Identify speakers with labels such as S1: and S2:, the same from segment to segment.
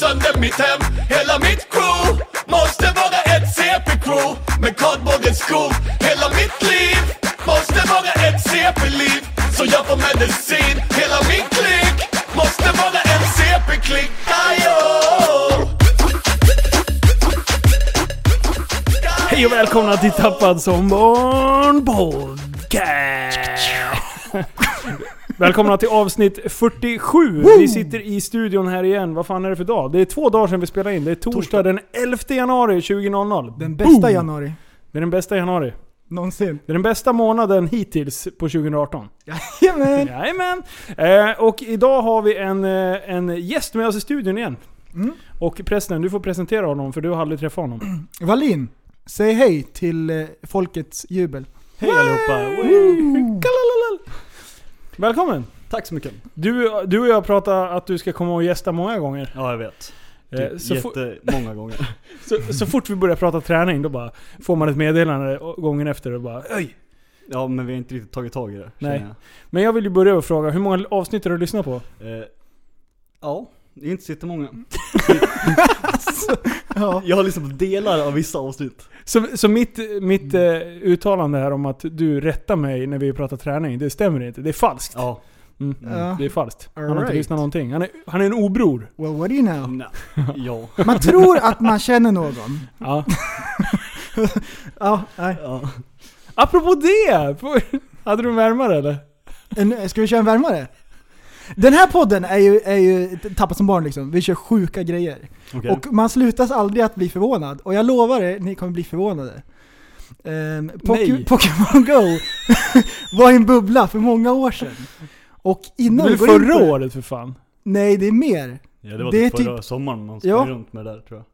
S1: sönder mitt hem Hela mitt crew måste vara ett CP-crew Med kardborrens skor Hela mitt liv måste vara ett CP-liv Så jag får medicin Hela min klick måste vara en CP-klick Ajå!
S2: Hej och välkomna till Tappad som barn podcast! Välkomna till avsnitt 47. Vi sitter i studion här igen. Vad fan är det för dag? Det är två dagar sedan vi spelade in. Det är torsdag den 11 januari 2000.
S3: Den bästa januari
S2: Det är den bästa januari.
S3: någonsin.
S2: Det är den bästa månaden hittills på 2018.
S3: Jajamän!
S2: Jajamän! Eh, och idag har vi en, eh, en gäst med oss i studion igen.
S3: Mm.
S2: Och prästen, du får presentera honom för du har aldrig träffat honom.
S3: Valin, säg hej till eh, folkets jubel.
S4: Hej allihopa!
S2: Välkommen!
S4: Tack så mycket.
S2: Du, du och jag pratade att du ska komma och gästa många gånger.
S4: Ja, jag vet. Typ
S2: Eh, så, fo-
S4: Jättemånga gånger.
S2: så, så fort vi börjar prata träning, då bara får man ett meddelande och- gången efter och bara Öj!
S4: Ja, men vi har inte riktigt tagit tag i det.
S2: Nej.
S4: känner
S2: Men jag vill ju börja med att fråga, hur många avsnitt har du lyssnat på?
S4: Jag. Eh, ja, det är inte så jättemånga.
S3: Ja.
S4: Mm. Jag har lyssnat på delar av vissa avsnitt.
S2: Så, så mitt,
S3: Mm.
S2: mitt eh, uttalande här om att du rättar mig när vi pratar träning, det stämmer inte. Det är falskt.
S4: Ja.
S2: Mm.
S3: Ja.
S2: Det är falskt. Han har inte
S3: Alright.
S2: lyssnat någonting. Han är, han är en obror.
S3: Well what do you know?
S4: Nej. Ja.
S3: Man tror att man känner någon.
S2: Ja.
S3: Ja, nej.
S4: ja.
S2: Apropå det! på- Hade du en värmare eller?
S3: En- Ska vi köra en värmare? Den här podden är ju, är ju tappat som barn liksom. Vi kör sjuka grejer.
S4: Okej.
S3: Och man slutas aldrig att bli förvånad. Och jag lovar er, ni kommer bli förvånade.
S2: Nej.
S3: Ehm, Poké- Pokémon Go var en bubbla för många år sedan. Och innan
S2: det
S3: vi
S2: är
S3: går in
S2: förra
S3: på det-
S2: året för fan.
S3: Nej, det är mer.
S4: Ja, det var
S3: det är
S4: typ förra sommaren man sprang
S3: Ja.
S4: runt med det där tror jag.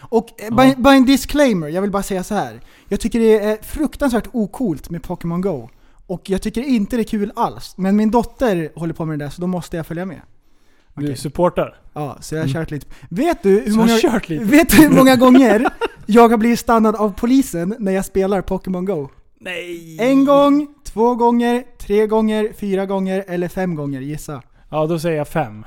S3: Och eh, by, by en disclaimer, jag vill bara säga så här. Jag tycker det är fruktansvärt ocoolt med Pokémon Go. Och jag tycker inte det är kul alls. Men min dotter håller på med det där så då måste jag följa med.
S2: Du
S3: Okej.
S2: supportar.
S3: Ja, så jag har
S2: Mm.
S3: kört lite. Vet du hur
S2: Så jag
S3: många...
S2: har kört lite.
S3: Vet du hur många gånger jag har blivit stannad av polisen när jag spelar Pokémon Go?
S2: Nej!
S3: En gång, två gånger, tre gånger, fyra gånger eller fem gånger, gissa.
S2: Ja, då säger jag fem.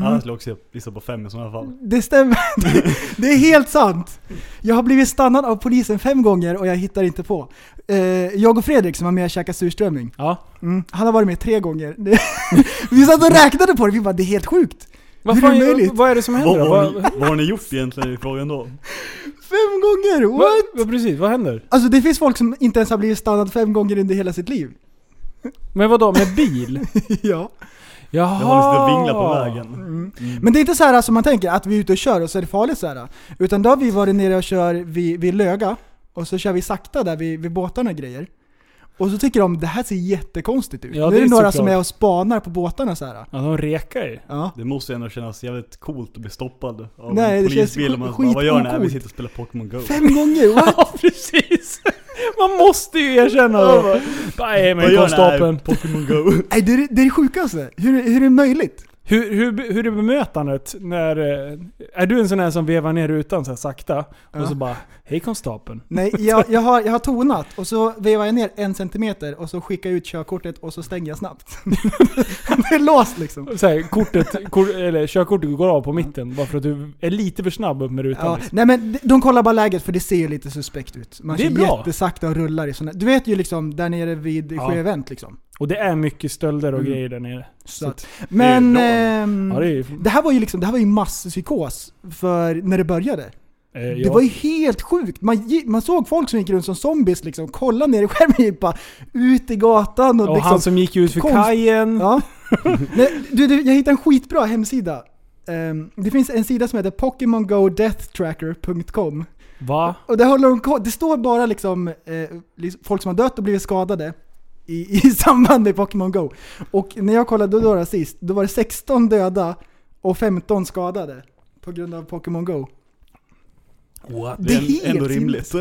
S4: Ja, jag skulle också gissa på fem i sådana fall.
S3: Det stämmer, det, det är helt sant! Jag har blivit stannad av polisen fem gånger och jag hittar inte på. Eh, jag och Fredrik som var med och käkade surströmming,
S2: Ja.
S3: mm, han har varit med tre gånger. Det- vi satt och räknade på det, vi bara det är helt sjukt!
S2: Vad,
S3: Hur
S2: fan,
S3: är det möjligt?
S2: vad är det som händer
S4: Vad,
S2: då?
S4: vad,
S2: Vad,
S4: har ni,
S2: vad,
S4: vad har ni gjort egentligen i frågan då?
S3: Fem gånger! What?
S2: vad, precis, vad händer?
S3: Alltså det finns folk som inte ens har blivit stannad fem gånger under hela sitt liv.
S2: Men vadå, med bil?
S3: ja.
S2: Jaha!
S4: Jag har lyssnat vingla på vägen.
S3: Mm. Men det är inte så här som man tänker, att vi är ute och kör och så är det farligt så här. Utan då har vi varit nere och kör vid, vid Löga, och så kör vi sakta där vid, vid båtarna och grejer. Och så tycker de det här ser jättekonstigt ut.
S2: Ja,
S3: nu
S2: det
S3: är det
S2: är
S3: några
S2: såklart.
S3: som är och spanar på båtarna så här.
S2: Ja, de rekar ju.
S3: Ja.
S4: Det måste ju ändå kännas jävligt coolt att bli stoppad av
S3: Nej,
S4: en
S3: det känns
S4: polisbil. och Man
S3: skit-
S4: bara, vad gör ni? Nej, Vi
S3: skitocoolt."
S4: sitter och spelar Pokémon Go.
S3: Fem gånger? What?
S2: Ja, precis! Man måste ju erkänna då. Nej
S4: Vad
S2: men
S4: gör ni?
S2: konstapeln.
S4: Nej, Pokémon Go.
S3: Nej, det, är, det är det sjukaste. Hur, hur är det möjligt?
S2: Hur, hur, hur är bemötandet när... eh, Är du en sån här som vevar ner rutan så här sakta?
S3: Ja.
S2: Och så bara Hej konstapeln.
S3: Nej, jag, jag, har, jag har tonat och så vevar jag ner en centimeter och så skickar jag ut körkortet och så stänger jag snabbt. det är låst liksom.
S2: Så här, kortet, kor, eller körkortet går av på mitten bara för att du är lite för snabb upp med rutan.
S3: Ja,
S2: liksom.
S3: nej men de- de kollar bara läget för det ser ju lite suspekt ut. Man
S2: Det
S3: det
S2: är
S3: är
S2: bra.
S3: jättesakta och rullar i sådana. Du vet ju liksom där nere vid
S2: Ja.
S3: Sjövänt liksom.
S2: Och det är mycket stölder och
S3: Mm.
S2: grejer där nere.
S3: Så att,
S4: är ju
S3: men
S4: bra.
S3: ehm,
S2: Ja, det, är, ju-
S3: det här var ju liksom, det här var ju masspsykos för när det började.
S2: eh,
S3: Det
S2: ja.
S3: var ju helt sjukt. Man, gi- man såg folk som gick runt som zombies liksom, kolla ner i skärmen gick bara ut i gatan och,
S2: och
S3: liksom...
S2: han som gick ut för
S3: konst-
S2: kajen.
S3: Ja. nej, du, du, jag hittade en skitbra hemsida. Ehm, det finns en sida som heter PokémonGoDeathTracker.com
S2: Va?
S3: Och det håller de ko- Det står bara liksom, eh, liksom folk som har dött och blivit skadade i, i samband med Pokémon Go. Och när jag kollade då, då sist, då var det 16 döda och 15 skadade på grund av Pokémon Go.
S4: Det är
S3: helt
S4: ändå
S3: sinnes-
S4: rimligt.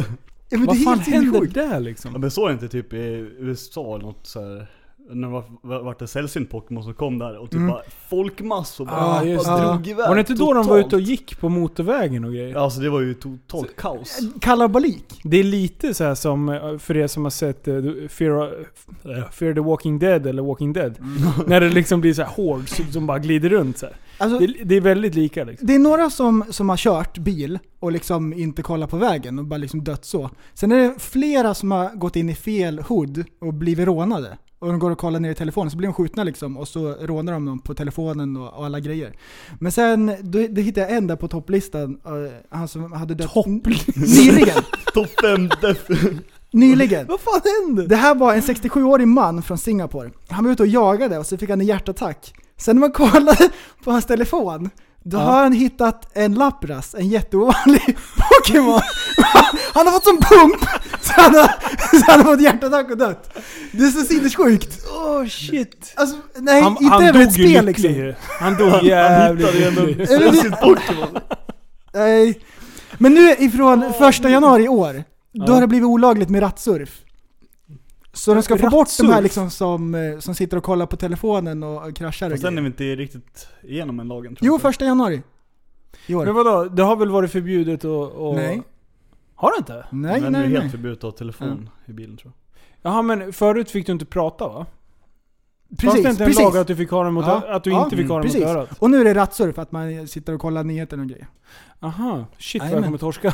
S3: Ja, men det
S2: Vad
S3: är
S2: fan
S3: helt
S2: händer
S3: sinnessjukt.
S2: där
S4: Ja,
S2: liksom?
S4: men såg jag inte typ i USA eller något så här När det var- vart det sällsynt Pokémon som kom där och typ
S3: Mm.
S4: bara folkmassor bara,
S3: Ja, just
S4: bara
S3: det.
S4: drog iväg
S2: Var Ah, det inte då de var ute och
S4: totalt.
S2: gick på motorvägen och grejer?
S4: Alltså det var ju totalt kaos.
S3: Kalabalik.
S2: Det är lite så här som, eh, för er som har sett eh, Fear, eh, Fear the Walking Dead eller Walking Dead.
S3: Mm.
S2: När det liksom blir så här hård som som bara glider runt så här.
S3: Alltså,
S2: Det, det är väldigt lika liksom.
S3: Det är några som, som har kört bil och liksom inte kollat på vägen och bara liksom dött så. Sen är det flera som har gått in i fel hood och blivit rånade. Och de går och kollar ner i telefonen så blir de skjutna liksom och så rånar de dem på telefonen och, och alla grejer. Men sen, då, då hittade jag en där på topplistan, eh, han som hade dött... Nyligen!
S4: Topp 5 def-
S3: Nyligen!
S2: Vad fan händer?
S3: Det här var en 67-årig man från Singapore. Han var ute och jagade och så fick han en hjärtattack. Sen när man kollade på hans telefon, då har han hittat en Lapras, en jätteovanlig Pokémon. Han har fått som pump! Så han har, så han har fått hjärtattack och dött. Det är så sinnessjukt.
S2: Oh shit.
S3: Alltså, nej,
S2: Han,
S3: inte
S2: han
S3: över
S2: dog
S3: ett
S2: ju
S3: spel
S2: lycklig Alltså, ju. Han
S3: liksom.
S2: dog jävligt lycklig.
S3: Eller det-
S4: Pokémon.
S3: Nej. Men nu ifrån första januari i år, då
S2: Ja.
S3: har det blivit olagligt med rattsurf. Så de ska få bort de här
S2: Rattsurf?
S3: liksom som, eh, som sitter och kollar på telefonen och kraschar och
S4: Fast den är
S3: grejer.
S4: vi inte riktigt igenom än lagen tror
S3: Jo,
S4: jag.
S3: första januari. I år.
S2: Men vadå? Det har väl varit förbjudet och... och...
S3: Nej.
S2: Har det inte?
S3: Nej,
S4: Men det
S3: nej,
S4: är helt
S3: nej.
S4: förbjudet att ha telefon i bilen tror jag.
S2: Jaha men förut fick du inte prata va? Fanns det
S3: Precis,
S2: inte en lag
S3: precis.
S2: att du, fick ha den mot,
S3: Ja,
S2: ö- att du
S3: ja,
S2: inte fick ha den mot
S3: precis.
S2: örat?
S3: Och nu är det rattsurf, att man sitter och kollar nyheter och grejer.
S2: Aha, shit vad jag
S3: Jajamän.
S2: kommer torska.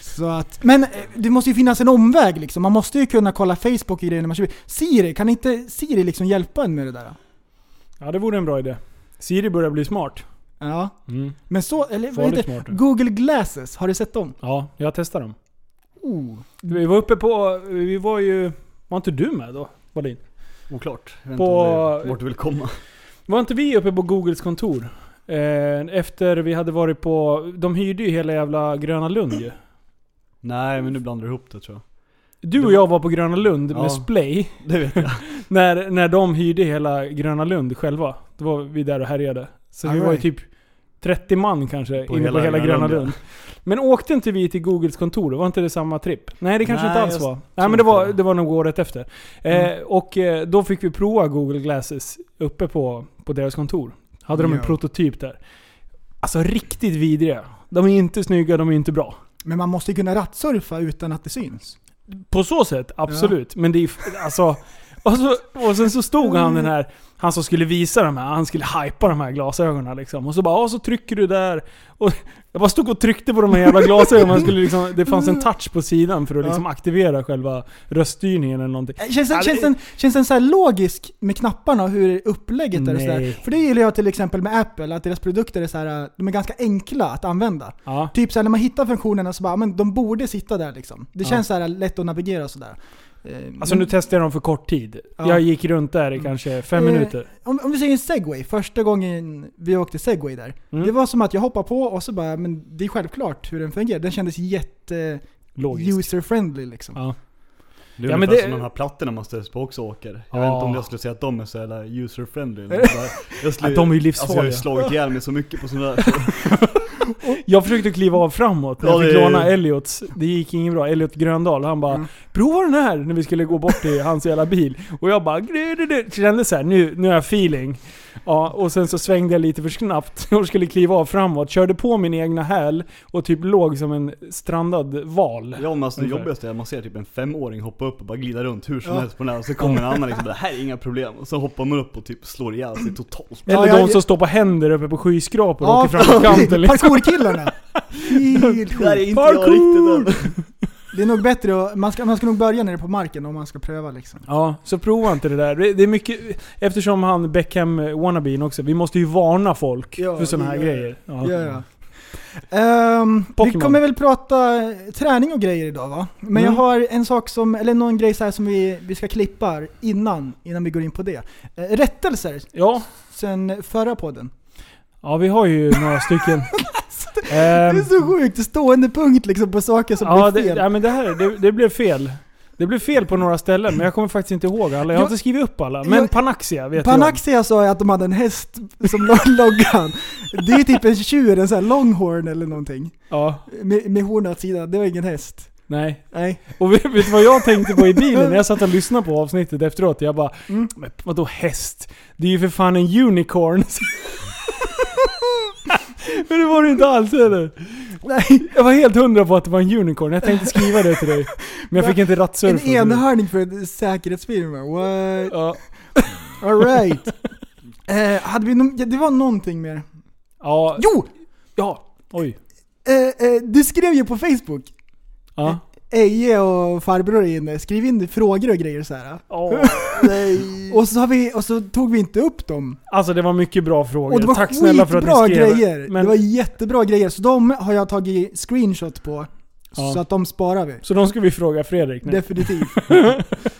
S3: Så att, men eh, det måste ju finnas en omväg liksom. Man måste ju kunna kolla Facebook och grejer när man kör bil. Siri, kan inte Siri liksom hjälpa en med det där?
S2: Ja det vore en bra idé. Siri börjar bli smart.
S3: Ja.
S2: Mm.
S3: Men så, eller vad
S2: Farligt
S3: heter
S2: smart.
S3: det? Google Glasses, har du sett dem?
S2: Ja, jag testar dem.
S3: Oh.
S2: Vi var uppe på... Vi var ju... Var inte du med då? Wallin?
S4: Oklart. Jag vet
S2: På-
S4: inte om det- vart du vill komma.
S2: Var inte vi uppe på Googles kontor? Eh, efter vi hade varit på... De hyrde ju hela jävla Gröna Lund ju.
S4: Nej men nu blandar du ihop det tror
S2: Du och jag var på Gröna Lund med
S4: Ja.
S2: Splay.
S4: jag. Det vet jag.
S2: När, när de hyrde hela Gröna Lund själva. Då var vi där och härjade. Så vi
S3: All
S2: var ju
S3: right.
S2: typ 30 man kanske
S4: På
S2: inne på
S4: hela
S2: hela
S4: Gröna
S2: Gröna
S4: Lund, ja.
S2: Lund. Men åkte inte vi till Googles kontor? Var inte det samma tripp? Nej det kanske
S4: Nej,
S2: inte alls
S4: jag
S2: var. Nej
S4: tror
S2: men det var,
S4: inte det. Mm.
S2: det var nog året efter. Eh, och eh, då fick vi prova Google Glasses uppe på, på deras kontor. Hade de en
S3: Ja.
S2: prototyp där. Alltså riktigt vidriga. De är inte snygga, de är inte bra.
S3: Men man måste ju kunna rattsurfa utan att det syns.
S2: På så sätt, absolut. Men det är alltså... Och, så, och sen så stod han den här, han som skulle visa de här, han skulle hypa de här glasögonen liksom. Och så bara, "Ja, så trycker du där. Och jag bara stod och tryckte på de här jävla glasögonen. Man skulle liksom, det fanns en touch på sidan för att liksom aktivera själva röststyrningen eller någonting.
S3: Äh, Känns den,
S2: Ja, det-
S3: känns den, känns den så här logisk med knapparna och hur upplägget är och
S2: Nej.
S3: sådär? För det gillar jag till exempel med Apple, att deras produkter är så här, äh, de är ganska enkla att använda.
S2: Ja.
S3: Typ såhär när man hittar funktionerna så bara, men de borde sitta där liksom. Det
S2: Ja.
S3: känns så här lätt att navigera och sådär. Eh,
S2: Alltså nu testade jag dem för kort tid.
S3: Ja.
S2: Jag gick runt där i kanske fem
S3: Eh,
S2: minuter.
S3: om, om vi säger en segway, första gången vi åkte segway där.
S2: Mm.
S3: Det var som att jag hoppade på och så bara, men det är självklart hur den fungerar. Den kändes jätte
S2: Logiskt.
S3: user-friendly liksom.
S2: Ja.
S4: Det är
S2: Ja, men
S4: ungefär
S2: det-
S4: som de här plattorna man ställs på också och åker. Jag
S2: Ja.
S4: vet inte om jag skulle säga att de är så jävla user-friendly. Men bara- jag skulle-
S2: Ja, de är ju
S4: Alltså jag har ju
S2: livsfarliga.
S4: slagit ihjäl mig så mycket på sådana där.
S2: Jag försökte kliva av framåt när jag
S4: Ja,
S2: fick
S4: det-
S2: låna Elliots. Det gick inget bra. Elliot Gröndal, han bara
S3: Mm.
S2: 'Prova den här' när vi skulle gå bort till hans jävla bil. Och jag bara "Du, du, du." kände såhär, nu, nu har jag feeling. Ja, och sen så svängde jag lite för snabbt och skulle kliva av framåt. Körde på min egna häl och typ låg som en strandad val.
S4: Ja men alltså det
S2: Ungefär.
S4: jobbigaste är att man ser typ en femåring hoppa upp och bara glida runt hur som
S3: Ja.
S4: helst på den här. Och så kommer en annan liksom bara, det här är inga problem. Och så hoppar man upp och typ slår ihjäl sig totalt.
S2: Eller
S3: Ja, jag-
S2: de som står på händer uppe på skyskrapor och
S3: Ja,
S2: åker fram på kanten. Liksom.
S3: Parkourkillarna! Helt
S4: Det här är
S3: sjukt.
S4: inte jag
S2: Parkour!
S4: riktigt än.
S3: Det är nog bättre att, man ska, man ska nog börja nere på marken om man ska pröva liksom.
S2: Ja, så prova inte det där. Det det är mycket, eftersom han Beckham eh, wannabeen också, vi måste ju varna folk
S3: Ja,
S2: för sådana här
S3: ja,
S2: grejer. Ja.
S3: Ja, ja. Ehm, vi
S2: Pokémon.
S3: kommer väl prata eh, träning och grejer idag va? Men
S2: Mm.
S3: jag har en sak som, eller någon grej så här som vi, vi ska klippa innan, innan vi går in på det. Eh, rättelser
S2: ja,
S3: sen förra podden.
S2: Ja, vi har ju några stycken.
S3: Det är
S2: Ehm,
S3: så sjukt, stående punkt liksom på saker som
S2: ja,
S3: blir
S2: det,
S3: fel.
S2: ja, men det här det, det blev fel. Det blev fel på några ställen, men jag kommer faktiskt inte ihåg alla. Jag har
S3: Jo,
S2: inte skrivit upp alla. Men
S3: jag-
S2: Panaxia vet
S3: Panaxia sa ju att de hade en häst som låg- loggan. Det är typ en tjur, en sån här longhorn eller någonting.
S2: jag. Ja.
S3: Med, med horn åt sidan, det var ingen häst.
S2: Nej.
S3: Nej.
S2: Och vet vet du vad jag tänkte på i bilen? Jag satt och lyssnade på avsnittet efteråt. Jag bara,
S3: Mm.
S2: men vadå häst? Det är ju för fan en unicorn. men det var det inte alls eller?
S3: Nej.
S2: Jag var helt hundra på att det var en unicorn. Jag tänkte skriva det till dig. Men jag fick inte
S3: En
S2: rattsurfa.
S3: enhörning för ett säkerhetsfirma. What?
S2: Ja.
S3: Alright. Eh, hade vi no- ja, det var någonting mer.
S2: Ja.
S3: Jo!
S2: ja. Oj.
S3: Eh, eh, du skrev ju på Facebook.
S2: Ja.
S3: Eje och farbror är inne. Skriv in frågor och grejer så här.
S2: Åh.
S3: Och så, har vi, och så tog vi inte upp dem.
S2: Alltså det var mycket bra frågor.
S3: Och det var
S2: Tack snälla för att
S3: skitbra
S2: ni skrev.
S3: grejer.
S2: Men,
S3: Det var jättebra grejer. Så de har jag tagit screenshot på.
S2: Ja.
S3: Så att de sparar vi.
S2: Så de ska vi fråga Fredrik nu.
S3: Definitivt.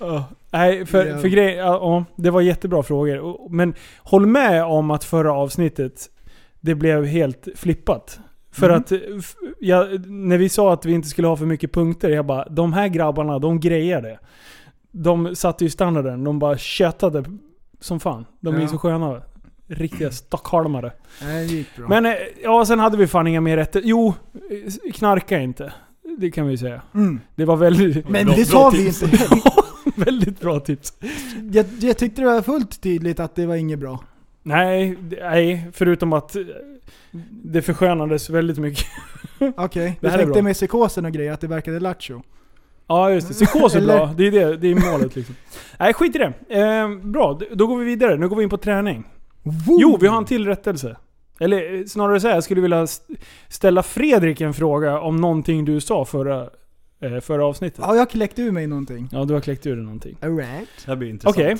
S2: Ja. Nej, för,
S3: Ja.
S2: för grejen, ja, ja, det var jättebra frågor. Och- Men håll med om att förra avsnittet, det blev helt flippat. För
S3: Mhm.
S2: att, eh, f- jag, när vi sa att vi inte skulle ha för mycket punkter, jag bara, de här grabbarna, de grejade. De satte ju standarden, de bara tjötade som fan. De är ju
S3: Ja.
S2: så sköna. Riktiga stockholmare.
S3: Nej, det gick bra.
S2: Men eh, ja, sen hade vi fan inga mer rätter. Jo, eh, knarka inte. Det kan vi ju säga.
S3: mm.
S2: Det var väldigt,
S3: Men
S4: Bra-
S3: det sa
S4: bra
S3: vi
S4: tips.
S3: inte.
S2: väldigt bra tips.
S3: Jag, jag tyckte det var fullt tydligt att det var inget bra.
S2: Nej, det- nej, förutom att eh, det förskönades väldigt mycket.
S3: Okej,
S2: Det
S3: jag
S2: här är bra.
S3: tänkte med psykosen och grejer att det verkade lattjo.
S2: Ja just det, psykos är bra.
S3: Eller?
S2: Det är, det, det är målet liksom. Nej skit i det. Eh, bra, d- då går vi vidare. Nu går vi in på träning. Jo, vi har en till rättelse. Eller eh, snarare så här, jag skulle vilja s- ställa Fredrik en fråga om någonting du sa förra, eh, förra avsnittet.
S3: Ja, jag kläckte ur mig någonting.
S2: Ja, du har kläckt ur dig någonting.
S3: Alright.
S4: Det här blir intressant.
S2: Okej.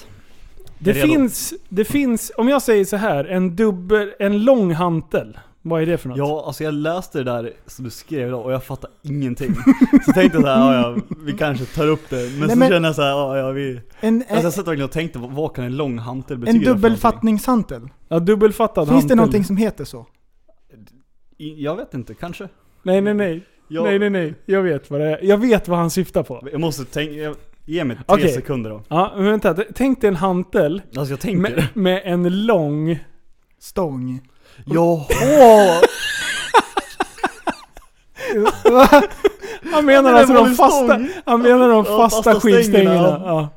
S2: Det
S4: Jag är redo.
S2: finns, det finns, om jag säger så här, en dubbel, en lång hantel. Vad är det för något?
S4: Ja, alltså jag läste det där som du skrev idag och jag fattar ingenting. Så tänkte jag så här, ja, ja vi kanske tar upp det. Men
S3: Nej,
S4: så
S3: men-
S4: känner jag så här, ja, ja
S2: Eh,
S4: vi...
S3: En,
S4: Alltså
S3: en,
S4: jag satt verkligen och tänkte, vad- vad kan en lång hantel betyda?
S3: en
S4: för någonting?
S3: dubbelfattningshantel. Finns
S2: ja dubbelfattad
S3: det
S2: hantel.
S3: någonting som heter så?
S4: I- Jag vet inte, kanske.
S2: Nej, nej, nej.
S4: Jag,
S2: Nej, nej, nej. Jag vet vad det är. Jag vet vad han syftar på.
S4: jag måste tänka, jag- ge mig tre
S2: Okej.
S4: sekunder då.
S2: Ja, men vänta. Tänk dig en hantel
S4: Alltså jag tänker.
S2: med, med en lång...
S3: Stång.
S4: Jaha!
S2: Han menar
S4: menar
S2: alltså de
S4: vanlig stång.
S2: fasta, han menar de
S4: Ja,
S2: fasta
S4: fasta
S2: skivstängerna.
S4: stängerna.
S2: Ja.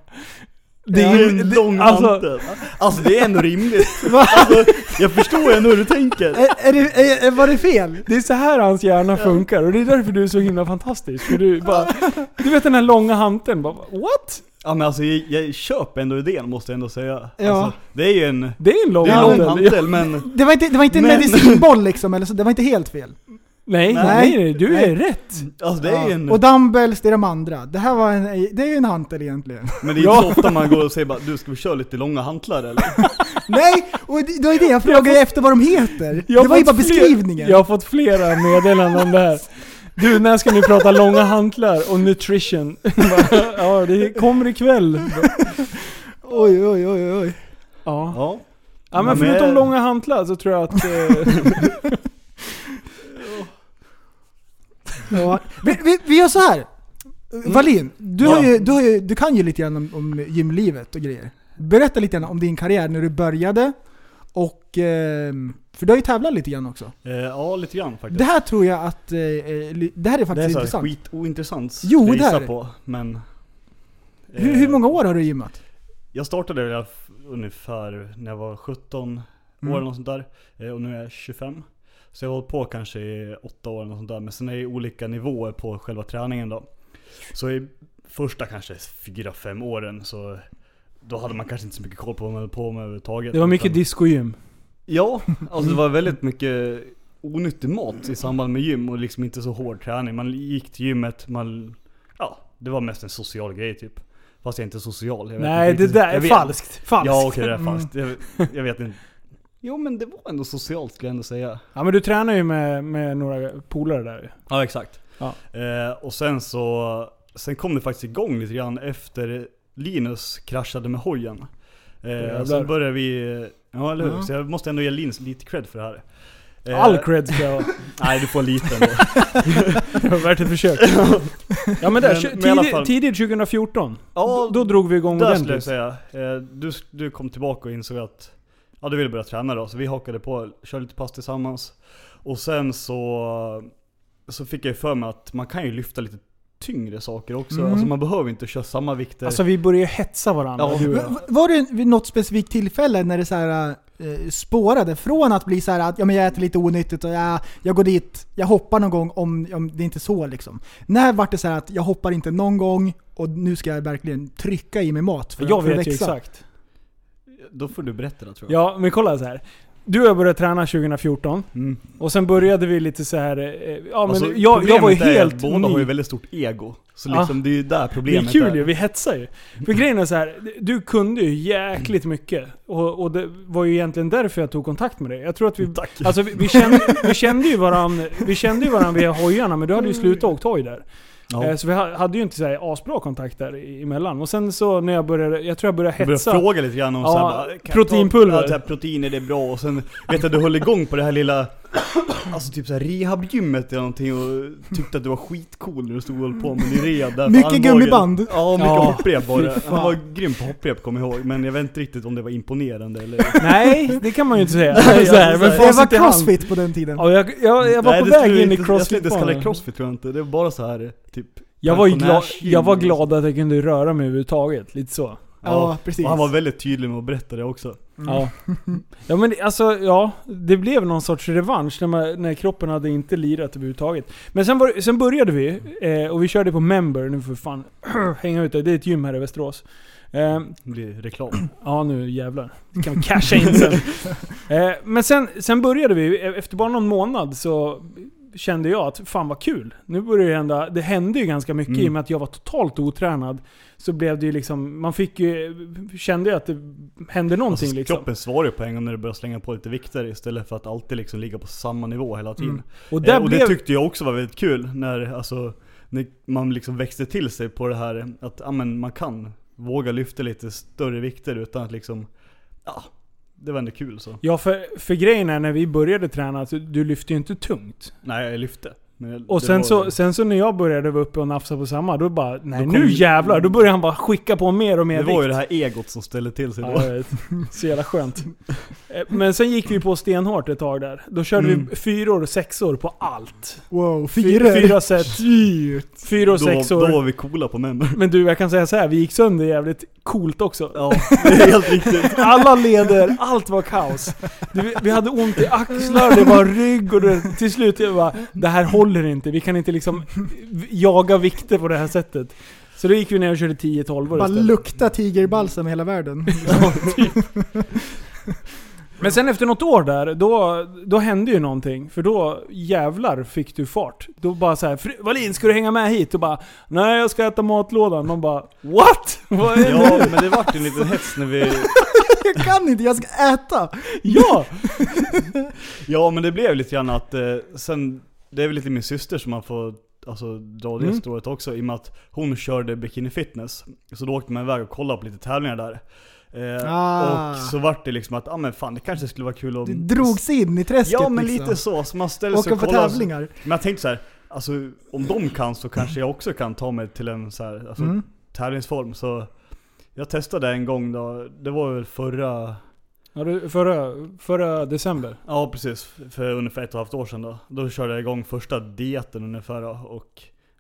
S4: Det är ju
S2: det-
S4: en lång
S2: alltså-
S4: hantel. Alltså det är ändå rimligt. Alltså, jag förstår ändå hur du tänker.
S2: Eh.
S3: är, är det, är, är, var det fel?
S2: Det är så här hans hjärna funkar och det är därför du är så himla fantastisk. För du bara... Du vet den här långa hanteln. Bara, what?
S4: Ja men alltså jag, jag köper ändå idén måste jag ändå säga.
S3: Ja.
S4: Alltså, det är ju en,
S2: Det är en lång
S4: det är en lång
S2: hantel.
S4: hantel men
S3: Det var inte, det var inte en
S4: Men-
S3: medicinboll liksom, eller så, det var inte helt fel.
S2: Nej, nej,
S4: Nej.
S2: nej, Du är
S3: Nej.
S2: rätt.
S4: alltså det är ju en,
S3: Och dumbbells, det är de andra. Det här var en, det är ju en hantel egentligen.
S4: men det är ju
S2: Ja.
S4: inte så ofta man går och säger bara du ska vi köra lite långa hantlar eller?
S3: Nej, och det, det var ju det jag frågade efter vad de heter.
S2: Jag har
S3: det var ju
S2: fått
S3: bara
S2: fler-
S3: beskrivningen.
S2: Jag har fått flera meddelanden om det här. Du, när ska ni prata långa hantlar och nutrition? Bara, ja, det kommer ikväll.
S3: Oj, oj, oj, oj.
S2: Ja.
S4: Ja.
S2: ja, men
S4: Men-
S2: förutom långa hantlar så tror jag att... Eh,
S3: Ja. Vi, vi, vi gör så här. Wallin, du,
S4: Mm. Ja.
S3: har ju, du, har ju, du kan ju lite grann om, om gymlivet och grejer. Berätta lite grann om din karriär när du började. Och, ehm, för du har ju tävlat lite grann också.
S4: Eh, ja lite grann faktiskt.
S3: Det här tror jag att... eh, eh, li- Det här är
S4: det är
S3: faktiskt
S4: så här
S3: intressant.
S4: skitointressant skulle
S3: Jo,
S4: jag
S3: det
S4: gissa
S3: är det.
S4: på. Men, eh,
S3: Hur, hur många år har du gymmat?
S4: Jag startade väl f- ungefär när jag var 17 år
S3: Mm.
S4: eller något sånt där. Eh, Och nu är jag 25. Så jag har hållit på kanske i 8 år eller något sånt där. Men sen är det olika nivåer på själva träningen då. Så i första kanske 4-5 åren så då hade man kanske inte så mycket koll på vad man höll på med överhuvudtaget.
S2: det var mycket
S4: Utan-
S2: discogym.
S4: Ja, alltså det var väldigt mycket onyttig mat i samband med gym och liksom inte så hård träning. Man gick till gymmet, man... Ja, det var mest en social grej typ. Fast jag är inte social. Jag vet
S2: Nej,
S4: inte
S2: det
S4: riktigt.
S2: där är
S4: Jag vet-
S2: falskt. Falskt.
S4: Ja okej det är
S3: Mm.
S4: falskt. Jag, jag vet inte. Jo men det var ändå socialt skulle jag ändå säga.
S2: Ja, men du tränar ju med, med några polare där ju.
S4: Ja exakt.
S2: Ja.
S4: Eh, och sen så, sen kom det faktiskt igång lite grann efter Linus kraschade med hojen. Eh,
S2: Jävlar.
S4: sen började vi, ja eller hur?
S3: Ja.
S4: Så jag måste ändå ge Linus lite cred för det här. Eh,
S2: All cred ska jag ha.
S4: Nej du får lite ändå.
S2: Det var värt ett försök. Ja men där,
S4: Men-
S2: tju-
S4: men i alla
S2: tidigt-
S4: fall-
S2: tidigt 2014.
S4: ja,
S2: Då drog vi igång
S4: där skulle jag
S2: ordentligt.
S4: säga. Eh, du, du kom tillbaka och insåg att ja, du ville börja träna då, så vi hakade på, körde lite pass tillsammans. Och sen så så fick jag ju för mig att man kan ju lyfta lite tyngre saker också.
S2: Mm.
S4: Alltså man behöver inte köra samma vikter.
S2: Alltså vi börjar ju hetsa varandra.
S4: eh, Ja.
S2: du och jag.
S3: Va- va- Var det vid något specifikt tillfälle när det så här, eh, spårade från att bli så här att ja, men jag äter lite onyttigt och jag, jag går dit, jag hoppar någon gång om, om det inte är så liksom. När vart det så här att jag hoppar inte någon gång och nu ska jag verkligen trycka i mig mat för,
S2: Jag
S3: för att
S2: vet ju
S3: växa?
S2: exakt.
S4: Då får du berätta det tror jag.
S2: Ja, men kolla så här. Du och jag började träna 2014
S4: Mm.
S2: och sen började vi lite så här. eh, Ja, men
S4: Alltså,
S2: jag, jag var ju
S4: problemet är att
S2: helt
S4: Båda har ju
S2: ny.
S4: väldigt stort ego. Så
S2: Ah.
S4: liksom, det är ju där
S2: Det är
S4: problemet
S2: kul ju, vi hetsar ju. För grejen är så här, du kunde ju jäkligt
S4: Mm.
S2: mycket. Och, och det var ju egentligen därför jag tog kontakt med dig. Jag tror att vi...
S4: Tack.
S2: Alltså vi, vi, kände, vi kände ju varandra vi kände ju varann via hojarna, men du hade ju slutat åkt hoj där.
S4: Mm. Ja.
S2: Eh, Så vi ha- hade ju inte så här asbra kontakt där i- emellan. Och sen så när jag började, jag tror jag började
S4: Jag började
S2: hetsa.
S4: fråga lite grann om
S2: Ja,
S4: så här, bara, kan jag ta-
S2: proteinpulver.
S4: Ja, så här, protein är det bra och sen vet jag att du höll igång på det här lilla Alltså typ såhär rehabgymmet eller någonting och tyckte att du var skitcool när du stod och höll på med din rehab där på
S3: Mycket
S4: armbågen.
S3: gummiband.
S4: Ja, mycket
S2: Ja,
S4: hopprep var det.
S2: fan.
S4: Han var grym på hopprep kommer jag ihåg, men jag vet inte riktigt om det var imponerande eller...
S2: Nej, det kan man ju inte säga.
S4: Nej,
S2: så här,
S4: alltså,
S2: men
S4: så här,
S3: Det
S2: facit
S3: var
S2: i hand.
S3: crossfit på den tiden.
S2: Ja, jag, jag, jag var
S4: Nej,
S2: på
S4: det
S2: väg
S4: skulle
S2: in i
S4: inte- Jag skulle inte ens kalla det
S2: crossfit
S4: crossfit tror jag inte, det var bara så här typ...
S2: jag var ju glad,
S4: pensionärsgym.
S2: jag var glad att jag kunde röra mig överhuvudtaget. Lite så.
S3: Ja, precis.
S4: Och han var väldigt tydlig med att berätta det också.
S2: Ja. ja men det- alltså, ja. Det blev någon sorts revansch när, man, när kroppen hade inte lirat överhuvudtaget. Men sen, var, sen började vi, eh, och vi körde på Member, nu får vi fan hänga ut det. Det är ett gym här i Västerås. Eh,
S4: Det blir reklam.
S2: Ja, nu jävlar. Det kan vi casha in sen. eh, men sen, sen började vi, e- efter bara någon månad så kände jag att fan vad kul. Nu börjar det hända, det hände ju ganska mycket
S4: Mm.
S2: i och med att jag var totalt otränad. Så blev det ju liksom, man fick ju, kände ju att det hände någonting
S4: Alltså,
S2: liksom.
S4: Kroppen svarar ju på en gång när du börjar slänga på lite vikter istället för att alltid liksom ligga på samma nivå hela tiden.
S3: Mm.
S2: Och
S4: Eh,
S2: där
S4: och
S2: blev...
S4: det tyckte jag också var väldigt kul när, alltså, när man liksom växte till sig på det här att ja, men man kan våga lyfta lite större vikter utan att liksom, ja, det var ändå kul så.
S2: Ja, för, för grejen är när vi började träna, att du lyfte ju inte tungt.
S4: Nej, jag lyfte. Men
S2: Och
S4: det
S2: sen
S4: var-
S2: så, sen så när jag började vara uppe och nafsa på samma, då bara nej
S4: kom-
S2: nu jävlar. Då började han bara skicka på mer och mer
S4: Det var ju
S2: vikt.
S4: det här egot som ställde till sig
S2: Ja,
S4: då.
S2: jag vet. Så jävla skönt. Eh, Men sen gick vi på stenhårt ett tag där. Då körde
S4: Mm.
S2: vi fyror och sexor på allt.
S3: Wow,
S2: Fy-
S3: fyra.
S2: Fyra set. Fyra och
S4: Då,
S2: sexor.
S4: då var vi coola på member.
S2: Men du, jag kan säga så här, vi gick sönder jävligt coolt också.
S4: Ja, det är helt riktigt.
S2: Alla leder, allt var kaos. Du, vi hade ont i axlar, det var rygg och det, till slut jag bara, det här håller inte. Vi kan inte liksom jaga vikter på det här sättet. Så då gick vi ner och körde 10-12
S3: Bara
S2: istället.
S3: lukta tigerbalsam i hela världen.
S2: Men sen efter något år där, då, då hände ju någonting. För då jävlar fick du fart. Då bara så här, "Fru- Wallin ska du hänga med hit? Och bara, nej jag ska äta matlådan. Man bara, what? Vad är det?
S4: Ja, men det vart en liten hets när vi
S3: Jag kan inte, jag ska äta!
S2: Ja!
S4: Ja men det blev lite grann att eh, sen, det är väl lite min syster som man får alltså, dra det
S2: Mm.
S4: strået också i och med att hon körde bikini fitness. Så då åkte man iväg och kollade på lite tävlingar där. Eh,
S3: Ah.
S4: Och så vart det liksom att, ja ah, men fan det kanske skulle vara kul att...
S3: Du drogs in i träsket
S4: Ja men
S3: liksom.
S4: lite så, så man ställer
S3: Åka
S4: sig och
S3: på
S4: kollar.
S3: tävlingar.
S4: Men jag tänkte så här, alltså om de kan så kanske jag också kan ta mig till en så här, alltså,
S3: Mm.
S4: tävlingsform. Så jag testade en gång då, det var väl förra
S2: ja du, förra, förra december.
S4: Ja precis, för ungefär ett och ett halvt år sedan då. Då körde jag igång första dieten ungefär då, och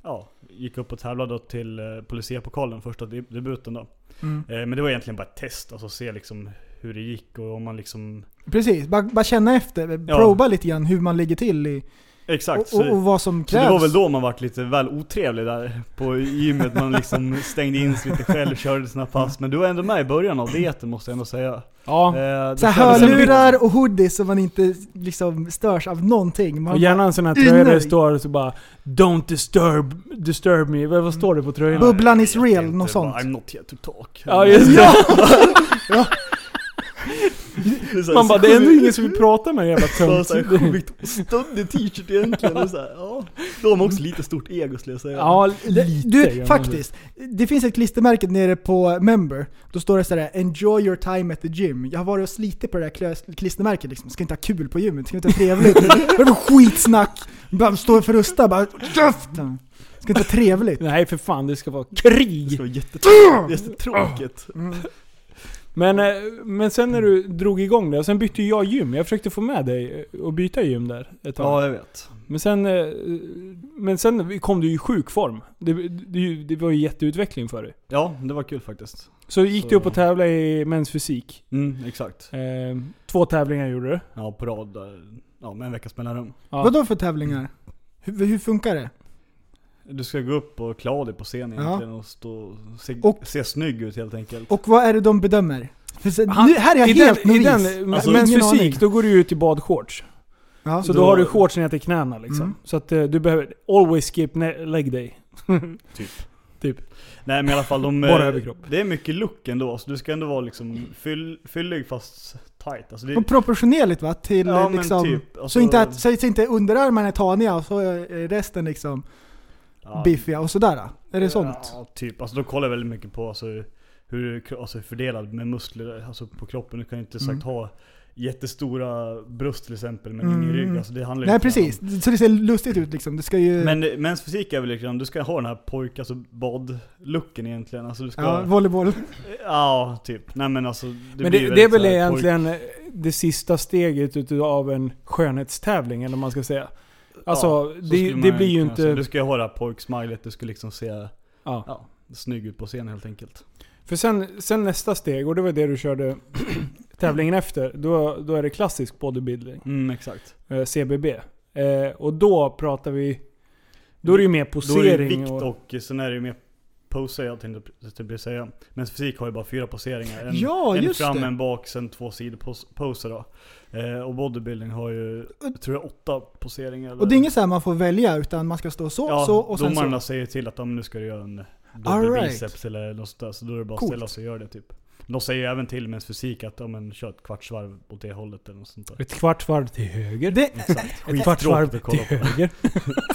S4: ja, gick upp och tävlade då till eh, Polisepokalen, första de- debuten då. Eh,
S3: Mm.
S4: men det var egentligen bara ett test, alltså se liksom hur det gick och om man liksom...
S3: Precis, bara, bara känna efter,
S4: Ja.
S3: proba lite grann hur man ligger till i,
S4: Exakt,
S3: och,
S4: så,
S3: och, och vad som
S4: så
S3: krävs.
S4: det var väl då man vart lite väl otrevlig där på gymmet. Man liksom stängde in sig lite själv, körde sina pass. Men du var ändå med i början av dieten måste jag ändå säga.
S2: Ja.
S3: Så
S4: Eh, det
S3: här,
S4: kändes ändå-
S3: hörlurar och hoodies så man inte liksom störs av någonting. Man
S2: Och gärna en sån här tröja där det står så bara Don't disturb, disturb me. Vad vad står det på tröjan?
S3: Bub- Bubblan is
S4: Jag
S3: real,
S4: tänkte
S3: något
S4: bara,
S3: sånt.
S4: I'm not here to talk.
S2: Ja just det.
S4: är så här,
S2: Man bara,
S4: så
S2: det är ändå
S4: sjukt.
S2: ingen som vill prata med den jävla
S4: Så så här
S2: tönt.
S4: sjukt stöddig t-shirt egentligen. Och så här, ja. Då har man också lite stort ego skulle jag säga.
S2: Ja,
S3: Det-
S2: lite. gör
S3: Du,
S2: man det.
S3: faktiskt. Det finns ett klistermärke nere på Member. Då står det sådär 'Enjoy your time at the gym' Jag har varit och slitit på det där klö- klistermärket liksom. Ska inte ha kul på gymmet, ska inte ha trevligt. Vad är det för skitsnack? Bara står för rusta, bara 'Käften!' Ska inte ha trevligt.
S2: Nej för fan, det ska vara krig!
S4: Det var jättetråkigt. jättetråkigt.
S2: Men, eh, men sen när du drog igång det, och sen bytte jag gym. Jag försökte få med dig eh, och byta gym där ett tag.
S4: Ja, jag vet.
S2: Men sen, eh, men sen kom du i sjuk form. Det, det, det var ju jätteutveckling för dig.
S4: Ja, det var kul faktiskt.
S2: Så gick du
S4: Så-
S2: upp och tävlade i mäns fysik.
S4: Mm, exakt.
S2: Eh, två tävlingar gjorde du.
S4: Ja, på rad. där. Ja, med en veckas mellanrum.
S2: Ja.
S3: Vadå för tävlingar? Hur, hur funkar det?
S4: Du ska gå upp och klä av dig på scen egentligen och stå, se,
S3: Och-
S4: se snygg ut helt enkelt.
S3: Och vad är det de bedömer? För sen,
S2: Han-
S3: nu, här är jag
S2: I
S3: helt
S2: den, i
S3: novis.
S2: den
S4: Alltså,
S2: mäns
S3: ingen aning.
S2: fysik, då går du ut i badshorts.
S3: ja.
S2: Så då,
S4: Då-
S2: har du shorts ner till knäna liksom.
S3: Mm.
S2: Så att eh, du behöver always skip ne- leg day. Typ.
S4: Nej men i alla fall de...
S2: Bara
S4: eh,
S2: överkropp.
S4: Det är mycket look ändå, så du ska ändå vara liksom fyll, fyllig fast tight. Alltså det,
S3: Och proportionerligt va? Till
S4: Ja, men
S3: liksom...
S4: typ, alltså-
S3: så inte att, så, så inte underarmarna är taniga och så är resten liksom
S4: ja,
S3: biffiga och sådär. då? Är det sånt?
S4: Ja, typ. Alltså de kollar väldigt mycket på alltså, hur du kro- alltså, är fördelad med muskler alltså, på kroppen. Du kan ju inte
S2: Mm.
S4: exakt ha jättestora bröst till exempel men ingen
S3: Mm.
S4: rygg. Alltså, det handlar ju
S3: Nej
S4: lite grann om-
S3: precis, så det ser lustigt ut liksom. Det ska ju...
S4: Men eh, mäns fysik är väl lite grann, du ska ha den här pojk, alltså bad-looken egentligen. Alltså du ska...
S3: ja,
S4: Ja,
S3: volleyboll.
S4: typ. Nej men alltså.
S2: Men
S4: blir
S2: det, det är
S4: väldigt
S2: väl
S4: så här pojk-
S2: egentligen det sista steget utav en skönhetstävling, eller vad man ska säga. Alltså,
S4: så
S2: det,
S4: skulle
S2: det
S4: man
S2: blir ju
S4: kunna säga. Du
S2: inte...
S4: ska ju ha det här pojksmilet, du ska liksom se
S2: Ja.
S4: ja, snygg ut på scen helt enkelt.
S2: För sen, sen nästa steg, och det var det du körde tävlingen efter, då, då är det klassisk bodybuilding.
S4: Mm, exakt.
S2: Eh, CBB. Eh, och då pratar vi... Då är det ju mer
S4: Då är det
S2: posering
S4: vikt
S2: och...
S4: och, sen är det ju mer poser jag tänkte tänkte precis typ säga. Men fysik har ju bara fyra poseringar. En,
S3: Ja,
S4: en
S3: just
S4: fram,
S3: det.
S4: en bak, sen två sidoposer då. Eh, och bodybuilding har ju, jag tror jag, åtta poseringar. eller-
S3: Och det är inget så här man får välja utan man ska stå så,
S4: ja,
S3: så och sen
S4: domarna
S3: så.
S4: säger till att "Om, nu ska du göra en
S3: All
S4: dubbel
S3: right.
S4: biceps eller något sånt där. Så då är det bara att
S3: Coolt.
S4: ställa sig och göra det typ. De säger ju även till med ens fysik att om en kör ett kvartsvarv åt det hållet eller något sånt där.
S2: Ett kvarts varv till höger.
S3: Det,
S4: Exakt.
S2: ett kvarts varv
S4: Skittråkigt att
S2: till
S4: kolla på.
S2: höger.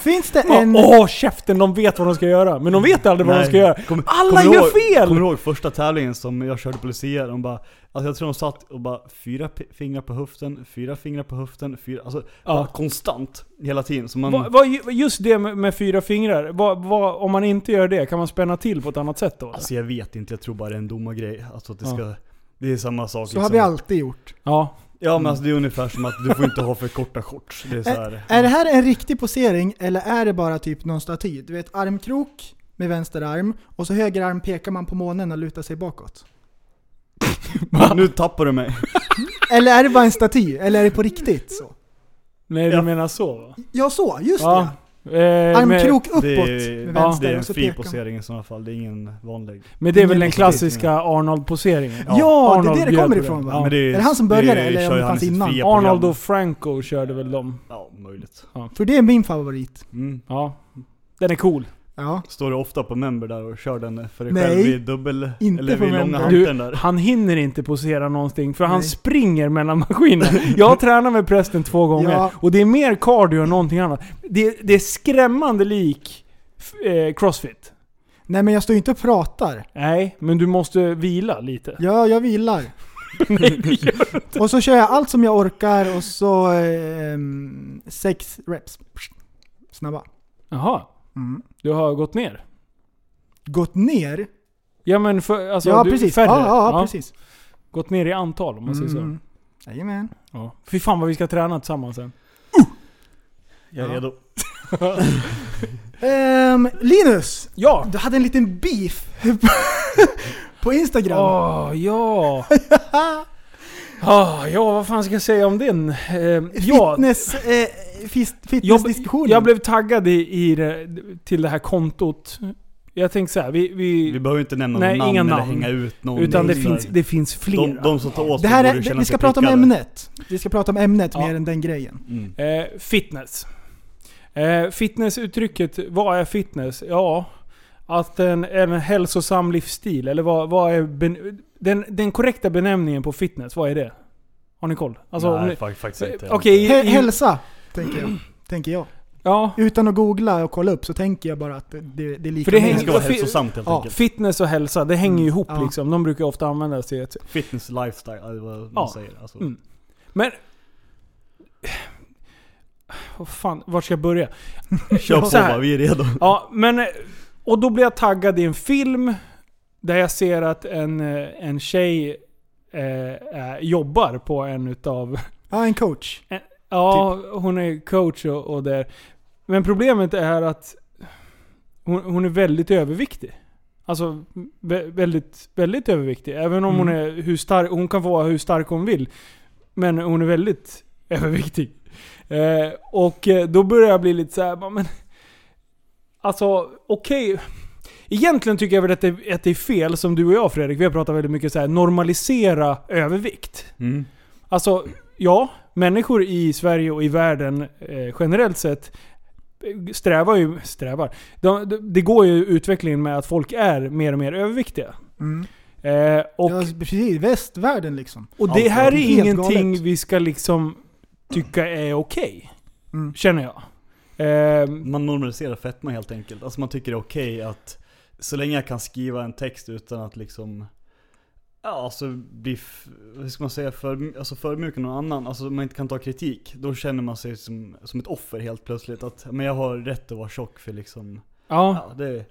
S3: finns det
S2: Åh,
S3: en...
S2: åh, käften! De vet vad de ska göra. Men de vet aldrig vad de
S4: Nej.
S2: ska göra.
S4: Kommer-
S2: Alla
S4: kommer du
S2: gör
S4: ihåg-
S2: fel!
S4: Kommer du ihåg första tävlingen som jag körde på Lucia? De bara, alltså jag tror de satt och bara fyra p- fingrar på höften, fyra fingrar på höften, fyra, alltså bara konstant hela tiden. Så man,
S2: Vad- vad- just det med, med fyra fingrar. Vad- vad- om man inte gör det, kan man spänna till på ett annat sätt då? eller?
S4: alltså jag vet inte, jag tror bara det är en domargrej. Alltså att det
S2: Ja.
S4: ska, det är samma sak liksom.
S3: Så har vi alltid gjort.
S2: Ja.
S4: Ja men alltså det är ungefär som att du får inte ha för korta shorts. Det är så här.
S3: Är det här en riktig posering eller är det bara typ någon staty? Du vet armkrok med vänster arm och så höger arm pekar man på månen och lutar sig bakåt.
S4: Nu tappar du mig.
S3: Eller är det bara en staty? Eller är det på riktigt så?
S2: Nej, du
S4: Ja.
S2: menar så va?
S3: Ja så, just
S2: Ja. Eh,
S3: det!
S2: men,
S3: Armkrok uppåt
S4: Det
S3: med
S4: är,
S3: vänster
S4: det är
S3: och
S4: en
S3: så
S4: fri
S3: pekar man.
S4: posering i sådana fall, det är ingen vanlig.
S2: men det är väl
S3: Ingen
S2: den
S3: riktigt,
S2: klassiska Arnold-poseringen?
S3: Ja, det är det det
S2: bjöd
S3: kommer
S2: på
S3: ifrån
S2: den.
S3: va?
S2: Ja.
S4: Men det är-
S3: är, det han som
S4: det
S3: började
S4: kör
S3: eller om
S4: ju
S3: det
S4: han i
S3: fanns
S4: sitt
S3: innan?
S4: fria-
S2: Arnold
S4: program.
S2: och Franco körde väl dem?
S4: Ja, möjligt.
S3: För det är min favorit.
S4: Mm.
S2: Ja. Den är cool.
S3: Ja.
S4: Står du ofta på member där och kör den för dig
S3: Nej,
S4: själv vid dubbel...
S3: inte
S4: eller
S3: på
S4: vid långa
S3: Member.
S4: hanteln
S2: Du,
S4: där?
S2: han hinner inte posera någonting för han
S3: Nej.
S2: springer mellan maskinerna. Jag tränar med prästen två gånger
S3: Ja.
S2: och det är mer cardio än någonting annat. Det, det är skrämmande lik f- eh, crossfit.
S3: Nej men jag står ju inte och pratar.
S2: Nej, men du måste vila lite.
S3: Ja, jag vilar.
S2: Nej, det gör-
S3: Och så kör jag allt som jag orkar och så ehm, sex reps. Snabba.
S2: Jaha,
S3: Mm.
S2: du har gått ner?
S3: Gått ner?
S2: Ja men för, alltså,
S3: ja,
S2: du,
S3: precis.
S2: färre.
S3: Ja, ja, precis.
S2: Gått ner i antal om man säger
S3: Mm.
S2: så.
S3: Jajamän.
S2: Ja. Fy fan vad vi ska träna tillsammans sen.
S4: Jag är
S3: Ja.
S4: redo.
S3: Ehm, Linus!
S2: Ja!
S3: Du hade en liten beef på Instagram.
S2: Åh, ja! Ah, ja, vad fan ska jag säga om den? Eh, ja,
S3: Fitness, eh, fis-
S2: jag,
S3: fitnessdiskussionen.
S2: jag blev taggad i, i det, till det här kontot. Jag tänkte så här, vi, vi,
S4: Vi behöver inte nämna
S2: Nej,
S4: någon namn
S2: inga
S4: eller
S2: namn.
S4: hänga ut någon.
S2: utan det
S4: Så
S2: finns,
S4: här,
S2: det finns flera.
S4: de, de som tar åt
S3: det
S4: sig
S3: här
S4: borde
S3: är,
S4: känna
S3: vi
S4: sig
S3: ska prata om
S4: prickade.
S3: ämnet. Vi ska prata om ämnet
S2: Ja.
S3: mer än den grejen.
S4: Mm.
S2: Eh, fitness. Eh, fitnessuttrycket, vad är fitness? Ja, att en, en hälsosam livsstil, eller vad, vad är ben, den, den korrekta benämningen på fitness, vad är det? Har ni koll? Alltså, om
S4: Nej,
S2: ni-
S4: fakt- faktiskt inte.
S2: Okej, i-
S3: Hä-
S2: i-
S3: Hälsa, tänker jag. tänker jag.
S2: ja.
S3: Utan att googla och kolla upp så tänker jag bara att det, det, det är lika
S2: För det
S4: Det
S3: med.
S4: ska
S2: hänger-
S4: vara
S2: fi-
S4: hälsosamt helt
S3: Ja.
S4: enkelt.
S2: Fitness och hälsa, det
S4: Mm.
S2: hänger ju ihop
S3: Ja.
S2: liksom. De brukar ofta användas i ett...
S4: Fitness lifestyle, eller vad man
S2: Ja.
S4: säger. Alltså.
S2: Mm. Men... Vad fan, vart ska jag börja?
S4: Kör på
S2: Så här.
S4: bara, vi är redo.
S2: Ja, men... eh, Och då blir jag taggad i en film där jag ser att en, eh, en tjej eh, eh, jobbar på en utav...
S3: Ja, en coach.
S2: Ja, hon är coach och, och det. Men problemet är att hon, hon är väldigt överviktig. Alltså vä- väldigt, väldigt överviktig. Även om hon
S3: Mm.
S2: är hur stark, hon kan vara hur stark hon vill. Men hon är väldigt överviktig. Eh, och eh, då börjar jag bli lite så här, bara, men... Alltså, okej. Egentligen tycker jag väl att det, att det är fel, som du och jag Fredrik, vi har pratat väldigt mycket så här, normalisera övervikt.
S4: Mm.
S2: Alltså, ja. Människor i Sverige och i världen eh, generellt sett eh, strävar ju... Strävar. De, de, det går ju utvecklingen med att folk är mer och mer överviktiga.
S3: Mm.
S2: Eh, och,
S3: ja, precis. Västvärlden liksom.
S2: och det
S4: Ja,
S2: här
S3: det är
S2: är
S3: helt
S2: ingenting
S3: galet.
S2: vi ska liksom tycka är okej.
S3: Mm.
S2: Känner jag. Eh,
S4: Man normaliserar fetma helt enkelt. Alltså man tycker det är okej att så länge jag kan skriva en text utan att liksom Ja, alltså bli, f- hur ska man säga, för, alltså förmjuka någon annan, alltså man inte kan ta kritik. Då känner man sig som, som ett offer helt plötsligt. Att men jag har rätt att vara tjock för liksom,
S2: ja.
S4: ja det,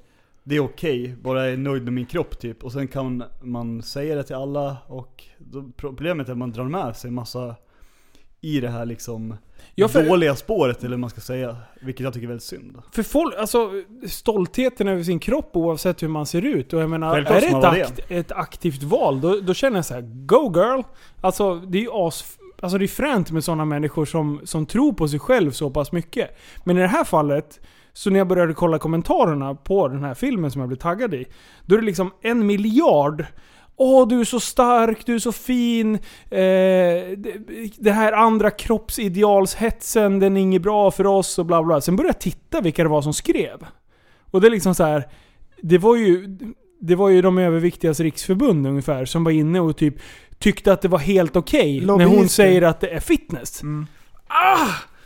S4: det är okej, bara jag är nöjd med min kropp typ. Och sen kan man säga det till alla och då, problemet är att man drar med sig massa i det här liksom
S2: Ja, för-
S4: dåliga spåret eller vad man ska säga. Vilket jag tycker är väldigt synd.
S2: För folk, alltså stoltheten över sin kropp oavsett hur man ser ut. Och jag menar,
S4: Självklart
S2: är det
S4: ska
S2: ett,
S4: man vara
S2: akt, ett aktivt val, då, då känner jag så här: go girl! Alltså det är ju as... Alltså det är fränt med sådana människor som, som tror på sig själv så pass mycket. Men i det här fallet, så när jag började kolla kommentarerna på den här filmen som jag blev taggad i. Då är det liksom en miljard Åh, du är så stark, du är så fin. Eh, det, det här andra kroppsidealshetsen, den är inget bra för oss och bla bla. Sen började jag titta vilka det var som skrev. Och det är liksom så här. Det var ju, det var ju de överviktigas riksförbund ungefär som var inne och typ tyckte att det var helt okej när hon
S3: Lobbyister.
S2: säger att det är fitness.
S3: Mm.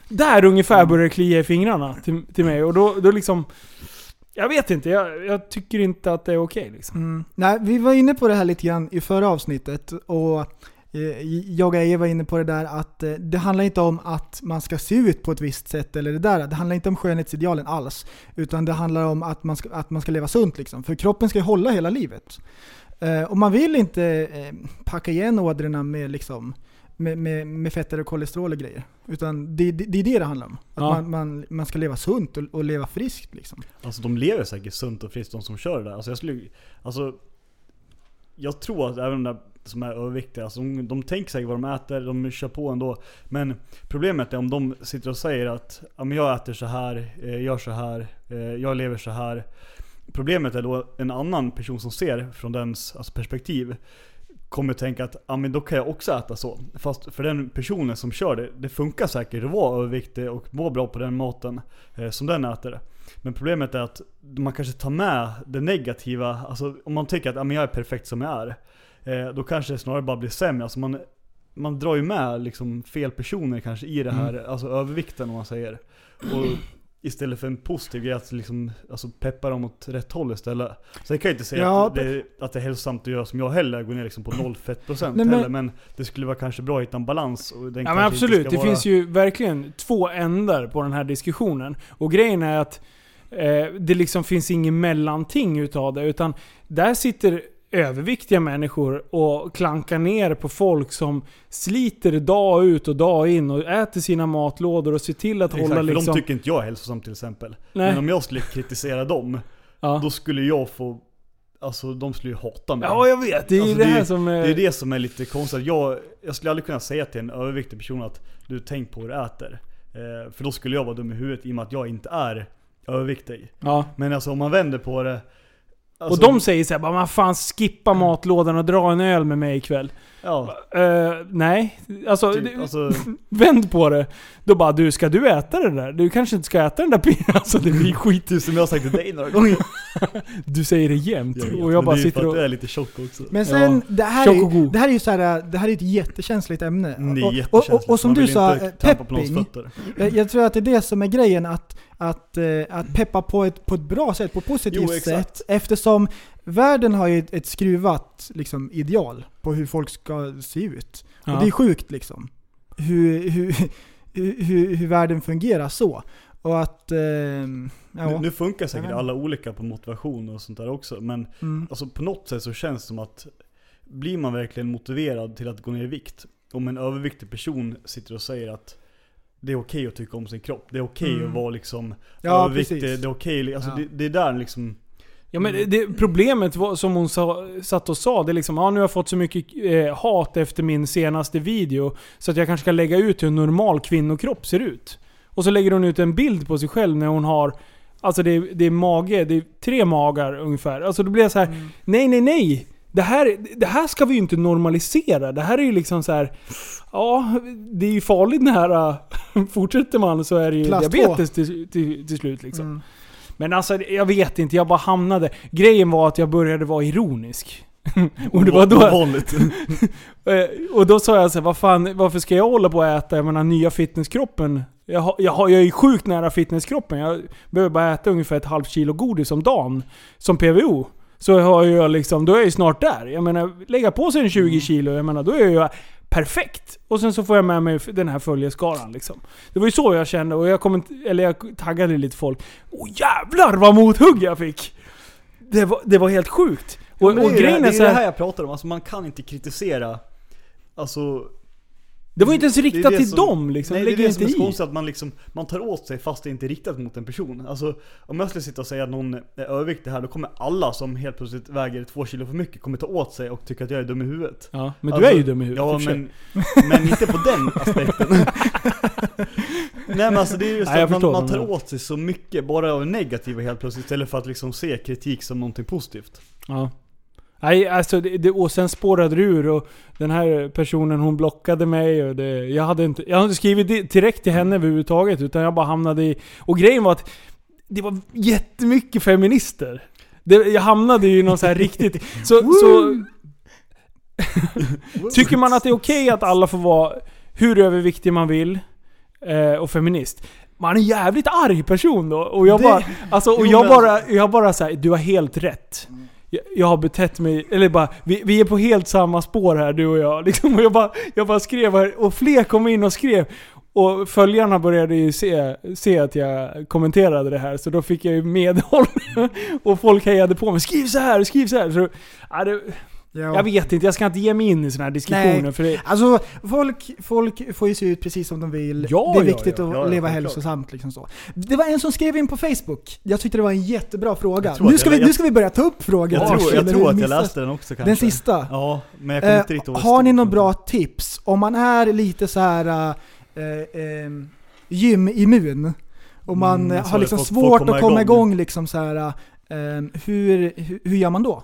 S2: Där ungefär började det klia i fingrarna till, till mig och då, då liksom... Jag vet inte, jag, jag tycker inte att det är okej liksom.
S3: Mm. Nej, vi var inne på det här lite grann i förra avsnittet och eh, jag och Eje var inne på det där att eh, det handlar inte om att man ska se ut på ett visst sätt eller det där. Det handlar inte om skönhetsidealen alls. Utan det handlar om att man ska, att man ska leva sunt liksom. För kroppen ska ju hålla hela livet. Eh, Och man vill inte eh, packa igen ådrorna med liksom med, med, med fetter och kolesterol och grejer. Utan det, det, det är det det handlar om. Att
S2: Ja.
S3: man, man, man ska leva sunt och, och leva friskt liksom.
S4: Alltså de lever säkert sunt och friskt de som kör det där. Alltså jag skulle... Alltså... Jag tror att även de där som är överviktiga, alltså de, de tänker säkert vad de äter, de kör på ändå. Men problemet är om de sitter och säger att ja, men jag äter så här, eh, gör så här, eh, jag lever så här. Problemet är då en annan person som ser från dens alltså perspektiv kommer tänka att ja, men då kan jag också äta så. Fast för den personen som kör det, det funkar säkert att vara överviktig och må bra på den maten eh, som den äter. Men problemet är att man kanske tar med det negativa, alltså om man tycker att ja, men jag är perfekt som jag är, eh, då kanske det snarare bara blir sämre. Alltså man, man drar ju med liksom fel personer kanske i det här, alltså övervikten om man säger. Och istället för en positiv grej att liksom, alltså peppa dem åt rätt håll istället. Så jag kan ju inte säga
S3: Ja,
S4: att, det, att det är hälsosamt att göra som jag heller, gå ner liksom på noll fettprocent
S3: Nej, men-
S4: heller. Men det skulle vara kanske bra att hitta en balans. Och
S2: Ja
S4: den
S2: men
S4: kanske inte
S2: absolut,
S4: ska
S2: det
S4: vara-
S2: finns ju verkligen två ändar på den här diskussionen. Och grejen är att eh, det liksom finns inget mellanting utav det. Utan där sitter överviktiga människor och klankar ner på folk som sliter dag ut och dag in och äter sina matlådor och ser till att
S4: Exakt,
S2: hålla
S4: för
S2: liksom...
S4: de tycker inte jag är hälsosam till exempel.
S2: Nej.
S4: Men om jag skulle kritisera dem,
S2: ja.
S4: då skulle jag få... Alltså de skulle ju hata mig.
S2: ja, jag vet. Det är ju
S4: Alltså,
S2: det
S4: det är
S2: här
S4: ju-
S2: som...
S4: Det är det som är lite konstigt. Jag, jag skulle aldrig kunna säga till en överviktig person att du tänk på hur du äter. Eh, för då skulle jag vara dum i huvudet i och med att jag inte är överviktig.
S2: ja.
S4: Men alltså om man vänder på det.
S2: Och
S4: alltså,
S2: de säger såhär bara "Man fan skippa matlådan och dra en öl med mig ikväll.
S4: Ja,
S2: Eh, nej, alltså,
S4: typ,
S2: det-
S4: alltså,
S2: Vänd på det. Då bara du, ska du äta det där? Du kanske inte ska äta den där pinnen. Alltså det blir skit.
S4: typ som jag har sagt till dig några gånger.
S2: Du säger det jämt.
S4: Jag vet,
S2: och jag
S4: men
S2: bara
S4: det är ju för
S2: sitter
S4: att
S2: och...
S4: jag är lite tjock också.
S3: Men sen,
S2: Ja.
S3: det, här
S2: Tjock och
S3: är,
S2: god.
S3: det här är ju så här, äh, det här är ett jättekänsligt ämne.
S4: Det
S3: och, och,
S4: är
S3: och, och
S4: jättekänsligt.
S3: som
S4: Man
S3: du
S4: vill
S3: sa,
S4: inte
S3: eh,
S4: trampa på någons
S3: pepping.
S4: fötter.
S3: Jag, jag tror att det är det som är grejen, att, att, eh, att peppa på ett, på ett bra sätt, på ett positivt
S4: Jo, exakt.
S3: sätt. Eftersom världen har ju ett, ett skruvat liksom, ideal på hur folk ska se ut.
S2: Ja.
S3: Och det är sjukt liksom. Hur, hur, hur, hur, hur världen fungerar så. Och att... Eh,
S4: Nu,
S3: ja.
S4: nu funkar säkert
S3: Jag vet.
S4: alla olika på motivation och sånt där också. Men
S3: Mm.
S4: alltså, på något sätt så känns det som att blir man verkligen motiverad till att gå ner i vikt? Om en överviktig person sitter och säger att det är okej att tycka om sin kropp, det är okej
S3: Mm.
S4: att vara liksom
S3: Ja,
S4: överviktig,
S3: precis.
S4: det är okej. Alltså
S3: Ja.
S4: det, det är där liksom...
S2: Ja, men det-
S3: Mm.
S2: det, problemet var, som hon sa, satt och sa, det är liksom ja, nu har jag fått så mycket eh, hat efter min senaste video så att jag kanske ska lägga ut hur en normal kvinnokropp ser ut. Och så lägger hon ut en bild på sig själv när hon har Alltså det är, det är mage, det är tre magar ungefär. Alltså då blir jag så här,
S3: Mm.
S2: nej nej nej! Det här, det här ska vi ju inte normalisera. Det här är ju liksom så här, ja det är ju farligt när äh, fortsätter man så är det ju
S3: Klass två.
S2: diabetes till, till, till slut liksom.
S3: Mm.
S2: Men alltså, jag vet inte. Jag bara hamnade... Grejen var att jag började vara ironisk. och det var då...
S4: Vanligt.
S2: eh, Och då sa jag så här, vad fan, varför ska jag hålla på och äta? Jag menar, nya fitnesskroppen. Jag, har, jag, har, jag är sjukt nära fitnesskroppen. Jag behöver bara äta ungefär ett halvt kilo godis om dagen. Som PVO. Så har jag liksom, då är jag ju snart där. Jag menar, lägga på sig en
S4: Mm.
S2: 20 kilo, jag menar, då är jag perfekt. Och sen så får jag med mig den här följeskaran liksom. Det var ju så jag kände och jag, kom, eller jag taggade lite folk. Åh jävlar vad mothugg jag fick! Det var, det var helt sjukt. Och,
S4: Men det
S2: och
S4: ju
S2: grejen
S4: det,
S2: är
S4: det
S2: så
S4: är det
S2: här,
S4: här jag pratar om, alltså man kan inte kritisera Alltså
S2: det var ju inte ens
S4: det är
S2: riktat
S4: det
S2: till
S4: som-
S2: dem liksom.
S4: Nej,
S2: Nej,
S4: det är
S2: Lägger
S4: det som
S2: inte
S4: är
S2: i.
S4: så konstigt, att man, liksom, man tar åt sig fast det inte är riktat mot en person. Alltså, om jag skulle sitta och säga att någon är överviktig här, då kommer alla som helt plötsligt väger två kilo för mycket kommer ta åt sig och tycka att jag är dum i huvudet.
S2: Ja, men
S4: Alltså,
S2: du är ju dum i huvudet. i
S4: Ja,
S2: och för sig.
S4: men, men inte på den aspekten. Nej men alltså det är just
S2: Nej, jag
S4: att
S2: förstår
S4: man,
S2: vad
S4: man
S2: du
S4: tar
S2: menar.
S4: åt sig så mycket bara av det negativa helt plötsligt istället för att liksom se kritik som någonting positivt.
S2: Ja. Nej, alltså, det, det, och sen spårade det ur och den här personen hon blockade mig och det, jag, hade inte, jag hade inte skrivit det direkt till henne överhuvudtaget utan jag bara hamnade i... Och grejen var att det var jättemycket feminister. Det, jag hamnade ju i någon så här riktigt... Så, så tycker man att det är okej att alla får vara hur överviktig man vill eh, och feminist. Man är en jävligt arg person då. Och jag
S4: Det-
S2: bara, alltså, och
S4: Jo,
S2: jag
S4: men- Mm.
S2: bara, jag bara säger du har helt rätt. Jag, jag har betett mig, eller bara, vi, vi är på helt samma spår här du och jag. Liksom, och jag, bara, jag bara skrev här, och fler kom in och skrev. Och följarna började ju se, se att jag kommenterade det här, så då fick jag ju medhåll. och folk hejade på mig. Skriv så här, skriv så här. Så, ja, det,
S3: Ja.
S2: jag vet inte, jag ska inte ge mig in i sådana här diskussioner.
S3: Nej.
S2: För det,
S3: Alltså folk, folk får ju se ut precis som de vill.
S2: Ja,
S3: det är
S2: ja,
S3: viktigt
S2: ja.
S3: att
S4: Ja, ja,
S3: leva
S4: självklart.
S3: hälsosamt. Liksom så. Det var en som skrev in på Facebook. Jag tyckte det var en jättebra fråga.
S4: tror att
S3: Nu ska,
S4: jag-
S3: vi, nu ska vi börja ta upp frågan.
S4: Jag, tror,
S3: Eller
S4: jag
S3: hur
S4: tror att jag
S3: missas-
S4: läste den också kanske.
S3: Den sista.
S4: Ja, men jag kommer inte riktigt
S3: Eh,
S4: ihåg vad det
S3: har ni
S4: stod.
S3: något bra tips? Om man är lite så här eh, eh, gymimmun och man
S4: Mm,
S3: eh,
S4: så
S3: har
S4: är det.
S3: liksom
S4: Folk- folk
S3: svårt
S4: kommer
S3: att komma
S4: igång.
S3: igång, liksom så här, eh, hur, hur, hur gör man då?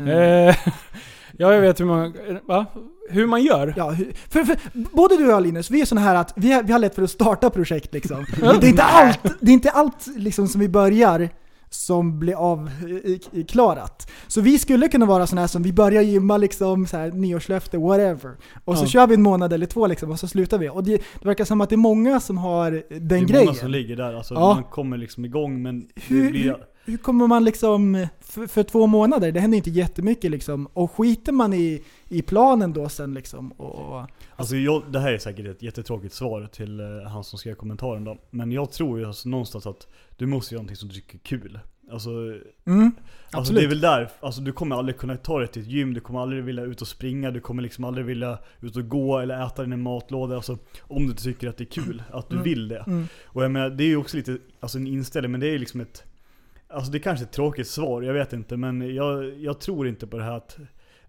S3: Eh,
S2: Eh, ja, jag vet hur man... Va? Hur man gör?
S3: Ja, hur- för, för, både du och jag Linus, vi är sådana här att vi har, vi har lätt för att starta projekt liksom.
S4: Mm.
S3: Men Det är inte allt, det är inte allt liksom som vi börjar som blir avklarat. Så vi skulle kunna vara sådana här som vi börjar gymma liksom, så här, nyårslöfte, whatever. Och så
S2: Ja.
S3: kör vi en månad eller två liksom, och så slutar vi. Och det, det verkar som att det är många som har den
S4: det är många
S3: grejen.
S4: som ligger där, alltså
S3: Ja.
S4: man kommer liksom igång men
S3: Hur-
S4: det blir...
S3: Hur kommer man liksom, för, för två månader, det händer inte jättemycket liksom. Och skiter man i, i planen då sen liksom? Och,
S4: Alltså jag, det här är säkert ett jättetråkigt svar till eh, han som skrev kommentaren då. Men jag tror ju alltså någonstans att du måste göra någonting som du tycker är kul. Alltså,
S3: mm,
S4: alltså det är väl där, alltså du kommer aldrig kunna ta dig till ett gym, du kommer aldrig vilja ut och springa, du kommer liksom aldrig vilja ut och gå eller äta din matlåda. Alltså om du tycker att det är kul, att du vill det.
S3: Mm.
S4: Och jag menar, det är ju också lite, alltså en inställning, men det är ju liksom ett Alltså det är kanske är ett tråkigt svar, jag vet inte. Men jag, jag tror inte på det här att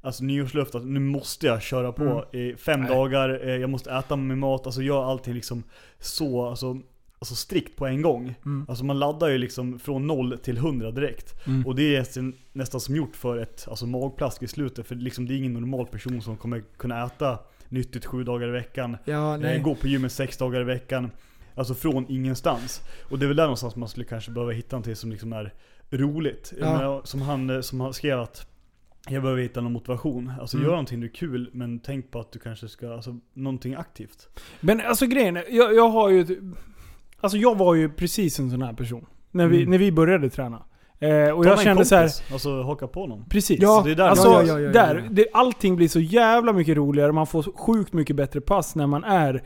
S4: Alltså nyårslöfte, att nu måste jag köra på
S3: Mm.
S4: i fem dagar, eh, jag måste äta min mat, alltså göra allting liksom så alltså, alltså strikt på en gång.
S3: Mm.
S4: Alltså man laddar ju liksom från 0 till 100 direkt.
S2: Mm.
S4: Och det är sin- nästan som gjort för ett alltså, magplask i slutet, för liksom det är ingen normal person som kommer kunna äta nyttigt sju dagar i veckan.
S3: Ja,
S4: Eh, Gå på gymmet sex dagar i veckan. Alltså från ingenstans. Och det är väl där någonstans man skulle kanske behöva hitta någonting som liksom är roligt. Jag
S3: Ja.
S4: menar, som, han, eh, som han skrev att jag behöver hitta någon motivation. Alltså
S3: Mm.
S4: gör någonting du är kul men tänk på att du kanske ska, alltså någonting aktivt.
S2: Men alltså grejen är, jag, jag har ju... ett- Alltså jag var ju precis en sån här person. När vi,
S3: Mm.
S2: när vi började träna. Eh, och
S4: Ta
S2: jag
S4: med en
S2: kände så här,
S4: kompis. Alltså haka på någon.
S2: Precis.
S3: Ja,
S4: det är där-
S2: alltså,
S3: ja, ja, ja, ja, ja.
S2: där. Det, allting blir så jävla mycket roligare, man får sjukt mycket bättre pass när man är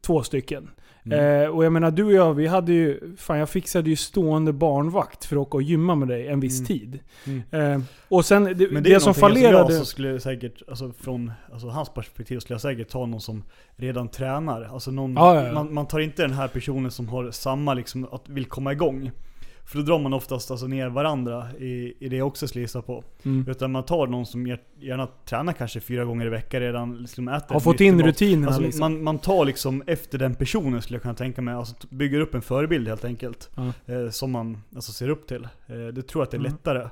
S2: två stycken.
S4: Mm.
S2: Eh, och jag menar du och jag, vi hade ju, fan jag fixade ju stående barnvakt för att åka och gymma med dig en viss
S4: Mm.
S2: tid.
S4: Mm.
S2: Eh, och sen, det,
S4: Men
S2: det,
S4: det, är
S2: som
S4: som Jag
S2: fallerade...
S4: så skulle jag säkert, alltså från alltså hans perspektiv skulle jag säkert ta någon som redan tränar. Alltså någon,
S2: Ja, ja, ja.
S4: Man, man tar inte den här personen som har samma liksom, att vill komma igång. För då drar man oftast alltså ner varandra i, i det jag också skulle gissa på.
S2: Mm.
S4: Utan man tar någon som gär- gärna tränar kanske fyra gånger i veckan redan, liksom äter
S2: Har
S4: ett
S2: fått
S4: nytt
S2: in
S4: mat.
S2: rutinerna
S4: Alltså,
S2: liksom.
S4: man, man tar liksom efter den personen skulle jag kunna tänka mig. Alltså t- bygger upp en förebild helt enkelt.
S2: Ja. Mm.
S4: Eh, som man alltså, ser upp till. Eh, det tror jag att det är lättare.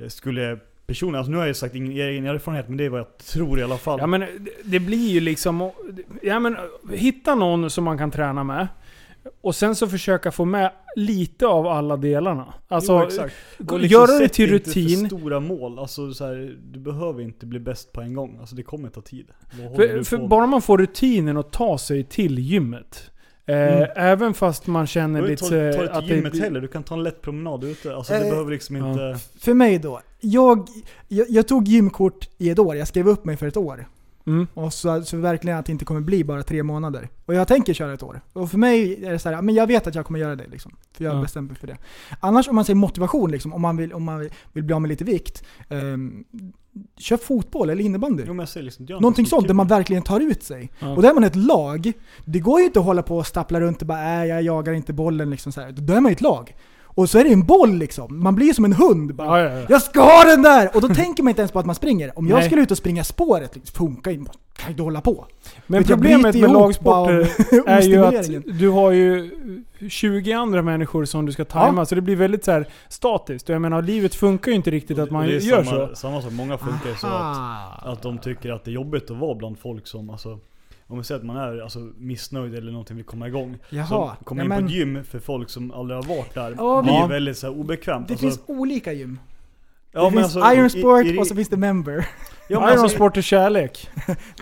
S4: Eh, skulle personen, alltså nu har jag ju sagt ingen egen erfarenhet men det är vad jag tror i alla fall.
S2: Ja men det- det blir ju liksom... Ja, men, hitta någon som man kan träna med. Och sen så försöka få med lite av alla delarna. Alltså,
S4: Jo, exakt. Och liksom
S2: göra det
S4: sätt
S2: till
S4: inte
S2: rutin.
S4: För stora mål. Alltså, så här, du behöver inte bli bäst på en gång. Alltså, det kommer ta tid. Vad håller
S2: För,
S4: du på
S2: för
S4: med?
S2: bara man får rutinen att ta sig till gymmet. Eh,
S4: Mm.
S2: Även fast man
S4: Du
S2: känner
S4: behöver
S2: lite...
S4: inte ta, ta det
S2: eh, att
S4: till gymmet
S2: blir-
S4: heller, du kan ta en lätt promenad ute. Alltså,
S3: Eh,
S4: det behöver liksom
S2: ja.
S4: inte...
S3: För mig då. Jag, jag, jag tog gymkort i ett år, jag skrev upp mig för ett år.
S2: Mm.
S3: Och så, så verkligen att det inte kommer bli bara tre månader. Och jag tänker köra ett år. Och för mig är det så här, men jag vet att jag kommer göra det liksom. För jag har
S2: Ja.
S3: bestämt mig för det. Annars om man säger motivation liksom, om man vill, om man vill, vill bli av med lite vikt. ehm, kör fotboll eller innebandy.
S4: Jo, men jag säger liksom, gör
S3: Någonting
S4: något som är
S3: sånt där
S4: kul.
S3: man verkligen tar ut sig.
S2: Ja.
S3: Och där är man ett lag. Det går ju inte att hålla på och stappla runt och bara äh, jag jagar inte bollen liksom så här. Då är man ju ett lag. Och så är det en boll liksom. Man blir ju som en hund. Bara,
S2: Ja, ja, ja.
S3: jag ska ha den där! Och då tänker man inte ens på att man springer. Om jag
S2: Nej.
S3: skulle ut och springa spåret, liksom, funkar ju inte. Kan ju inte hålla på.
S2: Men
S3: Vet jag,
S2: problemet
S3: bryter
S2: med
S3: ihop
S4: eh,
S2: lagsporter
S3: bara av
S2: är ju
S3: ostimuleringen.
S2: att du har ju 20 andra människor som du ska tajma, så det blir väldigt så här statiskt. Och jag menar, livet funkar ju inte riktigt att man
S4: det är
S2: gör
S4: samma,
S2: så.
S4: Samma sak, många funkar ju så att,
S3: Ah.
S4: att de tycker att det är jobbigt att vara bland folk som alltså om vi säger att man är alltså, missnöjd eller någonting vill komma igång.
S3: Jaha.
S4: Så komma
S3: Ja,
S4: in på
S3: men-
S4: ett gym för folk som aldrig har varit där.
S3: Ja,
S4: blir
S2: men-
S4: väldigt så här, obekvämt.
S3: Det
S4: Alltså,
S3: finns olika gym.
S4: ja,
S3: det
S4: men
S3: finns
S4: alltså,
S3: Iron Sport
S4: i- i-
S3: och så finns det Member.
S4: ja, men alltså,
S2: Ironsport är kärlek.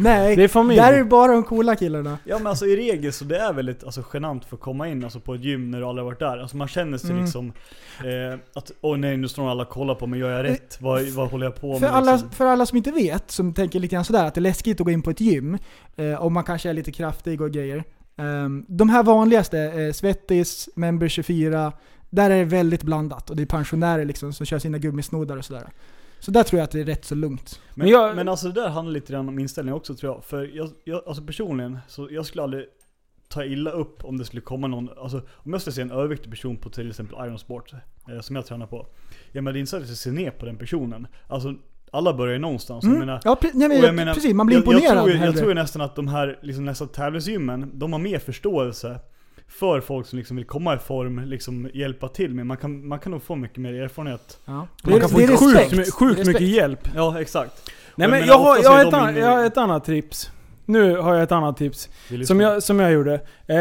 S3: Nej,
S2: Det är familj.
S3: där är bara de coola killarna.
S4: Ja men alltså i regel så det är väldigt alltså, genant för att komma in alltså, på ett gym när du aldrig har varit där. Alltså man känner sig
S3: Mm.
S4: liksom eh, att åh nej nu står alla och kollar på mig, gör jag rätt? Vad, vad håller jag på med?
S3: Eh, För alla,
S4: liksom?
S3: för alla som inte vet, som tänker lite grann sådär att det är läskigt att gå in på ett gym, eh, om man kanske är lite kraftig och grejer. Ehm, de här vanligaste, eh, Svettis, Member 24, där är det väldigt blandat och det är pensionärer liksom som kör sina gummisnoddar och sådär. Så där tror jag att det är rätt så lugnt.
S4: Men,
S2: Men jag-
S4: men alltså det där handlar lite grann om inställning också tror jag. För jag, jag, alltså personligen, så jag skulle aldrig ta illa upp om det skulle komma någon, alltså om jag skulle se en överviktig person på till exempel Ironsport, eh, som jag tränar på. Ja men det är inte så att jag ser ner på den personen. Alltså alla börjar ju någonstans.
S3: Mm.
S4: Jag menar,
S3: ja, pre- nej, men,
S4: och
S3: jag
S4: menar,
S3: precis, man blir
S4: jag,
S3: imponerad
S4: jag tror, ju- jag
S3: hellre.
S4: tror ju nästan att de här liksom, nästan tävlingsgymmen, de har mer förståelse för folk som liksom vill komma i form, liksom hjälpa till med. Man kan, man kan nog få mycket mer erfarenhet.
S3: ja.
S2: Man kan få
S3: det är respekt.
S2: sjukt, my-
S3: Det är
S2: sjukt
S3: respekt.
S2: mycket hjälp.
S4: Ja, exakt.
S2: Nej
S4: jag
S2: men
S4: menar,
S2: jag har,
S4: oftast
S2: jag,
S4: är
S2: har
S4: de
S2: ett annat,
S4: inne i-
S2: jag har ett annat tips. Nu har jag ett annat tips.
S4: Vi lyssnar.
S2: Som jag, som jag gjorde. Eh,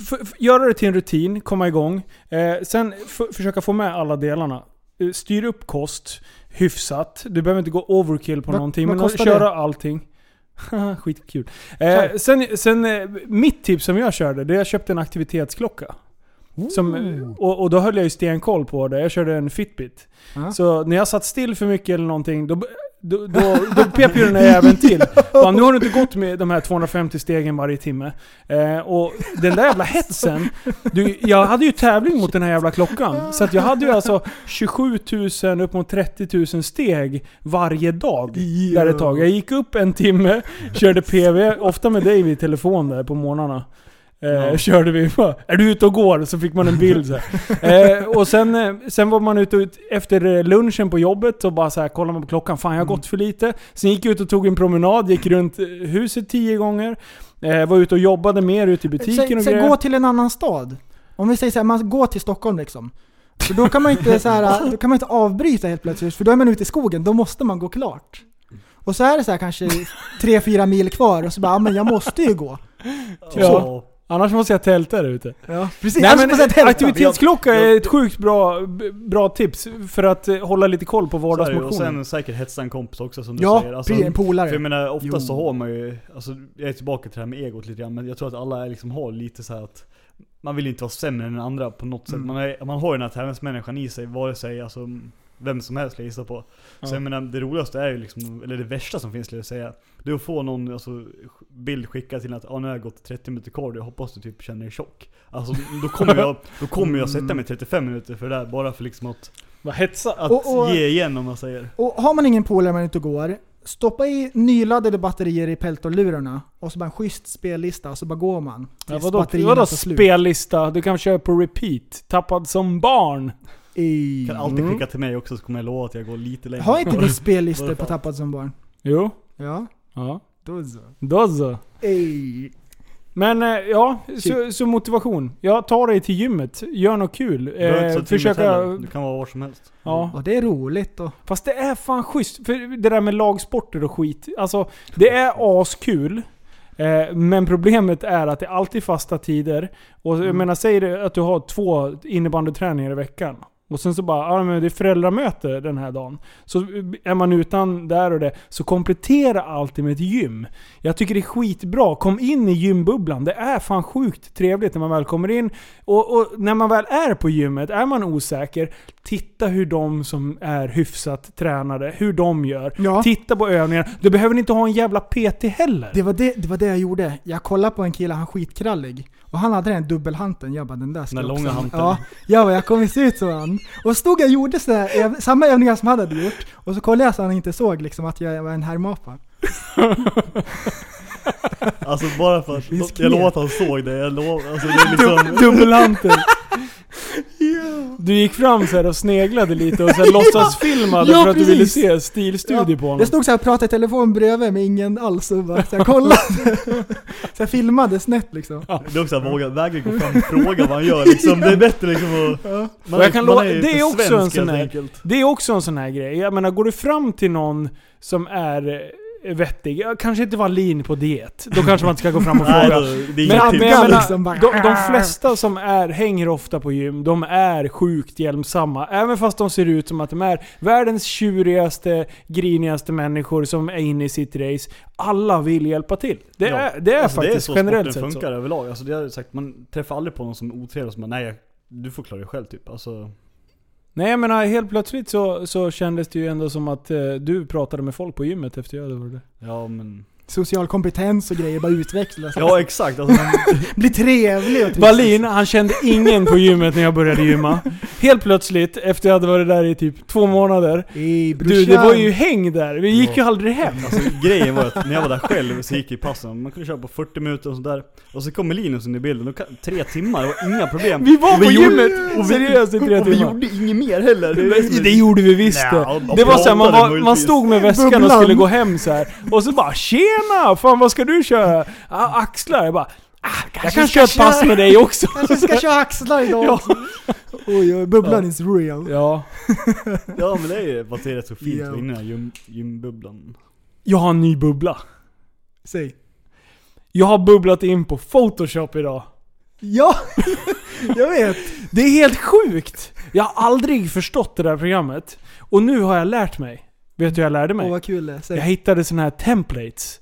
S2: f- f- göra det till en rutin, komma igång. Eh, sen f- försöka få med alla delarna. Eh, Styr upp kost hyfsat. Du behöver inte gå overkill på
S3: Vad-
S2: någonting,
S3: vad
S2: men att
S3: kostar
S2: köra
S3: det?
S2: allting. Skitkul. Eh,
S3: Kör.
S2: sen, sen, eh, mitt tips som jag körde, det är jag köpte en aktivitetsklocka. Som, och, och då höll jag ju stenkoll på det. Jag körde en Fitbit.
S3: Ja.
S2: Så när jag satt still för mycket eller någonting, då, då, då, då pep ju den där jäveln till. Bara, nu har du inte gått med de här 250 stegen varje timme. Eh, och den där jävla hetsen. Du, jag hade ju tävling mot den här jävla klockan. Så att jag hade ju alltså 27 000 upp mot 30 000 steg varje dag. Där ett tag. Jag gick upp en timme, körde PV, ofta med dig vid telefon där på morgnarna. Eh,
S4: Ja.
S2: Körde vi bara, är du ute och går? Så fick man en bild så här. eh, Och sen, eh, sen var man ute ut, efter eh, lunchen på jobbet och bara så här, kollade man på klockan, fan jag har
S3: Mm.
S2: gått för lite. Sen gick jag ut och tog en promenad, gick runt eh, huset tio gånger. Eh, var ute och jobbade mer ute i butiken
S3: Sen,
S2: och
S3: sen
S2: grejer.
S3: gå till en annan stad. Om vi säger så här, man går till Stockholm liksom. För då kan man ju inte, så här, då kan man inte avbryta helt plötsligt, för då är man ute i skogen, då måste man gå klart. Och så är det så här kanske 3-4 mil kvar och så bara, ja, men jag måste ju gå.
S4: Ja.
S2: Annars måste jag tälta där ute.
S3: Ja, precis. Alltså,
S2: Nej,
S3: Annars
S2: men,
S3: måste jag tälta.
S2: aktivitetsklocka
S4: Jag- jag-
S2: är ett sjukt bra, b- bra tips för att eh, hålla lite koll på
S4: Så är det, och
S2: vardagsmotionen.
S4: sen säkert hetsa en kompis också som du säger.
S3: Ja,
S4: Alltså,
S3: pre- en
S4: för jag
S3: polare.
S4: menar oftast
S3: Jo.
S4: så har man ju, alltså, jag är tillbaka till det här med egot lite grann, men jag tror att alla är liksom har lite så här att man vill inte vara sämre än den andra på något sätt.
S3: Mm.
S4: Man, är, man har ju den här tävlingsmänniskan i sig, vare sig alltså, vem som helst skulle jag gissa på.
S2: Ja.
S4: Så jag menar, det roligaste är ju liksom, eller det värsta som finns skulle jag säga, det är att få någon alltså, bild skickad till att ah, nu har jag gått 30 minuter kvar jag hoppas du typ känner dig tjock. Alltså då kommer jag, då kommer jag
S3: Mm.
S4: sätta mig 35 minuter för det där, bara för liksom att,
S2: Vad hetsa.
S4: att
S3: Och- och-
S4: ge igen om man säger.
S3: Och har man ingen polare man är ute och går, stoppa i nyladdade batterier i peltorlurarna och så bara en schysst spellista och så bara går man.
S2: Ja,
S3: tills
S2: vadå
S3: batterierna
S2: vadå
S3: tar slut.
S2: spellista? Du kan köra på repeat. Tappad som barn.
S3: I-
S4: Kan alltid
S2: Mm.
S4: skicka Mm. till mig också så kommer jag lova att jag går lite längre.
S3: Har inte ni spellistor
S4: Varför?
S3: på Tappad som barn?
S2: Jo.
S3: Ja,
S2: Ja.
S3: då så.
S2: Då så.
S3: Ey.
S2: Men eh, ja,
S4: Typ.
S2: så, så motivation. Ja, ta dig till gymmet. Gör något kul.
S4: Du behöver inte sätta
S2: Eh,
S4: till mig
S2: försöka...
S4: heller. Du kan vara var som helst.
S2: Ja.
S3: Och det är roligt och...
S2: Fast det är fan schysst. För det där med lagsporter och skit. Alltså, det är askul. Eh, men problemet är att det är alltid fasta tider. Och jag menar, säg det att du har två innebandyträningar i veckan. Och sen så bara, ja men det är föräldramöte den här dagen. Så är man utan där och det, så komplettera alltid med ett gym. Jag tycker det är skitbra. Kom in i gymbubblan. Det är fan sjukt trevligt när man väl kommer in. Och, och när man väl är på gymmet, är man osäker, titta hur de som är hyfsat tränade, hur de gör.
S3: Ja.
S2: Titta på övningar. Du behöver inte ha en jävla PT heller.
S3: Det var det, det var det jag gjorde. Jag kollade på en kille, han skitkrallig. Och han hade den dubbelhanten. Jag bara den där ska
S4: Den
S3: jag
S4: långa
S3: också ha.
S4: hanteln.
S3: Ja, jag bara jag kommer se ut som han. Och stod jag och gjorde så här, öv- samma övningar som han hade gjort. Och så kollade jag så han inte såg liksom att jag var en herrmapa.
S4: Alltså bara för
S3: Vi
S4: att,
S3: skrek.
S4: jag lovar att han såg det, jag lovar, alltså det är liksom
S2: Dubbelhantel. Du gick fram så här och sneglade lite och sen låtsasfilmade
S3: Ja,
S2: för att du ville
S3: precis.
S2: se stilstudie
S3: Ja,
S2: på honom.
S3: Jag stod så här och pratade i telefon bredvid med ingen alls och bara så jag kollade. så jag filmade snett liksom.
S4: Det är också att våga, vägra gå fram och fråga vad han gör liksom, det är bättre liksom att... Man,
S2: Och jag kan
S4: man
S2: lova-
S4: ju
S2: det är
S4: för
S2: också en
S4: svensk,
S2: sån
S4: helt
S2: här-
S4: enkelt.
S2: Det är också en sån här grej. Jag menar, går du fram till någon som är eh, vettig, ja, kanske inte var lean på diet, då kanske man inte ska gå fram och
S4: Nej, alltså,
S2: fråga.
S4: det, det är
S2: Men, men
S4: inget tips.
S2: jag menar,
S3: liksom bara-
S2: de,
S4: "Ah."
S2: de flesta som är, hänger ofta på gym, de är sjukt hjälmsamma. Även fast de ser ut som att de är världens tjurigaste, grinigaste människor som är inne i sitt race. Alla vill hjälpa till. Det
S4: Ja.
S2: är, det är
S4: Alltså, det är
S2: faktiskt
S4: så
S2: generellt
S4: sporten
S2: sett så.
S4: funkar överlag. Alltså, det har jag sagt, man träffar aldrig på någon som är otrevlig som bara nej, jag- du får klara dig själv typ. Alltså,
S2: Nej jag menar, helt plötsligt så, så kändes det ju ändå som att eh, du pratade med folk på gymmet efter jag hade varit där.
S4: ja men...
S3: Social kompetens och grejer bara utvecklas.
S4: Ja exakt, alltså, man,
S3: Bli trevlig och trist.
S2: Wallin, han kände ingen på gymmet när jag började gymma. Helt plötsligt, efter jag hade varit där i typ två månader.
S3: Ey, brorsan.
S2: Du, det var ju häng där. Vi gick ju
S4: Ja.
S2: aldrig hem.
S4: alltså, grejen var att när jag var där själv så gick jag i passen, man kunde köra på 40 minuter och sådär. Och så kommer Linus in i bilden, och kan, tre timmar, det var inga problem.
S2: Vi var
S4: Och
S2: på
S4: gjorde-
S2: gymmet
S4: och vi-
S2: seriöst i tre
S4: Och vi
S2: timmar.
S4: gjorde inget mer heller. Det, är liksom- det som
S2: Det
S4: är-
S2: gjorde vi visst
S4: Nja,
S2: det.
S4: de
S2: Det var såhär, man,
S4: pratade
S2: var, man
S4: möjligtvis.
S2: stod med väskan och
S3: Bubblan.
S2: skulle gå hem så här. Och så bara 'Tjena! Fan vad ska du köra?' Ah, axlar. Jag bara ah, 'Jag kan
S3: ska
S2: köra ett pass
S3: köra."
S2: med dig också'
S3: Kanske ska köra axlar idag
S2: Ja.
S3: också. Oj, oj, bubblan is real.
S2: Ja.
S4: Ja men det är ju baserat så fint
S3: Ja.
S4: yeah. inne i den här gym, gymbubblan.
S2: Jag har en ny bubbla.
S3: Säg.
S2: Jag har bubblat in på photoshop idag.
S3: Ja, jag vet.
S2: Det är helt sjukt! Jag har aldrig förstått det där programmet. Och nu har jag lärt mig. Vet du hur jag lärde
S3: Åh
S2: mig?
S3: vad kul det är. Säg.
S2: Jag hittade såna här templates.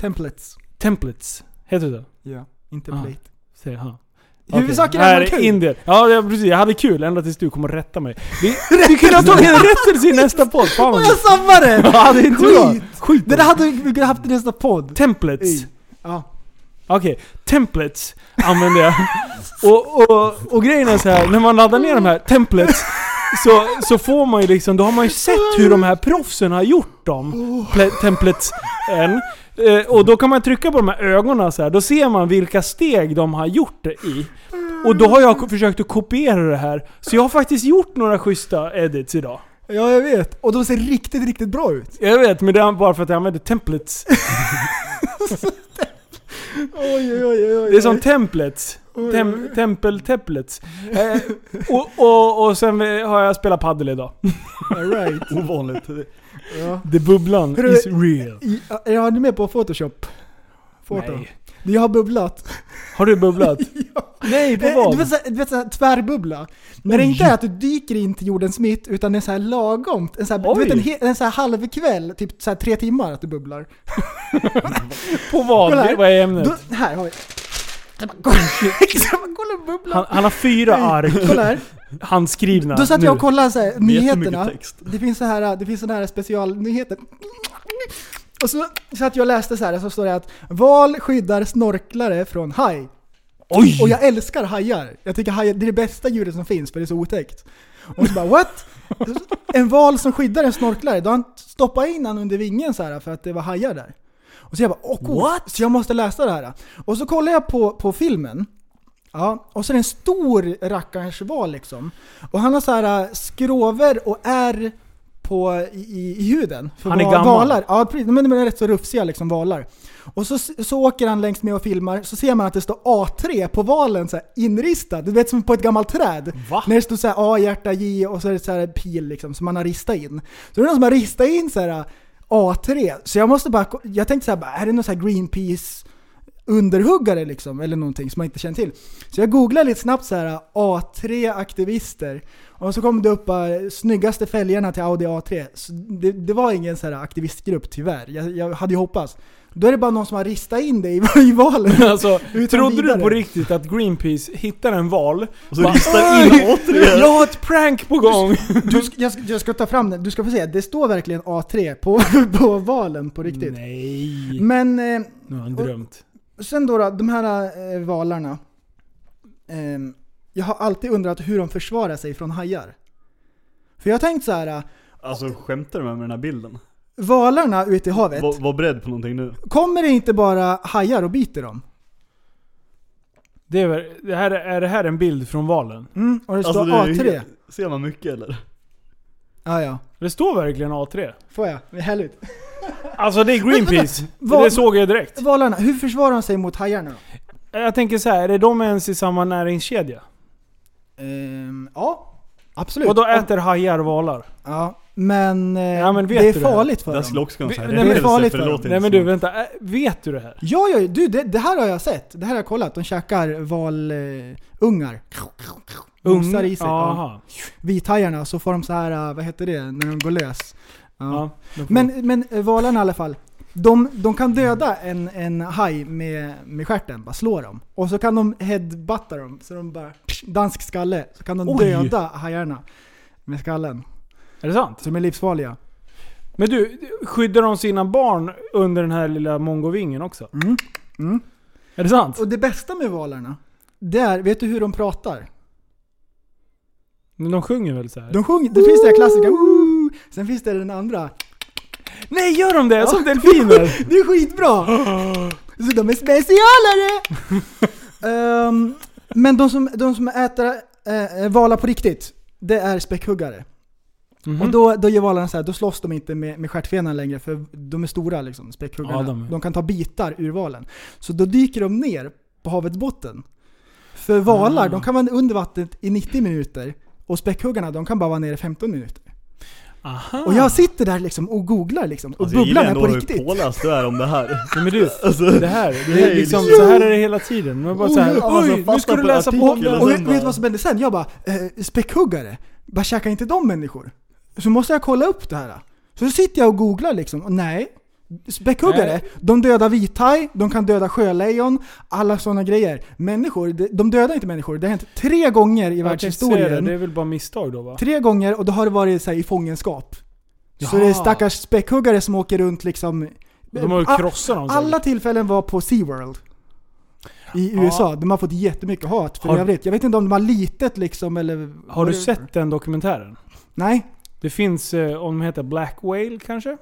S3: Templates.
S2: Templates. Heter det
S3: Ja, inte
S2: Ah.
S3: plate.
S2: Säger han.
S3: Okej. Huvudsaken är
S2: här
S3: att man
S2: är
S3: kul.
S2: indier. Ja, ja, precis. Jag hade kul ända tills du kom och rätta mig. Vi, vi kunde ha tagit en rättelse i nästa podd. Fan
S3: Åh
S2: vad
S3: jag sabbade det!
S2: Ja, det är inte bra.
S3: Skit!
S2: Skit.
S3: Det där hade vi kunnat haft i nästa podd.
S2: Templates.
S3: Ey. Ja.
S2: Okej, templates använder jag. Och, och, och grejen är så här, när man laddar ner de här templates så, så får man ju liksom, då har man ju sett hur de här proffsen har gjort dem. Ple- templates än. Eh, och då kan man trycka på de här ögonen så här. då ser man vilka steg de har gjort det i. Och då har jag ko- försökt att kopiera det här, så jag har faktiskt gjort några schyssta edits idag.
S3: ja, jag vet. Och de ser riktigt, riktigt bra ut.
S2: Jag vet, men det är bara för att jag använder templates.
S3: Oj, oj, oj, oj.
S2: Det är som templates. Tem, tempel templates. Eh, och, och, och sen har jag spelat padel idag.
S3: All right.
S4: Ovanligt. Det-
S3: Ja.
S2: The bubblan
S3: Hörru,
S2: is real.
S3: I, är har ni med på Photoshop? Foto.
S2: Nej.
S3: Jag har bubblat.
S2: Har du bubblat? Nej, på
S3: Eh, Du vet
S2: vad?
S3: såhär, du vet, såhär tvärbubbla. När det
S2: Oj.
S3: inte är att du dyker in till jordens mitt utan det är såhär lagomt. En såhär,
S2: Oj.
S3: du vet, en, he- en såhär halvkväll, typ såhär tre timmar att du bubblar.
S2: På vad?
S3: Kolla
S2: Det-
S3: här.
S2: Vad är ämnet?
S3: Då, här har jag. Jag bara, kolla- jag bara, Kolla bubblan.
S2: Han, han har fyra ark.
S3: Kolla här.
S2: handskrivna
S3: Då satt
S2: nu.
S3: jag och kollade så här,
S4: Med
S3: nyheterna.
S4: jättemycket text.
S3: Det finns så här, det finns såna här specialnyheter. Och så satt jag och läste så här, så står det att val skyddar snorklare från haj.
S2: Oj!
S3: Och jag älskar hajar. Jag tycker hajar, det är det bästa djuret som finns för det är så otäckt. Och så bara what? En val som skyddar en snorklare, då har han stoppat in han under vingen så här för att det var hajar där. Och så jag bara åh coolt, så jag måste läsa det här. Och så kollar jag på, på filmen. Ja, och så är det en stor rackarns val liksom. Och han har så här äh, skrover och ärr på, i, i- i huden. För
S2: Han är
S3: va-
S2: gammal.
S3: Valar. Ja, precis. Men de är rätt så rufsiga liksom, valar. Och så, så åker han längs med och filmar, så ser man att det står A3 på valen så här, inristad. Du vet som på ett gammalt träd.
S2: Va?
S3: När det står så här A, hjärta, J och så är det så här pil liksom, som man har ristat in. Så det är någon som har ristat in så här A3. Så jag måste bara, ko- jag tänkte så här, bara, är det någon så här Greenpeace underhuggare liksom, eller någonting som man inte känner till. Så jag googlade lite snabbt så här A3-aktivister och så kom det upp eh, snyggaste fälgarna till Audi A3. Så det, det var ingen så här aktivistgrupp tyvärr, jag, jag hade ju hoppats. Då är det bara någon som har ristat in dig i, i valen.
S2: Alltså,
S3: Utan
S2: trodde
S3: vidare.
S2: du på riktigt att Greenpeace hittar en val?
S4: Och så
S2: Bara,
S4: ristar in
S2: "Oj,
S4: återigen.
S2: Jag har ett prank på gång!
S3: Du, ska- jag, ska- jag ska ta fram den, du ska få se, det står verkligen A3 på, på valen på riktigt.
S2: Nej,
S3: Men eh,
S2: nu har han drömt.
S3: Sen då, då de här eh, valarna. Ehm, jag har alltid undrat hur de försvarar sig från hajar. För jag har tänkt så här, eh,
S4: Alltså skämtar du med mig med den här bilden?
S3: valarna ute i havet,
S4: Var, var beredd på någonting nu.
S3: kommer det inte bara hajar och biter dem?
S2: Det är, väl- det här, är det här en bild från valen?
S3: Mm, och det står
S4: Alltså, det är ju
S3: A3.
S4: helt- Ser man mycket eller?
S3: Ja, ja.
S2: Det står verkligen A3.
S3: Får jag? Härligt.
S2: Alltså det är Greenpeace.
S3: Vad-
S2: Det såg jag direkt.
S3: Valarna, hur försvarar de sig mot hajarna då?
S2: Jag tänker så här, är de ens i samma näringskedja?
S3: Ehm, ja, absolut.
S2: Och då äter hajar valar?
S3: ja, men, eh,
S2: Ja, men vet
S3: det är
S2: du det?
S3: farligt för
S4: Där
S3: dem.
S4: skulle jag också kunna
S2: Vi-
S4: säga
S2: nej, men-
S4: rättelse,
S3: farligt
S4: för
S3: för
S4: det
S3: dem.
S4: låter
S2: Nej
S4: inte
S2: men du
S4: som-
S2: vänta, Äh, vet du det här?
S3: Ja, ja, du det, det här har jag sett. Det här har jag kollat. De käkar valungar. Mosar i sig. Ja.
S2: Aha.
S3: Vithajarna, så får de så här, eh, vad heter det, när de går lös. Ja.
S2: Ja. då får-
S3: Men, men eh, valarna i alla fall. De, de kan döda en, en haj med, med stjärten, bara slå dem. Och så kan de headbutta dem, så de bara dansk skalle. Så kan de
S2: Oj.
S3: döda hajarna med skallen.
S2: Är det sant?
S3: Så de är livsfarliga.
S2: Men du, skyddar de sina barn under den här lilla mongovingen också?
S3: Mm. Mm.
S2: Är det sant?
S3: Och det bästa med valarna, det är, vet du hur de pratar?
S2: Men de sjunger väl så här?
S3: De sjunger, det finns det här klassiska "Woo!" Sen finns det den andra
S2: Nej gör de det? Som delfiner?
S3: Det är skitbra! Så de är specialare! Ehm, men de som, de som äter eh, valar på riktigt, det är späckhuggare.
S2: Mhm.
S3: Och då, då gör valarna så här, då slåss de inte med, med stjärtfenan längre för de är stora liksom, späckhuggarna.
S2: Ja, de är-
S3: de kan ta bitar ur valen. Så då dyker de ner på havets botten. För valar,
S2: Ah.
S3: de kan vara under vattnet i 90 minuter och späckhuggarna, de kan bara vara nere i 15 minuter.
S2: Aha.
S3: Och jag sitter där liksom och googlar liksom, och
S4: Alltså, jag gillar
S3: bubblan är
S4: ändå
S3: på
S4: hur
S3: riktigt.
S4: påläst du är om det här.
S2: Nej, men du,
S4: Alltså,
S2: det här,
S4: det
S2: det
S4: här är
S2: är
S4: ju
S2: liksom,
S4: liksom-
S2: så här är det hela tiden. Man bara så här,
S4: Oj, alltså,
S2: oj, nu ska
S4: fastnar
S2: du
S4: på
S2: läsa på om
S4: artikeln
S2: det.
S3: Och
S2: Och-
S3: vet, vet du vad som hände sen? Jag bara, eh, späckhuggare, bara käkar inte de människor? Så måste jag kolla upp det här. Så sitter jag och googlar liksom, och nej. Späckhuggare,
S2: Nej.
S3: de dödar vithaj, de kan döda sjölejon, alla sådana grejer. Människor, de- de dödar inte människor. Det har hänt tre gånger i
S2: Jag tänkte säga Det,
S3: världshistorien.
S2: det är väl bara misstag då va?
S3: Tre gånger och då har det varit så här, i fångenskap. Så
S2: Jaha.
S3: det är stackars späckhuggare som åker runt liksom...
S2: De har ju
S3: Ah,
S2: krossat dem
S3: alla
S2: säkert.
S3: tillfällen var på SeaWorld. I
S2: Ja.
S3: USA. De har fått jättemycket hat för
S2: Har-
S3: övrigt. Jag vet inte om de har litet liksom eller...
S2: Har du sett den dokumentären?
S3: Nej.
S2: Det finns, eh, om den heter Black Whale kanske?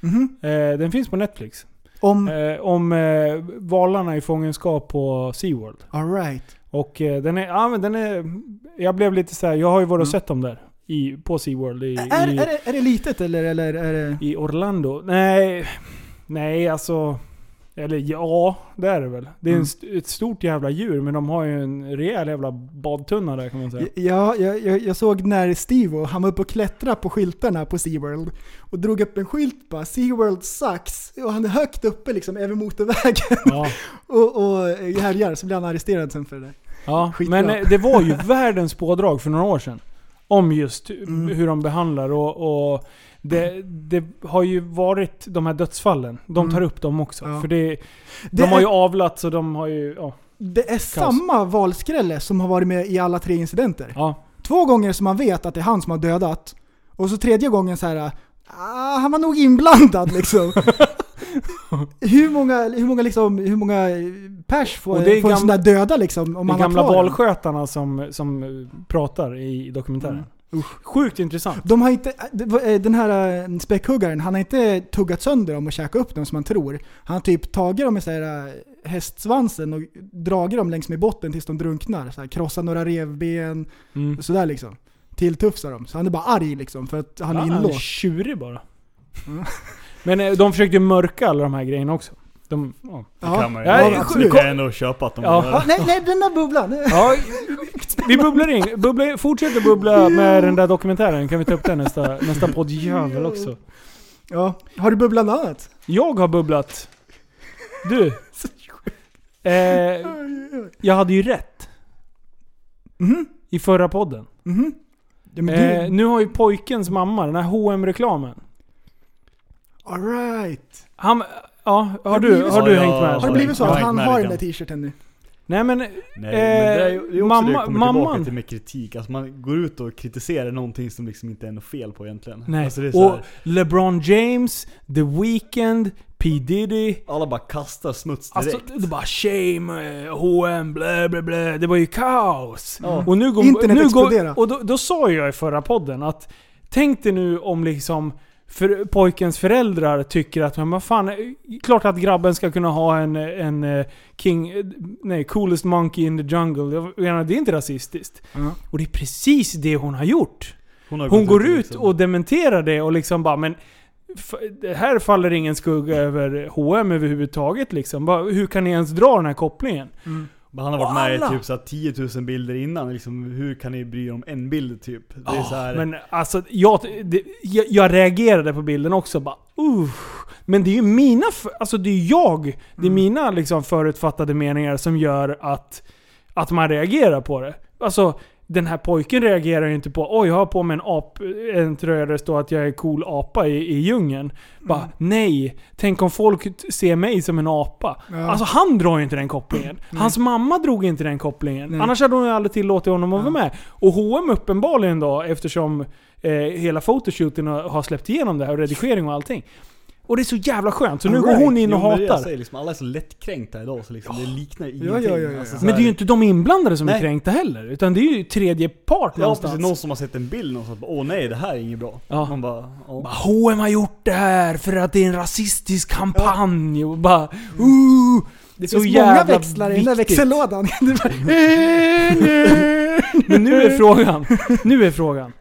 S3: Mhm.
S2: Eh, Den finns på Netflix.
S3: Om...
S2: Eh, Om eh, valarna i fångenskap på SeaWorld.
S3: Alright.
S2: Och eh, den är, ja men den är, jag blev lite så här, jag har ju varit och
S3: Mm.
S2: sett dem där. I, på SeaWorld i,
S3: Är,
S2: i,
S3: är, det, är det litet eller, eller är det...
S2: i Orlando. Nej, nej alltså. Eller ja, det är det väl. Det är en
S3: Mm.
S2: st- ett stort jävla djur men de har ju en rejäl jävla badtunna där kan man säga.
S3: Ja, jag, jag, jag såg när Steve han var uppe och klättrade på skyltarna på SeaWorld och drog upp en skylt bara “SeaWorld sucks” och han är högt uppe liksom över motorvägen
S2: Ja,
S3: och, och eh, härjar så blir han arresterad sen för det där.
S2: ja.
S3: Skitbra.
S2: Men eh, det var ju världens pådrag för några år sedan. Om just hu-
S3: Mm.
S2: hur de behandlar och, och det, det har ju varit de här dödsfallen. De tar
S3: Mm.
S2: upp dem också.
S3: Ja.
S2: För det, de
S3: Det
S2: har
S3: är-
S2: ju avlat så de har ju... Ja.
S3: Det är samma valskrälle som har varit med i alla tre incidenter.
S2: ja.
S3: Två gånger som man vet att det är han som har dödat. Och så tredje gången så här. Ah, han var nog inblandad liksom. hur många, hur många, liksom, hur många pers får,
S2: Och det är
S3: får en sån
S2: gamla-
S3: där döda liksom? Om
S2: De
S3: man har
S2: gamla
S3: kvar den?
S2: valskötarna som, som eh, pratar i
S3: Mm.
S2: dokumentären. Sjukt intressant.
S3: De har inte, det var- eh, den här eh, späckhuggaren, han har inte tuggat sönder dem och käkat upp dem som man tror. Han har typ tagit dem i så här eh, hästsvansen och dragit dem längs med botten tills de drunknar. Så här, krossat några revben,
S2: Mm.
S3: sådär liksom. Tilltufsar dem. Så han är bara arg liksom för att han är
S2: Ja,
S3: inlåst.
S2: tjurig bara.
S3: Mm.
S2: Men eh, de försökte mörka alla de här grejerna också. De, ja.
S4: Det kan man ju.
S2: Ja,
S3: ja,
S4: Ja, det
S3: absolut.
S4: kan jag ändå köpa att de
S2: Ja.
S3: Ja,
S4: var
S3: nej, nej, den där bubblan.
S2: Ja, vi bubblar in. Bubbla, fortsätter bubbla med den där dokumentären. Kan vi ta upp den nästa, nästa podd? Jävel också.
S3: Ja. Har du bubblat något annat?
S2: Jag har bubblat. Du. Eh, jag hade ju rätt
S3: Mhm,
S2: i förra podden.
S3: mhm. Ja, men
S2: Eh,
S3: du,
S2: nu har ju pojkens mamma, den här hm reklamen
S3: all right.
S2: Han, ja, har
S3: det
S2: du,
S3: blivit
S2: har
S4: så?
S2: du
S4: Ja,
S2: hängt med?
S3: Har det blivit så
S4: Jag har
S3: att
S4: hängt
S3: han
S4: med
S3: har
S4: lite
S3: den där
S4: grann.
S3: t-shirten nu?
S2: Nej men,
S4: Nej, men det är ju det är också mamma, det
S2: mamma-
S4: jag kommer tillbaka
S2: mamman-
S4: till med kritik. Alltså man går ut och kritiserar någonting som liksom inte är något fel på egentligen.
S2: nej.
S4: Alltså det är så
S2: och
S4: här,
S2: LeBron James, The Weeknd, P Diddy.
S4: alla bara kastar smuts direkt.
S2: Alltså det var shame, eh, H&M, blä blä blä. Det var ju kaos.
S4: Ja.
S2: Och nu går,
S3: Internet
S2: nu
S3: exploderar.
S2: går, Och då, då sa ju jag i förra podden att tänk dig nu om liksom för pojkens föräldrar tycker att men vad fan, eh, klart att grabben ska kunna ha en, en eh, king, eh, nej, coolest monkey in the jungle. Jag menar, det är inte rasistiskt.
S3: Ja.
S2: Och det är precis det hon har gjort.
S4: har
S2: Hon
S4: gått
S2: går ut
S4: liksom.
S2: och dementerar det och liksom bara men f- det här faller ingen skugga över H&M överhuvudtaget liksom. Bara, Hur kan ni ens dra den här kopplingen?
S4: Men Han har varit med
S2: alla.
S4: i typ så här 10 000 bilder innan. Liksom, hur kan ni bry er om en bild typ? Det är så här,
S2: Men alltså, jag, det, jag, jag reagerade på bilden också bara usch. Men det är ju mina, f- alltså det är jag, det är mina liksom förutfattade meningar som gör att, att man reagerar på det. Alltså, den här pojken reagerar ju inte på oj jag har på mig en, ap, en tröja där det står att jag är cool apa i, i djungeln. Bara nej, tänk om folk t- ser mig som en apa.
S3: Ja.
S2: Alltså han drar ju inte den kopplingen. Hans mamma drog inte den kopplingen.
S3: Nej.
S2: Annars hade hon ju aldrig tillåtit honom att vara med. Och H&M uppenbarligen då, eftersom eh, hela photoshooten har har släppt igenom det här och redigering och allting. Och det är så jävla skönt, så nu
S3: All
S2: går hon in
S4: Jo,
S2: och
S4: men det är det jag
S2: hatar.
S4: säger, liksom, alla är så lättkränkta idag så liksom, det liknar ingenting.
S3: ja, ja, ja.
S4: Alltså, så
S2: Men det är
S4: här-
S2: ju inte de inblandade som är
S4: Nej.
S2: kränkta heller, utan det är ju tredje part
S4: Ja,
S2: någonstans.
S4: precis, någon som har sett en bild någonstans bara, åh nej det här är inget bra.
S2: Ja.
S4: Man bara, "Ja."
S2: Bara, H&M har gjort det här för att det är en rasistisk kampanj och bara uh,
S3: Det
S2: Så
S3: finns många
S2: jävla
S3: växlar i den där
S2: viktigt.
S3: växellådan. Det är bara-
S2: Men nu är frågan, nu är frågan.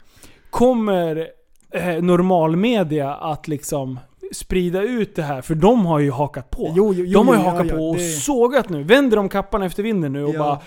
S2: Kommer eh, normalmedia att liksom sprida ut det här? För de har ju hakat på.
S3: Jo, jo, jo,
S2: de har ju
S3: jo, ja,
S2: hakat
S3: ja,
S2: på och
S3: det-
S2: sågat nu. Vänder de kappan efter vinden nu och
S3: Ja.
S2: bara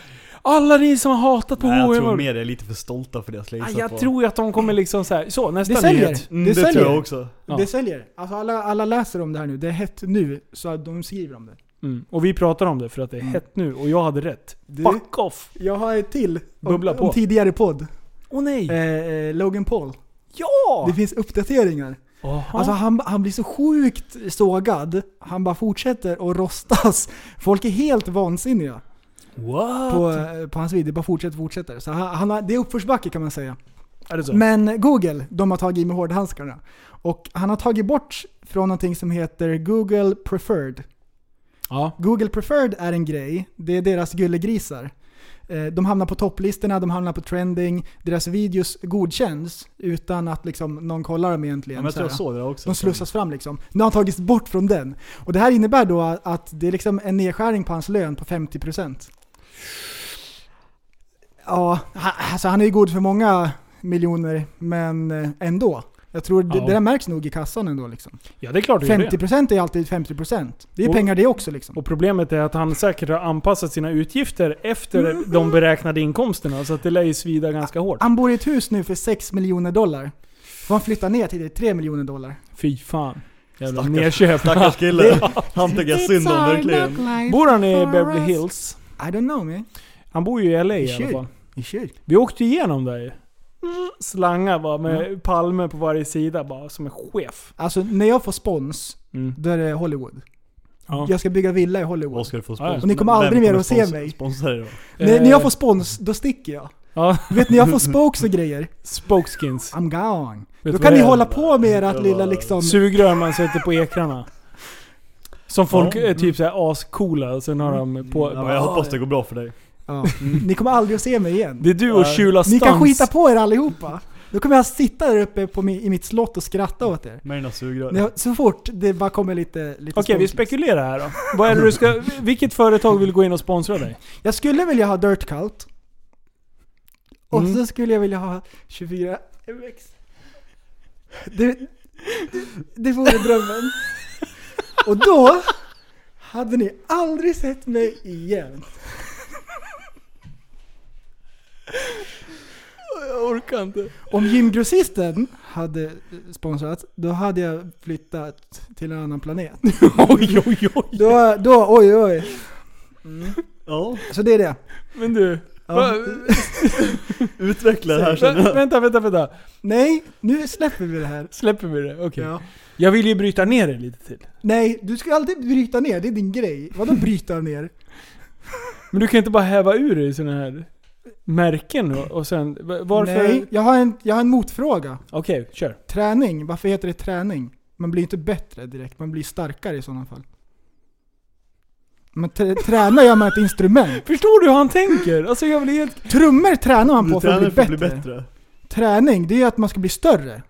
S2: Alla ni som har hatat på
S4: Nej, jag
S2: H&M
S4: tror mer det är lite för stolta för deras
S2: Ah,
S4: lace
S2: Jag tror ju att de kommer liksom så här. så nästa
S3: Det säljer.
S2: nyhet.
S4: mm,
S3: det
S4: det, tror
S3: säljer.
S4: jag också.
S2: Ja.
S3: Det säljer. Alltså alla, alla läser om det här nu. Det är hett nu, så de skriver om det.
S2: Mm. Och vi pratar om det för att det är
S3: Mm.
S2: hett nu och jag hade rätt.
S3: Du-
S2: Fuck off!
S3: Jag har ett till. Om,
S2: Bubbla på.
S3: om tidigare podd.
S2: Åh nej!
S3: Eh, eh, Logan Paul.
S2: ja!
S3: Det finns uppdateringar.
S2: Aha.
S3: Alltså han, han blir så sjukt sågad. Han bara fortsätter att rostas. Folk är helt vansinniga
S2: what?
S3: på, eh, på hans video. Det bara fortsätter, fortsätter. Så han, han har, det är uppförsbacke kan man säga.
S2: är det så?
S3: Men Google, de har tagit i med hårdhandskarna. Och han har tagit bort från någonting som heter Google Preferred.
S2: ja.
S3: Google Preferred är en grej. Det är deras gullegrisar. Eh, De hamnar på topplistorna, de hamnar på trending. Deras videos godkänns utan att liksom någon kollar dem egentligen.
S4: Ja, men jag
S3: så
S4: tror jag
S3: här.
S4: såg det där också.
S3: De slussas fram liksom. Nu har han tagits bort från den. Och det här innebär då att det är liksom en nedskärning på hans lön på 50%. Ja, han- alltså han är ju god för många miljoner, men eh, ändå. Jag tror det,
S2: Ja.
S3: det där märks nog i kassan ändå liksom.
S2: ja, det är klart det gör det.
S3: 50% är alltid 50%. Det är
S2: Och-
S3: pengar det också liksom.
S2: Och problemet är att han säkert har anpassat sina utgifter efter de beräknade inkomsterna. Så att det lär ju svida ganska hårt.
S3: Han bor i ett hus nu för 6 miljoner dollar. Får han flytta ner till det 3 miljoner dollar.
S2: Fy fan. Jävla
S4: Stackars-
S2: nerköp.
S4: Stackars kille. Han tycker jag synd om verkligen.
S2: Bor han i Beverly Hills?
S3: I don't know man.
S2: Han bor ju i LA
S3: I
S2: i alla
S3: kyrk.
S2: fall.
S3: I kyrk.
S2: Vi åkte igenom där ju. Slangar bara med palmer på varje sida bara som en chef.
S3: Alltså när jag får spons,
S2: Mm.
S3: då är det Hollywood.
S2: Ja.
S3: Jag ska bygga villa i Hollywood.
S4: Vad ska du få
S2: Ja, ja.
S4: spons?
S3: Och ni kommer
S4: Vem
S3: aldrig mer att se
S4: spons-
S3: mig.
S4: Sponsra dig då.
S3: När, när
S2: Eh,
S3: jag får spons, då sticker jag.
S2: Ja,
S3: Du vet när jag får spokes och grejer,
S2: spokeskins.
S3: I'm gone.
S2: Vet
S3: Då
S2: du
S3: kan
S2: vad
S3: ni
S2: det är?
S3: hålla på med ert
S4: Det
S3: lilla
S4: var-
S3: liksom...
S2: Sugrör man sätter på ekrarna. Som folk
S4: Ja. Mm.
S2: är typ såhär ascoola och sen har de på...
S4: Ja, men jag hoppas det går bra för dig.
S3: Ja. Ni kommer aldrig att se mig igen.
S2: Det är du och Shula
S3: Ni
S2: Stans.
S3: kan skita på er allihopa. Då kommer jag sitta där uppe på min, i mitt slott och skratta åt er.
S4: Med dina sugrör.
S3: När jag- Så fort det bara kommer lite... lite
S2: Okej, vi
S3: spokes.
S2: spekulerar här då. Vad är det du ska, vilket företag vill gå in och sponsra dig?
S3: Jag skulle vilja ha Dirt Cult. Och
S2: Mm.
S3: så skulle jag vilja ha 24 MX. Det, det vore drömmen. Och då hade ni aldrig sett mig igen.
S2: Jag orkar inte.
S3: Om gymgrossisten hade sponsrat, då hade jag flyttat till en annan planet.
S2: Oj, oj, oj.
S3: Då, då oj oj.
S4: Ja,
S3: Så det är det.
S2: Men du. Mm. Va,
S3: Ja.
S4: utveckla det här sen.
S2: vä- vänta, vänta, vänta.
S3: Nej, nu släpper vi det här.
S2: Släpper vi det? Okej.
S3: Ja.
S2: Jag vill ju bryta ner det lite till.
S3: Nej, du ska alltid bryta ner. Det är din grej. Vadå bryta ner?
S2: Men du kan inte bara häva ur dig sådana här märken och, och sen... va- Varför?
S3: Nej,
S2: Okej,
S3: jag har, en, jag har en motfråga.
S2: kör.
S3: Träning, varför heter det träning? Man blir inte bättre direkt, man blir starkare i sådana fall. Man trä- tränar gör man ett instrument.
S2: Förstår du hur han tänker? Alltså jag blir helt...
S3: Trummor tränar man på
S4: Du
S3: för att bli
S4: tränar för att bli
S3: bättre.
S4: bättre.
S3: Träning, det är ju att man ska bli större.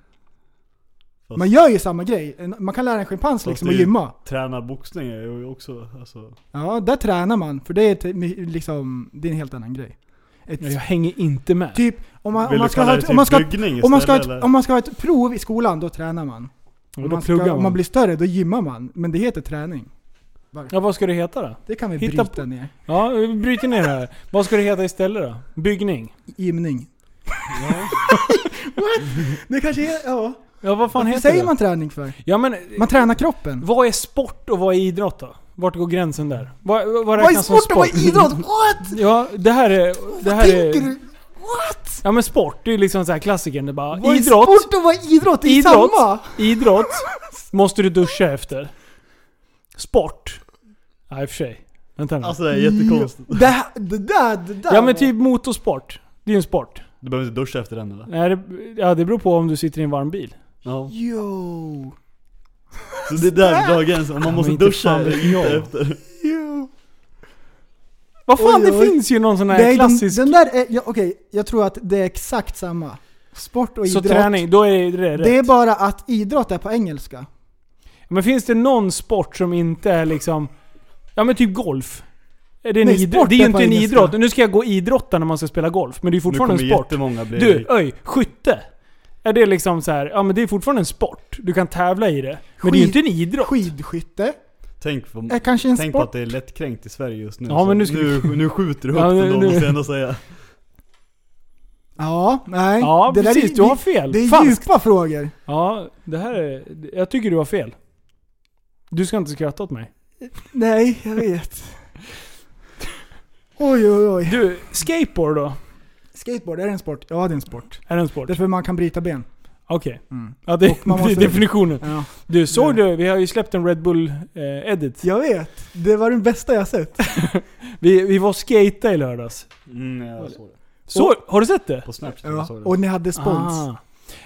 S4: Fast-
S3: Man gör ju samma grej. En- Man kan lära en schimpans
S4: Fast
S3: liksom
S4: det
S3: att
S4: är ju-
S3: gymma.
S4: Träna boxning är ju också, alltså.
S3: Ja, där tränar man. För det är, te- liksom, det är en helt annan grej. Ett,
S2: Jag hänger inte med.
S3: typ, om man, om
S4: Vill
S3: man
S4: du
S3: ska
S4: kalla
S3: ha
S4: det
S3: ett, om man ska,
S4: typ byggning
S3: om man
S4: istället
S3: ska, ha ett,
S4: eller?
S3: om man ska ha ett prov i skolan, då tränar man.
S2: Och
S3: Om
S2: då
S3: man, ska,
S2: pluggar
S3: om man
S2: man.
S3: blir större, då gymmar man. Men det heter träning.
S2: Ja, vad ska det heta då?
S3: Det kan vi
S2: Hitta
S3: bryta ner.
S2: Ja, vi bryter ner det här. Vad ska det heta istället då? Byggning?
S3: Gymning. What? Det kanske är... Ja.
S2: Ja, vad fan
S3: Vad
S2: heter
S3: säger
S2: det?
S3: man träning för?
S2: Ja, men,
S3: Man tränar kroppen.
S2: vad är sport och vad är idrott då? Vart går gränsen där? Vad, vad
S3: Vad är
S2: räknas som
S3: sport och vad
S2: sport?
S3: är idrott? What?
S2: Ja, det här är... Det
S3: Vad
S2: här är
S3: tänker du? What?
S2: ja men sport, det är liksom så här klassikern. Det är bara
S3: Vad är
S2: idrott,
S3: sport och vad är idrott? Det är
S2: Idrott.
S3: samma!
S2: idrott måste du duscha efter. Sport? Nej, i och för sig. Vänta nu.
S4: Alltså det är jättekonstigt.
S3: Det, här- det där, det där
S2: ja men
S3: var-
S2: typ motorsport. Det är ju en sport.
S4: Du behöver inte duscha efter den eller?
S2: Nej, det, ja, det beror på om du sitter i en varm bil.
S4: Ja.
S3: Yo!
S4: Så det är där du drar gränsen, om man
S2: Ja,
S4: måste
S2: men inte
S4: duscha
S2: fan
S4: eller
S2: vet
S4: inte
S2: jag.
S4: efter.
S3: Yo!
S2: Vad fan,
S3: Oj,
S2: det
S3: oj.
S2: finns ju någon sån här
S3: Nej, den,
S2: klassisk...
S3: den där är... Ja, Okej, jag tror att det är exakt samma. Sport och
S2: så
S3: idrott.
S2: träning, då är det rätt.
S3: Det är bara att idrott är på engelska.
S2: Men finns det någon sport som inte är liksom... Ja men typ golf. Är det, en
S3: Nej,
S2: idrott?
S3: sport
S2: det är ju
S3: är på
S2: inte en
S3: engelska.
S2: idrott. Nu ska jag gå och idrotta när man ska spela golf, men det är ju fortfarande en
S4: nu
S2: sport.
S4: jättemånga bli...
S2: Du, öj, skytte. Är det liksom så här, ja men det är fortfarande en sport. Du kan tävla i det. Men det är ju inte en idrott.
S3: Skidskytte
S4: tänk på,
S3: är kanske en
S4: tänk på
S3: sport.
S4: att det är lättkränkt i Sverige just nu.
S2: Ja,
S4: så
S2: men nu ska
S4: nu, nu skjuter du
S2: Ja,
S4: högt
S2: nu-
S4: ändå
S2: nu-
S4: måste jag ändå säga.
S3: Ja, nej.
S2: Ja
S3: där
S2: precis,
S3: är,
S2: du har
S3: det-
S2: fel.
S3: Det är
S2: Falskt.
S3: djupa frågor.
S2: Ja, det här är... Jag tycker du har fel. Du ska inte skratta åt mig.
S3: Nej, jag vet. Oj, oj, oj.
S2: Du, skateboard då?
S3: Skateboard, är det en sport? Ja, det är en sport.
S2: Är det en sport?
S3: Därför man kan bryta ben.
S2: Okej.
S3: Mm.
S2: Ja, det,
S3: Och man
S2: det är
S3: måste-
S2: definitionen.
S3: Ja.
S2: Du, såg du? Vi har ju släppt en Red eh, Bull-edit.
S3: Jag vet. Det var den bästa jag sett.
S2: Vi, vi var och skata i lördags.
S4: Mm, jag såg det.
S2: Så, har du sett det?
S4: På Snapchat jag
S3: Ja.
S4: såg det.
S3: Och ni hade spons.
S2: Ah.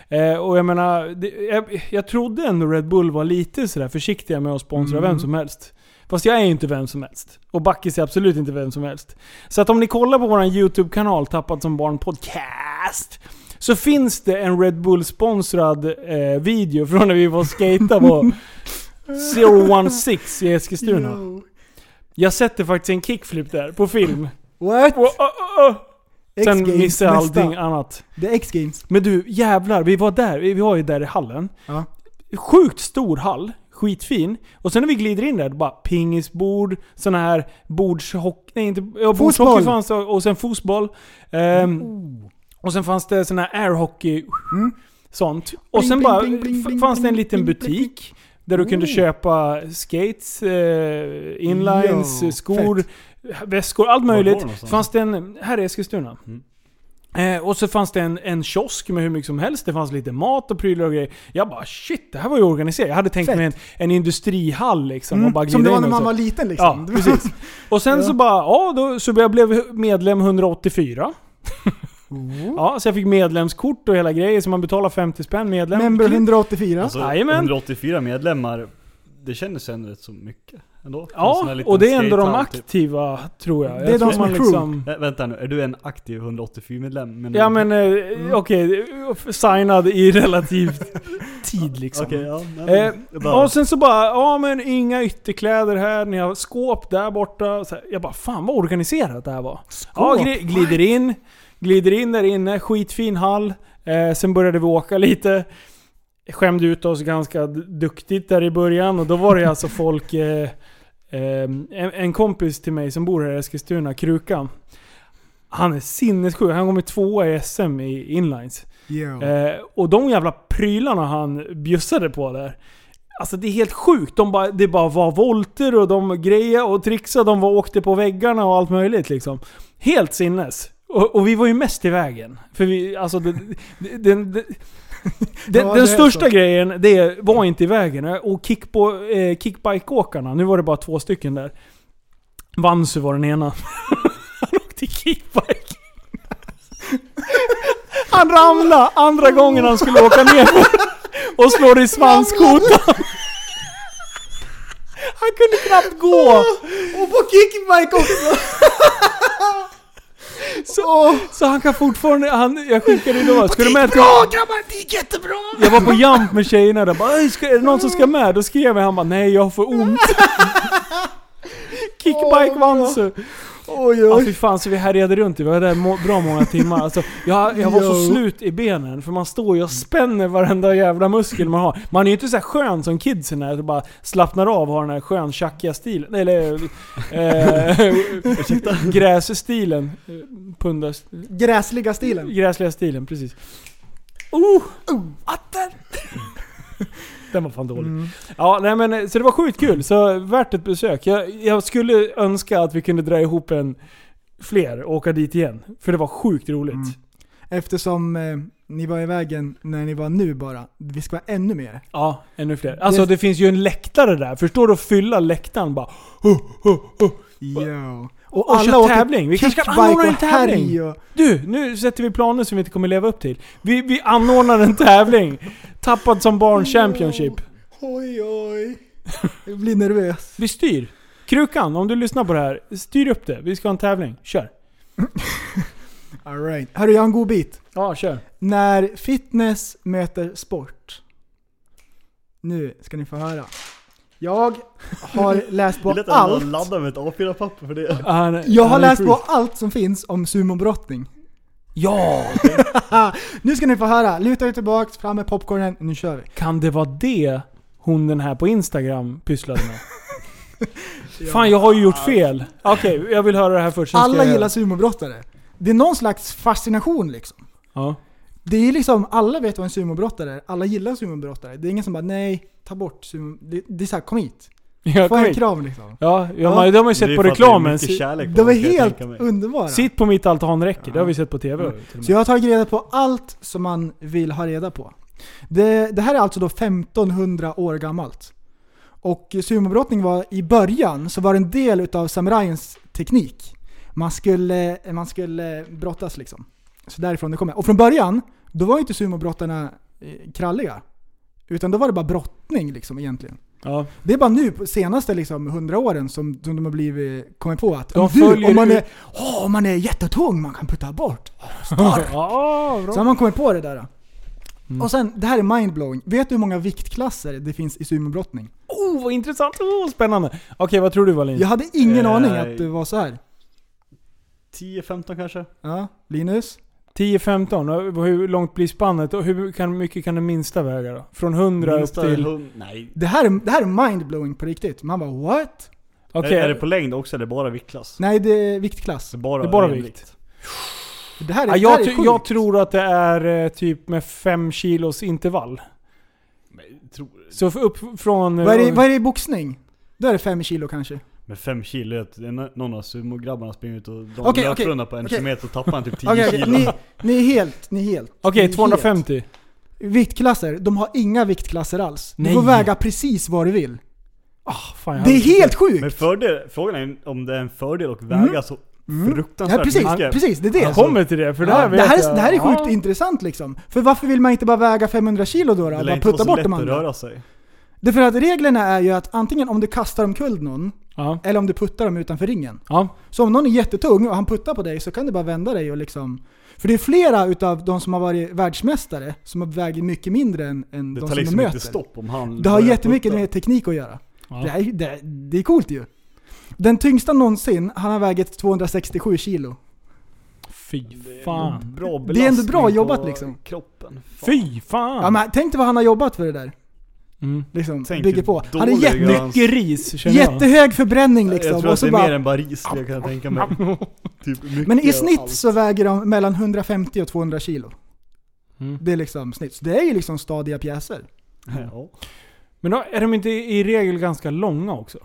S2: Eh, och jag menar, det, jag, jag trodde ändå Red Bull var lite sådär försiktiga med att sponsra
S3: Mm.
S2: vem som helst. Fast jag är ju inte vem som helst. Och Backis är absolut inte vem som helst. Så att om ni kollar på vår YouTube-kanal Tappat som barn podcast. Så finns det en Red Bull-sponsrad eh, video från när vi var och skejta på 016 i Eskilstuna.
S3: Yo.
S2: Jag sätter faktiskt en kickflip där på film.
S3: What?
S2: Och, och, och, och. Sen
S3: X-Games,
S2: missar jag
S3: nästa.
S2: allting annat.
S3: Det är X-Games.
S2: Men du, jävlar. Vi var där. Vi vi var ju där i hallen.
S3: Ja.
S2: Sjukt stor hall. Skitfin. Och sen när vi glider in där, det är bara pingisbord, såna här bordshockey... Nej, inte... Ja, bordshockey
S3: Fotboll.
S2: fanns det, och sen fotboll. Ehm,
S3: Oh.
S2: Och sen fanns det såna här airhockey...
S3: Mm.
S2: Sånt. Och
S3: Bling,
S2: sen
S3: bling,
S2: bara
S3: bling, bling,
S2: f-
S3: bling,
S2: fanns det en
S3: bling,
S2: liten
S3: bling, bling,
S2: butik. Där du kunde
S3: Oh.
S2: köpa skates, eh, inlines,
S3: Jo,
S2: skor, väskor, allt
S4: Var går
S2: möjligt.
S4: de någonstans?
S2: Fanns det en, här i Eskilstuna. Eh, och så fanns det en, en kiosk med hur mycket som helst. Det fanns lite mat och prylar och grejer. Jag bara shit, det här var ju organiserat. Jag hade tänkt
S3: Fett.
S2: mig en, en industrihall liksom. Och bara
S3: Mm. Som
S2: glida
S3: det var
S2: in
S3: när
S2: och
S3: man
S2: så.
S3: var liten liksom.
S2: Ja,
S3: Mm.
S2: precis. Och sen så bara, ja då, så jag blev medlem 184. Ja, så jag fick medlemskort och hela grejen, så man betalar 50 spänn medlem.
S3: Member 184.
S4: Alltså,
S2: Jajamän.
S4: 184 medlemmar, det kändes ändå rätt så mycket ändå. För en sån här
S2: Ja,
S4: liten
S2: och det är ändå de
S4: skatehall, typ.
S2: aktiva, tror jag.
S3: Det
S2: jag
S3: är de
S2: tror
S3: som är
S2: man liksom-
S3: crew.
S4: Vä- vänta nu, är du en aktiv 184 medlem? Men
S2: Ja men eh, okej, signad i relativt tid liksom.
S4: Okej, ja. nej,
S2: Eh,
S4: men- jag bara-
S2: Och sen så bara, ja men inga ytterkläder här, ni har skåp där borta. Så här, jag bara, fan vad organiserat det här var. Ja, gl- glider in, glider in där inne, skitfin hall. Eh, sen började vi åka lite. Skämde ut oss ganska d- duktigt där i början och då var det alltså folk... Eh, eh, en, en kompis till mig som bor här i Eskilstuna, Krukan. Han är sinnessjuk. Han kommer tvåa i SM i inlines.
S3: Yeah.
S2: Eh, och de jävla prylarna han bjussade på där. Alltså det är helt sjukt. De bara, det bara var volter och de grejade och trixade. De var, åkte på väggarna och allt möjligt liksom. Helt sinnes. Och, och vi var ju mest i vägen. För vi, alltså det, det, den- den- den,
S3: Ja, det är
S2: den största
S3: så.
S2: grejen, det är, var inte i vägen. Och kickbo, eh, kickbike-åkarna, nu var det bara två stycken där. Vansu var den ena. Han åkte kickbike. Han ramlade andra gången han skulle åka ner och slår i svanskotan. Han kunde knappt gå.
S3: Och på kickbike också!
S2: Så, så han kan fortfarande... Han, jag skickade idag. Ska du med till...
S3: grabbar! Det gick jättebra!
S2: Jag var på jump med tjejerna där. Bara, "Oj, ska, är det någon som ska med? Då skrev jag. Han bara, nej jag får ont. Kickbike vann så.
S3: Oj,
S2: Ja
S3: oj.
S2: fy fan så vi härjade runt. Vi var där må- bra många timmar. Alltså, jag, jag var så
S3: Jo.
S2: slut i benen. För man står ju och spänner varenda jävla muskel man har. Man är ju inte så här skön som kidsen är. att Bara slappnar av och har den här skön tjackiga stilen. Eller... Eh, grässtilen. eh, Pundas...
S3: Gräsliga stilen.
S2: Gräsliga stilen, precis. Oh! Atter! Den var fan dålig. Ja, nej men eh, så det var sjukt kul. Så värt ett besök. Jag, jag skulle önska att vi kunde dra ihop en fler och åka dit igen. För det var sjukt roligt.
S3: Eftersom eh, ni var i vägen när ni var nu bara. Vi ska vara ännu mer.
S2: Ja, ännu fler. Alltså
S3: Det-
S2: det... finns ju en läktare där. Förstår du att fylla läktaren bara... Huh, huh, huh.
S3: Yo.
S2: Och köra
S3: åker
S2: tävling. Vi kanske kan
S3: kickbike
S2: anordna en
S3: och
S2: tävling.
S3: härj och-
S2: Du, nu sätter vi planer som vi inte kommer leva upp till. Vi, vi anordnar en tävling. Tappad som barn championship.
S3: Oj, oj. Jag blir nervös.
S2: Vi styr. Krukan, om du lyssnar på det här, styr upp det. Vi ska ha en tävling. Kör.
S3: All right. Hörru, jag har en god bit.
S2: Ja, kör.
S3: När fitness möter sport. Nu ska ni få höra. Jag har läst
S4: Det
S3: på
S4: lät ändå
S3: allt.
S4: ladda med ett A4-papper för det.
S2: Han,
S3: Jag har
S2: han är
S3: läst
S2: sjuk.
S3: på allt som finns om sumobrottning.
S2: Ja!
S3: Nu ska ni få höra. Luta er tillbaks, fram med popcornen. Nu kör vi.
S2: Kan det vara det hon den här på Instagram pysslade med? Fan, jag har ju gjort fel. Okej, jag vill höra det här först. sen ska
S3: Alla
S2: jag göra-
S3: gillar sumobrottare. Det är någon slags fascination liksom.
S2: Ja.
S3: Det är liksom, alla vet vad en sumobrottare är. Alla gillar sumobrottare. Det är ingen som bara nej, ta bort sumo... Det, det är såhär, kom hit.
S2: Jag
S3: Få
S2: kom
S3: en
S2: hit.
S3: kram liksom.
S2: Ja, ja, man, det har man ju
S4: Det
S2: sett
S4: är
S2: på
S4: för att det är
S2: reklamen.
S4: mycket
S2: Si-
S4: kärlek på
S3: De är
S4: den, kan jag
S3: helt
S4: tänka mig.
S3: underbara.
S2: Sitt på mitt altan räcker. Det har vi sett på TV.
S4: Mm.
S3: Så jag har tagit reda på allt som man vill ha reda på. Det, det här är alltså då 1500 år gammalt. Och sumobrottning var i början så var det en del utav samurajens teknik. Man skulle, man skulle brottas liksom. Så därifrån det kommer. Och från början, då var ju inte sumobrottarna eh, kralliga. Utan då var det bara brottning liksom egentligen.
S2: Ja.
S3: Det är bara nu, på senaste liksom, 100 åren, som, som de har blivit, kommit på att
S2: De
S3: om, du,
S2: följer
S3: om, man
S2: ut-
S3: är, åh, om man är jättetung, man kan putta bort.
S2: Ja,
S3: Så
S2: bra.
S3: har man kommit på det där. då.
S2: Mm.
S3: Och sen, det här är mindblowing. Vet du hur många viktklasser det finns i sumobrottning?
S2: Oh, vad intressant. Oh, spännande. Okej, vad tror du Valin?
S3: Jag hade ingen
S4: Eh,
S3: aning att det var så här.
S4: 10-15 kanske?
S3: Ja, Linus?
S2: 10-15, och hur långt blir spannet? Och hur kan, mycket kan den minsta väga då? Från 100
S4: Minsta
S2: upp till...
S4: hund- Nej.
S3: Det här, är- det här är mindblowing på riktigt. Man bara what?
S2: Okej,
S4: Är, är det på längd också eller bara viktklass?
S3: Nej, det är viktklass.
S4: Så bara,
S2: Det är bara
S4: ren
S2: vikt.
S3: Det här
S2: ja,
S3: är, det här
S2: jag,
S3: är
S2: tr-
S3: sjukt.
S2: jag tror att det är eh, typ med 5 kilos intervall.
S4: Men, tror-
S2: Så för- upp från... eh,
S3: vad, är det, vad är det i boxning? Då är det fem kilo kanske.
S4: Men 5 kilo, är att det är nå- någon av sumograbbarna springer ut och de
S3: Okej,
S4: löper
S3: okej,
S4: undan på en
S3: okej.
S4: kilometer och tappar han typ 10
S3: Okej, okej,
S4: kilo.
S3: ni, ni är helt, ni är helt.
S2: Okej,
S3: ni är helt.
S2: 250.
S3: Viktklasser, de har inga viktklasser alls. Du
S2: Nej.
S3: får väga precis vad du vill.
S2: Ah, fan, jag
S3: Det
S2: hade
S3: är
S2: inte-
S3: helt sjukt!
S4: Men fördel, frågan är om det är en fördel att väga så
S3: Mm.
S4: Fruktansvärt
S3: Ja, precis,
S4: mycket.
S3: precis, det är det.
S2: Jag kommer till det, för det
S3: Ja,
S2: här vet
S3: det, här är,
S2: jag.
S3: det här är sjukt
S2: Ja.
S3: intressant liksom. För varför vill man inte bara väga 500 kilo då? då?
S4: Det lär
S3: Bara
S4: inte vara
S3: putta
S4: så
S3: bort
S4: lätt
S3: de
S4: att
S3: andra.
S4: röra sig.
S3: Därför att reglerna är ju att antingen om du kastar omkull någon,
S2: Ja.
S3: eller om du puttar dem utanför ringen.
S2: Ja.
S3: Så om någon är jättetung och han puttar på dig så kan du bara vända dig och liksom... För det är flera utav de som har varit världsmästare som har väger mycket mindre än, än de
S4: Det tar
S3: som
S4: liksom
S3: de
S4: inte
S3: möter.
S4: stopp om han
S3: Det har
S4: börjar
S3: jättemycket
S4: putta.
S3: med teknik att göra.
S2: Ja.
S3: Det, är, det, är- det är coolt ju. Den tyngsta någonsin, han har vägt 267 kilo.
S2: Fy
S4: Det är
S2: fan.
S4: nog bra
S3: Det är ändå bra
S4: belastning
S3: jobbat,
S4: på
S3: liksom.
S4: Kroppen. Fan.
S2: Fy fan.
S3: Ja, men tänk dig vad han har jobbat för det där.
S2: mm.
S3: Liksom,
S4: Tänk
S3: bygger
S4: hur
S3: på. Han är
S4: dålig
S3: jätte,
S4: jag är.
S2: Mycket ris känner jag.
S3: jättehög förbränning
S4: jag
S3: liksom.
S4: tror
S3: Och
S4: att
S3: så
S4: det är mer
S3: bara,
S4: än bara ris, det kan jag tänka mig. Typ mycket
S3: men i
S4: och
S3: snitt
S4: allt.
S3: så väger de mellan 150 och 200 kilo.
S2: Mm.
S3: Det är liksom snitt. Så det är ju liksom stadiga pjäser.
S4: Ja.
S2: Men då är de inte i regel ganska långa också?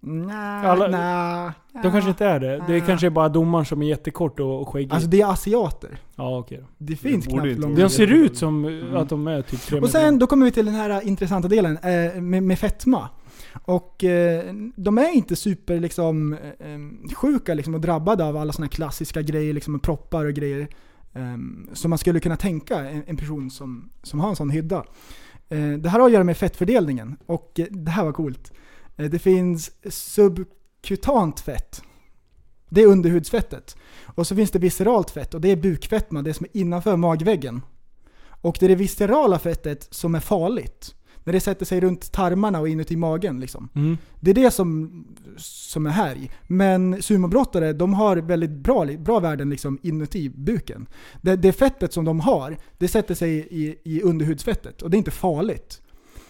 S3: Nja,
S2: Alla-
S3: nja.
S2: De kanske inte är det. Det
S3: Ah.
S2: kanske är bara domaren som är jättekort och och skäggig.
S3: Alltså det är asiater.
S2: ja, okej. då.
S3: Det finns
S4: borde
S3: knappt
S4: inte
S3: långa.
S4: vara
S2: De ser
S4: jättekort.
S2: ut som eh, att de är typ tre
S3: Och sen då kommer vi till den här intressanta delen eh, med, med fetma. Och eh, de är inte super liksom, eh, sjuka liksom, och drabbade av alla sådana klassiska grejer, liksom, med proppar och grejer. Eh, som man skulle kunna tänka en, en person som, som har en sån hydda. Eh, det här har att göra med fettfördelningen och eh, det här var coolt. Eh, det finns subkutant fett. Det är underhudsfettet. Och så finns det visceralt fett och det är bukfetma, det som är innanför magväggen. Och det är det viscerala fettet som är farligt. När det sätter sig runt tarmarna och inuti magen. Liksom.
S2: Mm.
S3: Det är det som, som är här i. Men sumobrottare, de har väldigt bra, bra värden liksom inuti buken. Det, det fettet som de har, det sätter sig i, i underhudsfettet. Och det är inte farligt.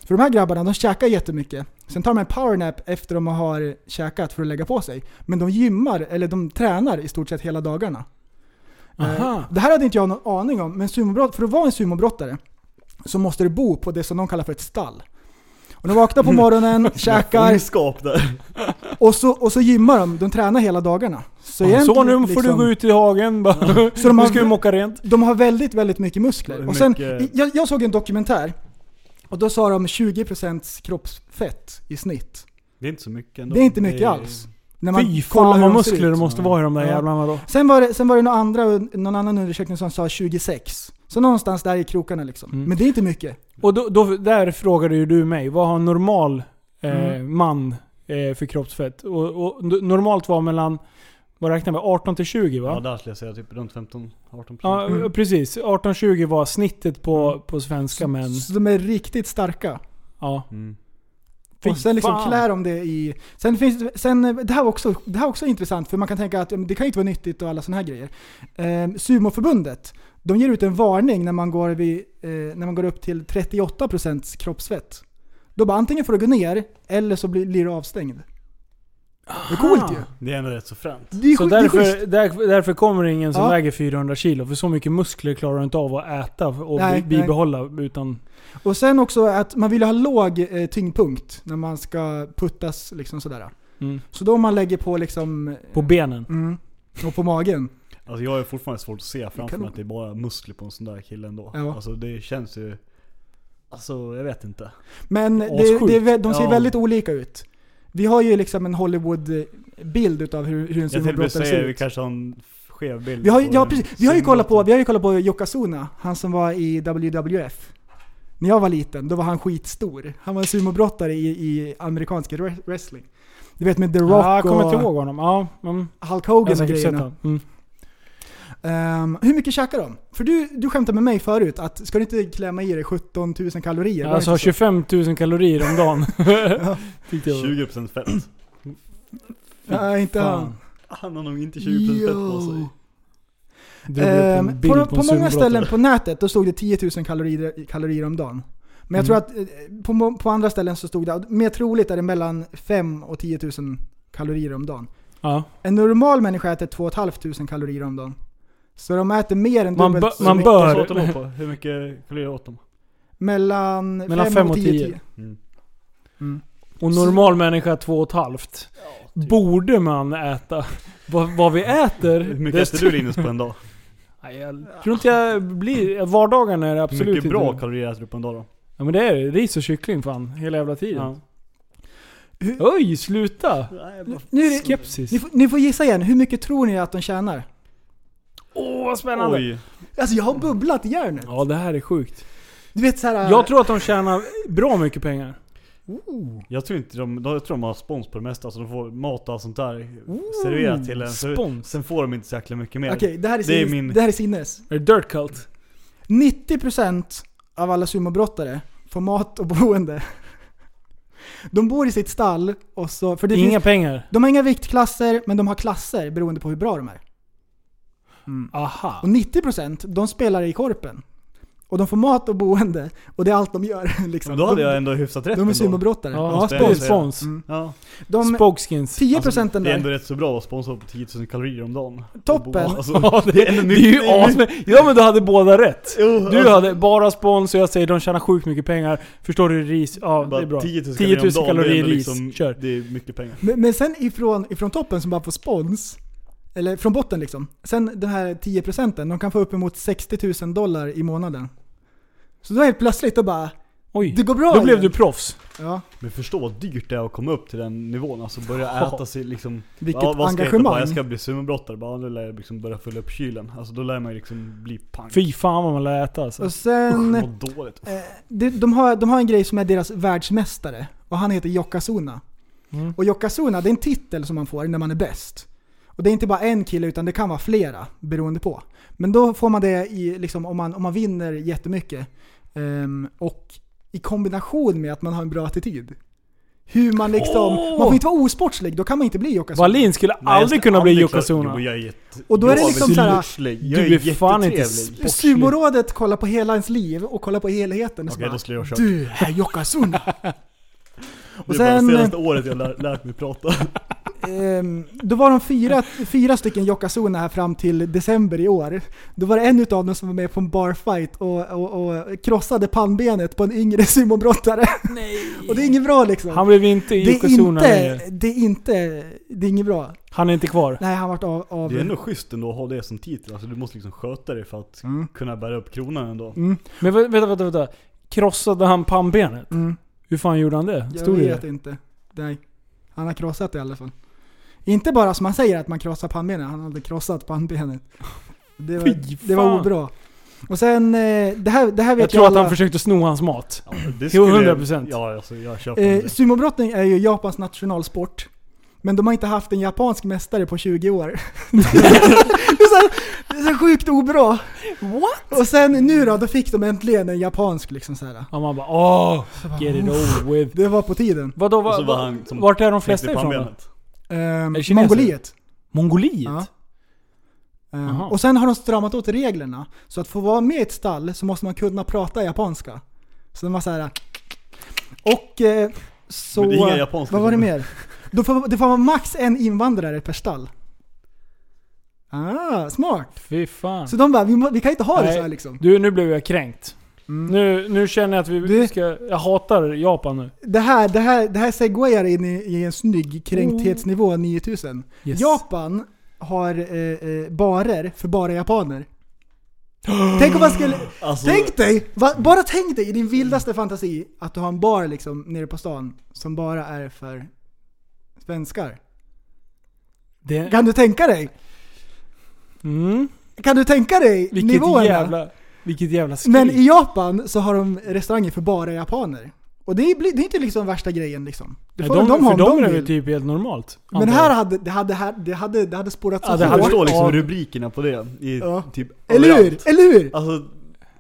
S3: För de här grabbarna, de käkar jättemycket. Sen tar de en powernap efter de har käkat för att lägga på sig. Men de gymmar, eller de tränar i stort sett hela dagarna.
S2: Aha.
S3: Eh, Det här hade inte jag någon aning om, men sumobrott, för att vara en sumobrottare så måste du bo på det som de kallar för ett stall. Och de vaknar
S2: Mm.
S3: på morgonen, käkar
S4: Fångenskap där.
S3: och så, och så gymmar de. De tränar hela dagarna. Så,
S2: så
S3: egentligen
S2: nu får du
S3: liksom-
S2: gå ut i hagen bara.
S3: Så de
S2: nu
S3: har-
S2: ska vi mocka rent.
S3: De har väldigt, väldigt mycket muskler.
S4: Hur
S3: Och sen,
S4: mycket-
S3: i- jag, jag såg en dokumentär och då sa de 20% kroppsfett i snitt.
S4: Det är inte så mycket ändå.
S3: Det är inte mycket
S4: är-
S3: alls. När
S2: Fy
S3: kollar
S2: fan
S3: hur
S2: vad
S3: de ser
S2: muskler
S3: ut.
S2: det måste vara i de där
S3: Ja.
S2: jävlarna då.
S3: Sen var det, sen var det någon, andra, någon annan undersökning som sa 26. Så någonstans där i krokarna liksom.
S2: Mm.
S3: Men det är inte mycket.
S2: Och då, då, där frågade ju du mig, vad har en normal eh, man eh, för kroppsfett? Och, och n- normalt var mellan, vad räknar vi, 18 till 20 va?
S4: Ja, där skulle jag säga typ runt 15-18%.
S2: Ja,
S4: Ja,
S3: Mm.
S2: precis. 18-20 var snittet på, på svenska män.
S3: Så de är riktigt starka.
S2: Ja.
S4: mm.
S2: Fy
S3: och sen liksom
S2: fan.
S3: klär de det i... Sen finns det, sen, eh, det, här var också, det här var också intressant, för man kan tänka att ja, men det kan ju inte vara nyttigt och alla sådana här grejer. Eh, Sumoförbundet, de ger ut en varning när man går, vid, eh, när man går upp till 38% kroppsfett. Då bara antingen får du gå ner, eller så blir, blir du avstängd. Det är coolt ju!
S4: Det är ändå rätt så fränt.
S3: Det är,
S2: Så
S3: sjuk- det är schysst!
S2: därför, där, därför kommer det ingen som
S3: Ja.
S2: väger 400 kilo. För så mycket muskler klarar du inte av att äta och
S3: Nej,
S2: bi- bibehålla. Utan,
S3: Och sen också att man vill ha låg eh, tyngdpunkt när man ska puttas liksom sådär.
S2: mm,
S3: Så då om man lägger på liksom...
S2: på benen.
S3: Mm, och på magen.
S4: Alltså jag är fortfarande svårt att se framför
S3: kan
S4: mig
S3: nog-
S4: att det är bara muskler på en sån där kille ändå.
S3: Ja.
S4: Alltså det känns ju... Alltså jag vet inte.
S3: Men det,
S2: Assjukt.
S3: det, är vä- de ser
S4: Ja.
S3: väldigt olika ut. Vi har ju liksom en Hollywood-bild utav hur, hur en
S4: Jag tänkte
S3: sumobrottare ser
S4: säga vi
S3: ut.
S4: kanske har en skev bild.
S3: Vi har, ju-
S4: på
S3: ja,
S4: hur
S3: precis. Vi, har ju kollat på,
S4: sumobrottare-
S3: vi har ju kollat på Yokozuna, han som var i WWF. När jag var liten, då var han skitstor. Han var en sumobrottare i, i amerikansk re- wrestling. Du vet med The Rock
S2: ja, jag kommer inte ihåg
S3: och
S2: honom. Ja, mm.
S3: Hulk
S2: Jag har
S3: Hogan och
S2: säkert sett
S3: grejerna.
S2: honom. Mm.
S3: Ehm, hur mycket käkar de? För du, du skämtade med mig förut att ska du inte klämma i dig 17 000 kalorier? Var det
S2: Alltså
S3: inte så?
S2: 25 000 kalorier om dagen. Tyckte jag.
S4: 20% fett.
S3: Nej, inte
S2: Fan.
S3: han.
S4: Han har nog inte 20% fett på sig.
S3: Jo.
S2: Drog upp en
S3: Ehm,
S2: bild
S3: på,
S2: en
S3: på många
S2: sumobrottare.
S3: ställen på nätet då stod det 10 000 kalorier, kalorier om dagen. Men jag
S2: Mm.
S3: tror att eh, på, må- på andra ställen så stod det, mer troligt är det mellan 5 och 10 000 kalorier om dagen.
S2: Ja.
S3: En normal människa äter 2 500 kalorier om dagen. Så de äter mer än
S2: Man
S3: dubbelt
S2: bör-
S3: så
S2: man
S3: mycket.
S2: bör-
S4: Vad
S2: Hör-
S4: sa åt de då på? Hur mycket kalorier åt de?
S3: Mellan,
S2: Mellan
S3: 5 och 10. 10.
S4: Mm.
S3: Mm.
S2: Och normal människa två och ett halvt.
S4: Typ.
S2: Borde man äta vad, vad vi äter?
S4: Hur mycket
S2: desto-
S4: äter du Linus på en dag?
S2: Nej, jag tror inte jag blir... Vardagarna är det
S4: Hur
S2: absolut
S4: mycket bra
S2: inte.
S4: kalorier äter du på en dag då?
S2: Ja men det är det. Ris och kyckling fan, hela jävla tiden.
S4: Ja.
S2: Oj, sluta!
S4: Nej, jag bara-
S3: Nu är det,
S2: Skepsis.
S3: ni, får, ni får gissa igen, hur mycket tror ni att de tjänar?
S2: Åh, vad spännande!
S4: Oj.
S3: Alltså jag har bubblat i hjärnet.
S2: Ja, det här är sjukt.
S3: Du vet såhär...
S2: Jag tror att de tjänar bra mycket pengar.
S4: Jag tror inte de, jag tror de har spons på det mesta, så de får mat och allt sånt där serverat till en. Så,
S2: Spons.
S4: sen får de inte så jäkla mycket mer.
S3: Okej, det, här är
S4: Det är
S3: sinnes-
S4: min-
S3: det här är sinnes.
S2: Är det Dirt Cult?
S3: 90% av alla sumobrottare får mat och boende. De bor i sitt stall och så... För det
S2: Inga
S3: finns,
S2: pengar?
S3: de har inga viktklasser, men de har klasser beroende på hur bra de är.
S2: Aha.
S3: Och 90% de spelar i korpen. Och de får mat och boende, och det är allt de gör. Liksom.
S4: Men då hade
S3: de,
S4: jag ändå hyfsat rätt
S3: de är
S4: ändå.
S3: sumobrottare.
S2: Ja,
S4: det är
S2: spons.
S4: det.
S2: spons.
S3: Mm.
S4: Ja.
S3: De
S2: Spokeskins.
S3: 10%
S4: Alltså,
S3: procenten
S4: det är
S3: där.
S4: ändå rätt så bra att vara sponsrad på 10 000 kalorier om dagen. Alltså,
S3: Toppen.
S2: Ja, det, det är ju as- Ja men du hade båda rätt. Du hade bara spons och jag säger de tjänar sjukt mycket pengar. Förstår du ris? Ja, det är bra.
S4: 10 000
S2: 10 000
S4: kalorier, om dagen, det är
S2: kalorier
S4: ändå
S2: ris.
S4: liksom,
S2: Kör.
S4: Det är mycket pengar.
S3: Men, men sen ifrån, ifrån toppen som bara får spons, eller från botten liksom. Sen den här 10 procenten, de kan få uppemot 60 000 dollar i månaden. Så då helt plötsligt då bara,
S2: Oj.
S3: det går bra
S2: Då blev du
S3: igen.
S2: proffs.
S3: Ja,
S4: Men förstå vad dyrt det är att komma upp till den nivån. Alltså börja
S2: Ja.
S4: äta sig liksom...
S3: vilket
S4: ja, vad ska jag heta? Bara,
S3: engagemang.
S4: Jag ska bli sumobrottare. Bara, nu lär jag liksom börja fylla upp kylen. Alltså då lär man ju liksom bli pang.
S2: Fy fan vad man lär äta alltså.
S3: Och sen,
S4: Usch, vad dåligt.
S3: eh, det, de, har, de har en grej som är deras världsmästare. Och han heter Jokkasuna.
S2: Mm.
S3: Och Jokkasuna, det är en titel som man får när man är bäst. Och det är inte bara en kille utan det kan vara flera beroende på. Men då får man det i, liksom, om, man, om man vinner jättemycket. Ehm, och i kombination med att man har en bra attityd. Hur man liksom,
S2: Åh!
S3: man får inte vara osportslig, då kan man inte bli Jokkasuna.
S2: Wallin skulle
S4: Nej, jag
S2: aldrig
S4: ska
S2: kunna bli
S4: aldrig klara-
S2: Yokozuna.
S4: Jo, jag är jätte...
S3: Och då är det
S4: jag
S3: liksom såhär,
S4: superslig. Jag
S2: du är fan inte
S4: jättetrevlig.
S2: sportslig.
S3: Sumorådet kollar på hela ens liv och kollar på helheten. och så
S4: Okej,
S3: bara,
S4: då skulle jag köra.
S3: du är Jokkasuna!
S4: Det
S3: och
S4: är bara
S3: sen,
S4: senaste året jag lär, lärt mig prata.
S3: ehm, då var de fyra, fyra stycken Jokkasuna här fram till december i år. Då var det en utav dem som var med på en barfight och, och, och krossade pannbenet på en yngre sumobrottare. och det är inget bra liksom.
S2: Han blev inte
S3: det, är
S2: Yokozuna
S3: inte,
S2: längre.
S3: det är inte, det är inget bra.
S2: Han är inte kvar.
S3: Nej, han vart av... av
S4: Det är ändå schysst ändå att ha det som titel. Alltså du måste liksom sköta dig för att
S3: Mm.
S4: kunna bära upp kronan ändå.
S2: Men vä- vänta, vänta, vänta. Krossade han pannbenet?
S3: mm,
S2: Hur fan gjorde han det?
S3: jag
S2: Stod det
S3: vet
S2: det?
S3: inte. Nej. Han har krossat det i alla fall. Inte bara som man säger att man krossar pannbenet, han hade krossat pannbenet. Det
S2: Fy
S3: var, det var
S2: fan.
S3: obra. Och sen, eh, det här, det här vet
S2: Jag tror att
S3: alla.
S2: han försökte sno hans mat.
S4: Ja, det skulle-
S2: 100%.
S4: Ja, alltså, jag köper
S3: Eh,
S4: det.
S3: sumobrottning är ju Japans nationalsport. Men de har inte haft en japansk mästare på 20 år. det, är så, det är så sjukt obra. What? Och sen nu då, då fick de äntligen en japansk liksom så här.
S2: Och man bara åh, get it over with.
S3: Det var på tiden.
S2: Vadå,
S4: Och så
S2: va,
S4: var
S2: va,
S4: han som
S2: vart är de flesta
S4: Knäckte
S2: ifrån då?
S4: pannbenet.
S3: Ehm,
S2: det kineser?
S3: Mongoliet.
S2: Mongoliet?
S3: Ja. Ehm,
S2: Jaha.
S3: och sen har de stramat åt reglerna. Så att få vara med i ett stall så måste man kunna prata japanska. Så de var så här. Och eh, så...
S4: Men det är inga japanska
S3: vad var det
S4: som-
S3: mer? Då får, det får vara max en invandrare per stall. Ah, smart.
S2: Fy fan.
S3: Så de bara, vi, må, vi kan inte ha det
S2: Nej.
S3: så här liksom.
S2: Du, nu blev jag kränkt.
S3: Mm.
S2: Nu, nu känner jag att vi
S3: Du-
S2: ska... Jag hatar Japan nu.
S3: Det här, det här, det här segwayar in i, i en snygg
S4: Oh.
S3: kränkthetsnivå 9000.
S2: Yes.
S3: Japan har eh, eh, barer för bara japaner. Tänk om man skulle...
S4: Alltså,
S3: Tänk dig! Va, bara tänk dig i din vildaste fantasi att du har en bar liksom nere på stan som bara är för svenskar.
S2: Det,
S3: Kan du tänka dig?
S2: mm,
S3: Kan du tänka dig
S2: vilket
S3: nivåerna?
S2: jävla... Vilket jävla skrik.
S3: Men i Japan så har de restauranger för bara japaner. Och det, blir, det är inte liksom värsta grejen liksom. Det
S2: Nej,
S3: får
S2: de,
S3: väl de, ha
S2: för
S3: om
S2: dem är
S3: de
S2: det väl
S3: vill.
S2: typ helt normalt.
S3: Men
S2: antar
S3: här
S2: jag.
S3: hade det hade, här- det hade, det hade spårat så
S2: Ja, det
S4: jag
S2: hade
S3: hårt.
S4: förstår liksom
S2: Ja.
S4: rubrikerna på det. I
S3: Ja.
S4: typ
S3: Eller hur?
S4: överallt.
S3: Eller hur?
S4: Alltså,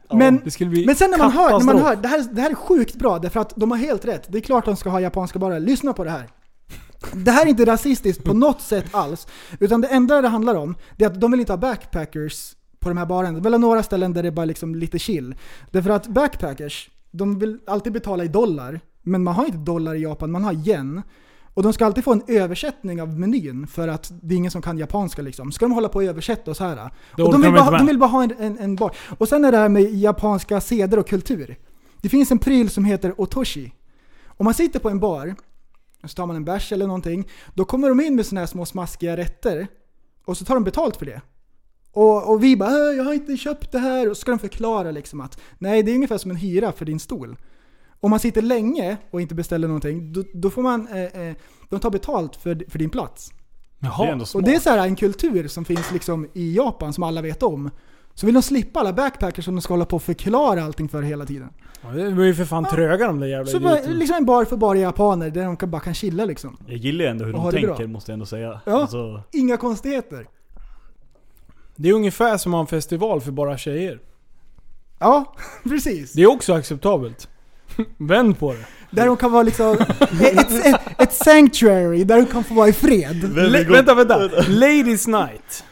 S4: ja.
S3: Men-
S2: Det skulle bli
S3: Men sen när man hör, när man
S2: katastrof.
S3: hör det, här, det här är sjukt bra därför att de har helt rätt. Det är klart de ska ha japanska barer. Lyssna på det här. Det här är inte rasistiskt på något sätt alls. Utan det enda det handlar om, det är att de vill inte ha backpackers på de här barerna. Det är väl några ställen där det är bara liksom lite chill. Därför att backpackers, de vill alltid betala i dollar. Men man har inte dollar i Japan, man har yen. Och de ska alltid få en översättning av menyn för att det är ingen som kan japanska liksom. Ska de hålla på och översätta och så här?
S2: Då
S3: och
S2: orkar
S3: de, vill
S2: de
S3: bara,
S2: inte med.
S3: de vill bara ha en, en, en bar. Och sen är det här med japanska seder och kultur. Det finns en pryl som heter otoshi. Om man sitter på en bar, så tar man en bärs eller någonting, då kommer de in med såna här små smaskiga rätter och så tar de betalt för det. Och, och vi bara "Äh, “jag har inte köpt det här” och så ska de förklara liksom att nej, det är ungefär som en hyra för din stol. Om man sitter länge och inte beställer någonting, då, då får man, eh, eh, de tar betalt för, för din plats.
S4: Det är
S2: Jaha.
S4: ändå
S3: Och
S4: smart.
S3: det är så här en kultur som finns liksom i Japan som alla vet om. Så vill de slippa alla backpackers som de ska hålla på och förklara allting för hela tiden.
S2: Ja, det var ju för fan tröga de där jävla
S3: Så bara,
S2: idioterna.
S3: liksom en bar för bara japaner där de kan, bara kan chilla liksom.
S4: Jag gillar ju ändå hur
S3: Och har
S4: de
S3: det bra.
S4: tänker måste jag ändå säga.
S3: Ja.
S4: Alltså,
S3: Inga konstigheter.
S2: Det är ungefär som att ha en festival för bara tjejer.
S3: Ja, precis.
S2: Det är också acceptabelt. Vänd på det.
S3: Där de kan vara liksom, ett, ett, ett sanctuary där de kan få vara i fred.
S4: Väldigt
S2: Le-
S4: gott.
S2: vänta, vänta. Ladies night.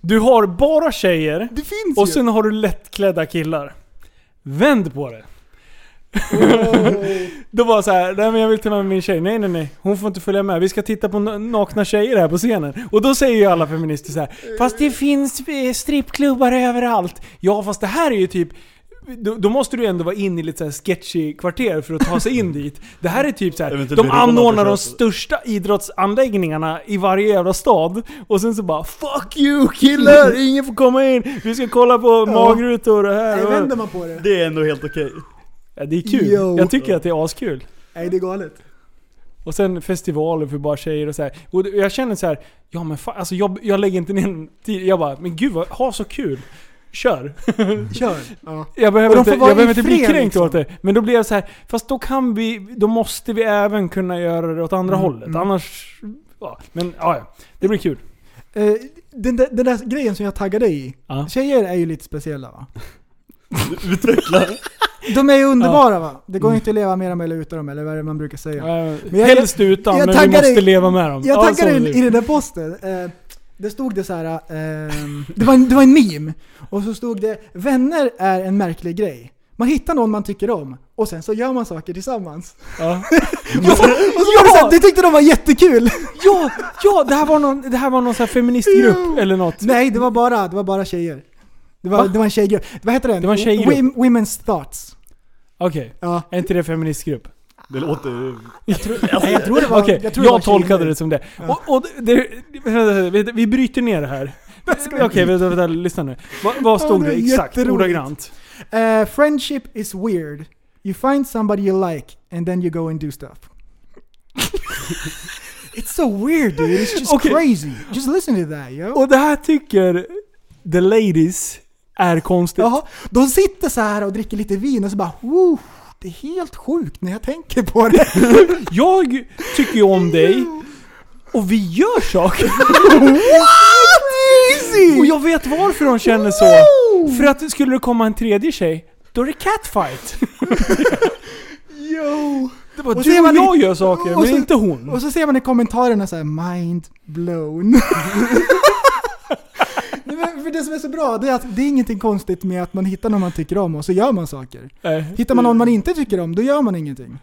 S2: Du har bara tjejer
S3: Det finns
S2: och
S3: ju.
S2: sen har du lättklädda killar. Vänd på det.
S4: Oh.
S2: Då var så här, nej men jag vill till med min tjej. Nej nej nej, hon får inte följa med. Vi ska titta på na- nakna tjejer här på scenen. Och då säger ju alla feminister så här, fast det finns eh, strippklubbar överallt. Ja fast det här är ju typ då, då måste du ju ändå vara in i lite så här sketchy kvarter för att ta sig in dit. Det här är typ så
S4: Jag vet
S2: här.
S4: inte,
S2: de
S4: blir det
S2: anordnar
S4: någon
S2: de
S4: att köpa?
S2: största idrottsanläggningarna i varje jävla stad. Och sen så bara 'Fuck you killar! Ingen får komma in! Vi ska kolla på magrutor och det här
S3: Nej,
S2: och...
S3: vänder man på det.
S4: Det är ändå helt okej.
S2: Ja, det är kul.
S3: Yo.
S2: Jag tycker att det är askul.
S3: Nej, det är galet.
S2: Och sen festivaler för bara tjejer och så här. Och jag känner så här, ja men fan, alltså jag, jag lägger inte ner en tid. Jag bara, men gud vad, ha så kul. Kör.
S3: Kör. Ja.
S2: Jag behöver
S3: Och
S2: inte,
S3: de får
S2: jag
S3: vara
S2: behöver inte bli
S3: ifred,
S2: kränkt
S3: liksom.
S2: åt det. Men då blir jag så här, fast då kan vi, då måste vi även kunna göra det åt
S3: Mm.
S2: andra hållet. Annars, ja. Men ja, ja. Det blir kul.
S3: Eh, den, där, den där grejen som jag taggade i.
S2: Ja.
S3: Tjejer är ju lite speciella va?
S4: Utveckla.
S3: De är ju underbara va? Det
S2: Mm.
S3: går ju inte att leva med dem eller utan dem eller vad är det man brukar säga.
S2: Eh,
S3: Men jag-
S2: Helst utan,
S3: jag
S2: men vi
S3: taggar
S2: måste
S3: dig-
S2: leva med dem.
S3: Jag
S2: Ja, så är
S3: taggade in
S2: det.
S3: i den där posten. Eh, det stod det så här. ehm, det, var en, det var en meme. Och så stod det “Vänner är en märklig grej”. Man hittar någon man tycker om och sen så gör man saker tillsammans.
S2: Ja.
S3: Och så, och så var det, så här, det tyckte de var jättekul!
S2: ja, ja, det här var någon, det här var någon så här feministgrupp eller något.
S3: Nej, det var bara, det var bara tjejer. Det var,
S2: Va?
S3: det var en tjejgrupp. Vad heter den?
S2: Det var en tjejgrupp.
S3: Wom- Women's Thoughts.
S2: Okej,
S3: Ja.
S2: är inte det feministgrupp?
S4: Det låter ju...
S3: Nej, Alltså, jag tror det var,
S2: Okej,
S3: jag,
S2: jag,
S3: tror det var
S2: tolkade
S3: tjejer.
S2: det som det. Och, och det, det- vi bryter ner det här. Okej, vänta, vänta, lyssna nu. Vad, vad
S3: Ja,
S2: stod
S3: det
S2: det
S3: är
S2: exakt,
S3: jätteroligt.
S2: ordagrant?
S3: Eh, friendship is weird. You find somebody you like and then you go and do stuff. It's so weird dude, it's just
S2: Okej.
S3: crazy. Just listen to that yo.
S2: Och det här tycker the ladies är konstigt.
S3: Jaha, de sitter så här och dricker lite vin och så bara Woo, det är helt sjukt när jag tänker på det.
S2: Jag tycker ju om dig och vi gör saker.
S3: Crazy!
S2: Och jag vet varför de känner så.
S3: Wow!
S2: För att skulle det komma en tredje tjej, då är det catfight.
S3: Yo.
S2: Det var
S3: Och
S2: du
S3: ser
S2: och
S3: man
S2: jag
S3: i-
S2: gör saker,
S3: och
S2: men
S3: så-
S2: inte hon.
S3: Mm. Och så ser man i kommentarerna så här mind blown. Nej, men för det som är så bra, det är att det är ingenting konstigt med att man hittar någon man tycker om och så gör man saker.
S2: Eh,
S3: Hittar man någon man inte tycker om, då gör man ingenting.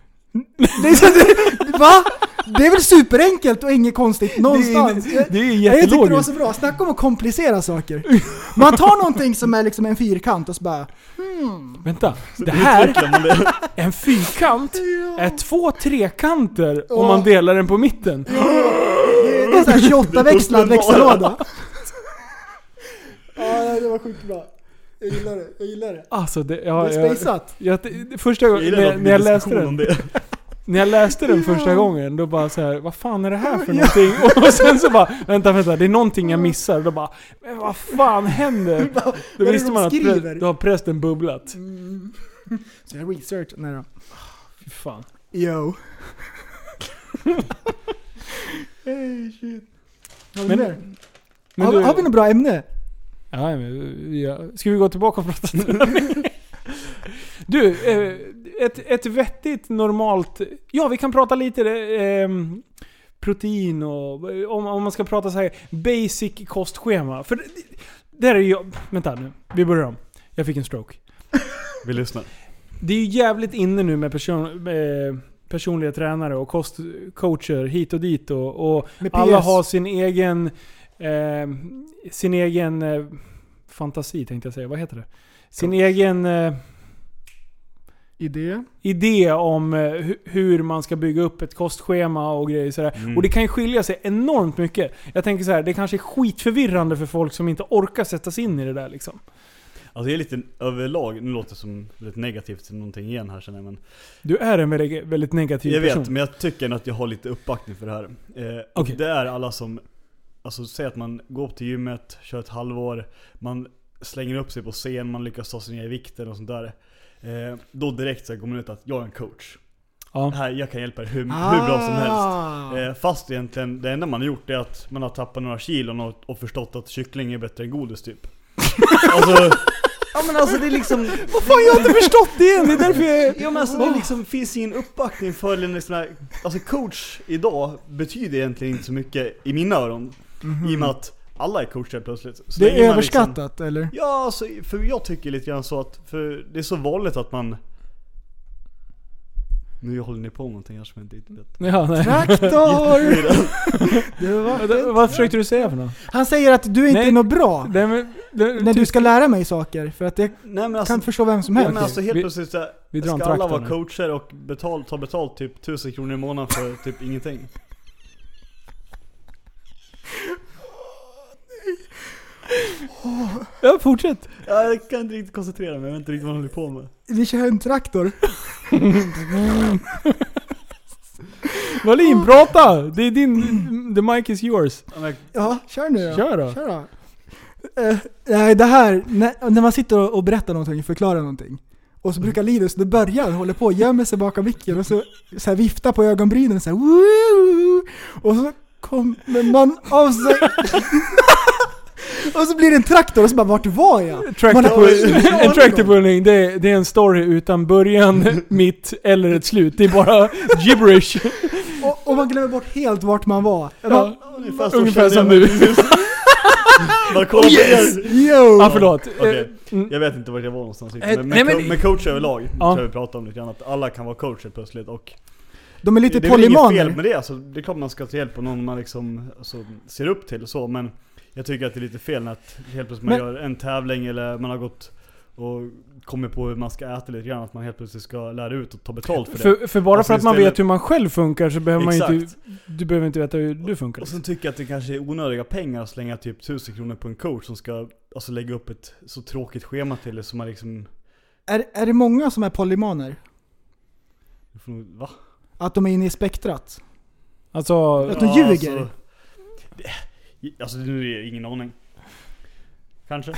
S3: Det är så, det, va? Det är väl superenkelt och inget konstigt någonstans?
S2: Det är, det är
S3: jag tyckte det var
S2: jättelogiskt.
S3: så bra, snacka om att komplicera saker. Man tar någonting som är liksom en fyrkant och så bara...
S2: Vänta, det här
S4: Utveckla, men det...
S2: En fyrkant är två trekanter om
S3: Ja.
S2: man delar den på mitten.
S3: Det är en sån här 28-växlad växellåda. Ja, det var sjukt bra. Jag gillar det, jag gillar det.
S2: Alltså det,
S3: Det
S2: jag,
S3: är
S2: jag,
S3: spejsat.
S2: jag, det- första
S4: Jag
S2: gången,
S4: gillar
S2: när,
S4: dock
S2: när jag
S4: min
S2: läste
S4: diskussion
S2: den,
S4: om det.
S2: när jag läste den första
S3: Ja.
S2: gången, då bara så här, vad fan är det här för någonting? Och sen så bara, vänta vänta, det är någonting jag missar. Då bara, men vad fan händer? Då
S3: är det
S2: visste
S3: de
S2: man att
S3: skriver? Mm.
S2: prä- då har prästen bubblat.
S3: Så jag research, nej då.
S2: Fy Fan.
S3: Yo. hey shit. Har vi,
S2: Men-
S3: mer?
S2: Men
S3: har,
S2: du,
S3: har vi något bra ämne?
S2: ja, men, ja. Ska vi gå tillbaka och prata strömming? Du, eh, ett, ett vettigt, normalt... Ja, vi kan prata lite eh, protein och... Om, om man ska prata så här basic kostschema. För det, det här är ju... Vänta nu, vi börjar om. Jag fick en stroke.
S4: Vi lyssnar.
S2: Det är ju jävligt inne nu med person, eh, personliga tränare och kostcoacher hit och dit. Och, och
S3: Med PS?
S2: alla har sin egen... Eh, sin egen... Eh, fantasi tänkte jag säga. Vad heter det? Sin egen... Eh,
S3: idé.
S2: idé om eh, hu- hur man ska bygga upp ett kostschema och grejer sådär.
S4: Mm.
S2: Och det kan ju skilja sig enormt mycket. Jag tänker så här, det kanske är skitförvirrande för folk som inte orkar sätta sig in i det där liksom.
S4: Alltså jag är lite överlag, nu låter det som lite negativt någonting igen här känner jag men
S2: Du är en väldigt, väldigt negativ
S4: Jag
S2: person.
S4: vet, men jag tycker ändå att jag har lite uppbackning för det här. Eh, och
S2: Okej.
S4: Det är alla som, alltså säg att man går upp till gymmet, kör ett halvår, man slänger upp sig på scen, man lyckas ta sig ner i vikten och sånt där. Eh, då direkt så här går man ut att jag är en coach.
S2: Ja. Ah.
S4: Här, jag kan hjälpa er hur, hur bra som helst.
S3: Ah.
S4: Eh, fast egentligen, det enda man har gjort är att man har tappat några kilon och, och förstått att kyckling är bättre än godis typ. alltså,
S5: Ja men alltså det är liksom...
S2: Vad fan, jag har inte förstått det än! Det är därför jag...
S4: Ja men alltså det liksom finns ingen uppbackning för en sån här, alltså coach idag betyder egentligen inte så mycket i mina öron. I och
S2: Mhm.
S4: med att alla är coacher plötsligt. Så
S3: Det
S4: länge
S3: är
S4: man Liksom,
S3: överskattat eller?
S4: ja alltså, för jag tycker lite grann så att, för det är så vanligt att man nu håller ni på med någonting här som jag inte riktigt vet.
S2: Ja, nej.
S3: Traktor! Det var-
S2: Vad- Vad försökte du säga för något?
S3: Han säger att du inte
S2: Nej.
S3: är något bra.
S2: Nej, men, det, typ-
S4: Typ-
S3: När du ska lära mig saker, för att jag
S4: Nej men alltså,
S3: kan förstå vem som
S4: ja,
S3: helst.
S4: men alltså helt
S2: Vi-
S4: plötsligt så här,
S2: vi drar en
S4: ska alla
S2: traktor
S4: vara
S2: nu.
S4: coacher och betal, ta betalt typ 1000 kronor i månaden för typ ingenting.
S2: Ja, fortsätt.
S4: Ja, Jag kan inte riktigt koncentrera mig, jag vet inte riktigt vad jag håller på med.
S3: Vi kör en traktor.
S2: Wallin, prata! Det är din... The mic is yours.
S4: Ja, men-
S3: Ja, kör nu då.
S2: Kör då.
S3: Kör då. Eh, nej, det här, när, när man sitter och, och berättar någonting, förklarar någonting. Och så brukar Linus, det börjar, han håller på och gömmer sig bakom micken och så, så här, viftar på ögonbrynen så här, "Woo!" Och så kommer man av sig. och så blir det en traktor och så bara, vart var jag? Man har-
S2: Tractor- En tractor pulling, det, är- det är en story utan början, mitt eller ett slut. Det är bara gibberish.
S3: och, och man glömmer bort helt vart man var.
S2: Ja, alltså,
S4: Ungefär, så
S2: ungefär
S4: känner
S2: som
S4: jag
S2: du.
S4: precis. Bara kolla på er.
S3: Yo!
S2: Ah, förlåt.
S4: Okej.
S2: Mm.
S4: Jag vet inte vart jag var någonstans riktigt,
S2: Eh,
S4: men,
S2: nej,
S4: med,
S2: men-
S4: co- med coach överlag
S2: Ja.
S4: tror jag vi pratar om lite grann, att alla kan vara coacher plötsligt och
S3: De är
S4: det
S3: lite
S4: är väl inget fel
S3: polymaner.
S4: med det, alltså, det är klart man ska ta hjälp av någon man liksom alltså, ser upp till så men jag tycker att det är lite fel när att helt plötsligt man
S3: Men-
S4: gör en tävling eller man har gått och kommit på hur man ska äta lite grann, att man helt plötsligt ska lära ut och ta betalt för det.
S2: För, för bara
S4: Alltså
S2: för att man
S4: istället-
S2: vet hur man själv funkar så behöver man ju inte...
S4: Exakt.
S2: Du behöver inte veta hur du funkar.
S4: Och sen tycker jag att det kanske är onödiga pengar att slänga typ 1000 kronor på en coach som ska alltså, lägga upp ett så tråkigt schema till det som man liksom...
S3: Är, är det många som är polymaner?
S4: Va?
S3: Att de är inne i spektrat?
S2: Alltså...
S3: Att de ljuger?
S4: Alltså, det, alltså nu är det ingen aning. Kanske.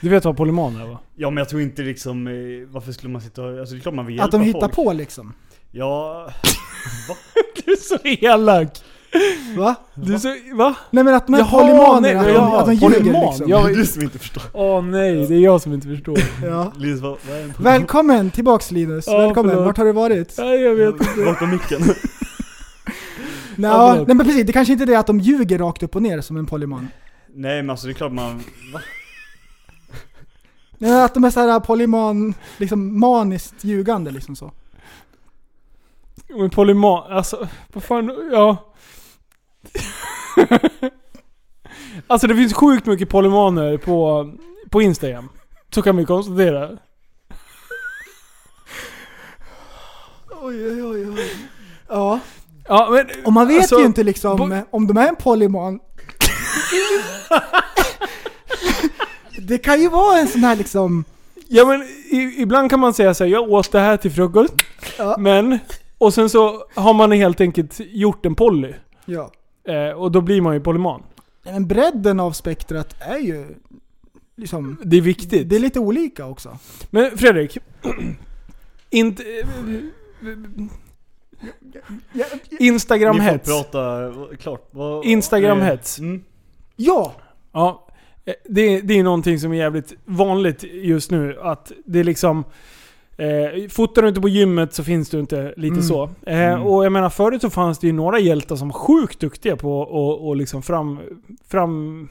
S2: Du vet vad polyman är va?
S4: Ja men jag tror inte liksom, eh, varför skulle man sitta och, alltså det är klart man vill
S3: Att de
S4: hjälpa
S3: hittar
S4: folk.
S3: på liksom?
S4: Ja,
S2: Du är så elak!
S3: Va?
S2: Du är så... Va?
S3: Nej men att de är
S2: Jaha, nej,
S3: polymaner,
S2: jaha,
S3: att, de, att de ljuger
S2: polyman.
S3: liksom.
S2: Ja.
S4: det är du som inte förstår.
S2: Åh nej, det är jag som inte förstår.
S3: Ja.
S4: Linus, vad, vad är en
S3: Välkommen tillbaks Linus,
S2: Ja,
S3: välkommen.
S2: förlåt.
S3: Vart har du varit?
S2: Nej, jag vet inte.
S4: Bakom micken.
S3: Nå,
S2: Ja, förlåt.
S3: nej men precis, det kanske inte är det att de ljuger rakt upp och ner som en polyman.
S4: Nej men alltså det är klart man, va?
S3: Nej, men att de är såhär polyman, liksom maniskt ljugande liksom så.
S2: Men polyman, alltså vad fan, ja. alltså det finns sjukt mycket polymaner på, på Instagram. Så kan vi konstatera.
S3: Oj, oj, oj, oj. Ja,
S2: Ja men...
S3: och man vet
S2: alltså,
S3: ju inte liksom
S2: bo-
S3: om de är en polyman. det kan ju vara en sån här liksom,
S2: Ja men i, ibland kan man säga så här, jag åt det här till frukost.
S3: Ja.
S2: Men... Och sen så har man helt enkelt gjort en poly.
S3: ja.
S2: Eh, och då blir man ju polyman.
S3: Nej, Men bredden av spektrat är ju liksom,
S2: Det är viktigt.
S3: det är lite olika också.
S2: Men Fredrik. inte...
S4: ni får
S2: Instagram-hets.
S4: prata eh, klart. Vad-
S2: Instagram-hets.
S4: eh, Mm.
S3: Ja!
S2: Ja, eh, det, det är någonting som är jävligt vanligt just nu. Att det är liksom... Eh, fotar du inte på gymmet så finns du inte. Lite
S3: Mm.
S2: så. Eh,
S4: Mm.
S2: Och jag menar förut så fanns det ju några hjältar som var sjukt duktiga på att och, och liksom fram, fram,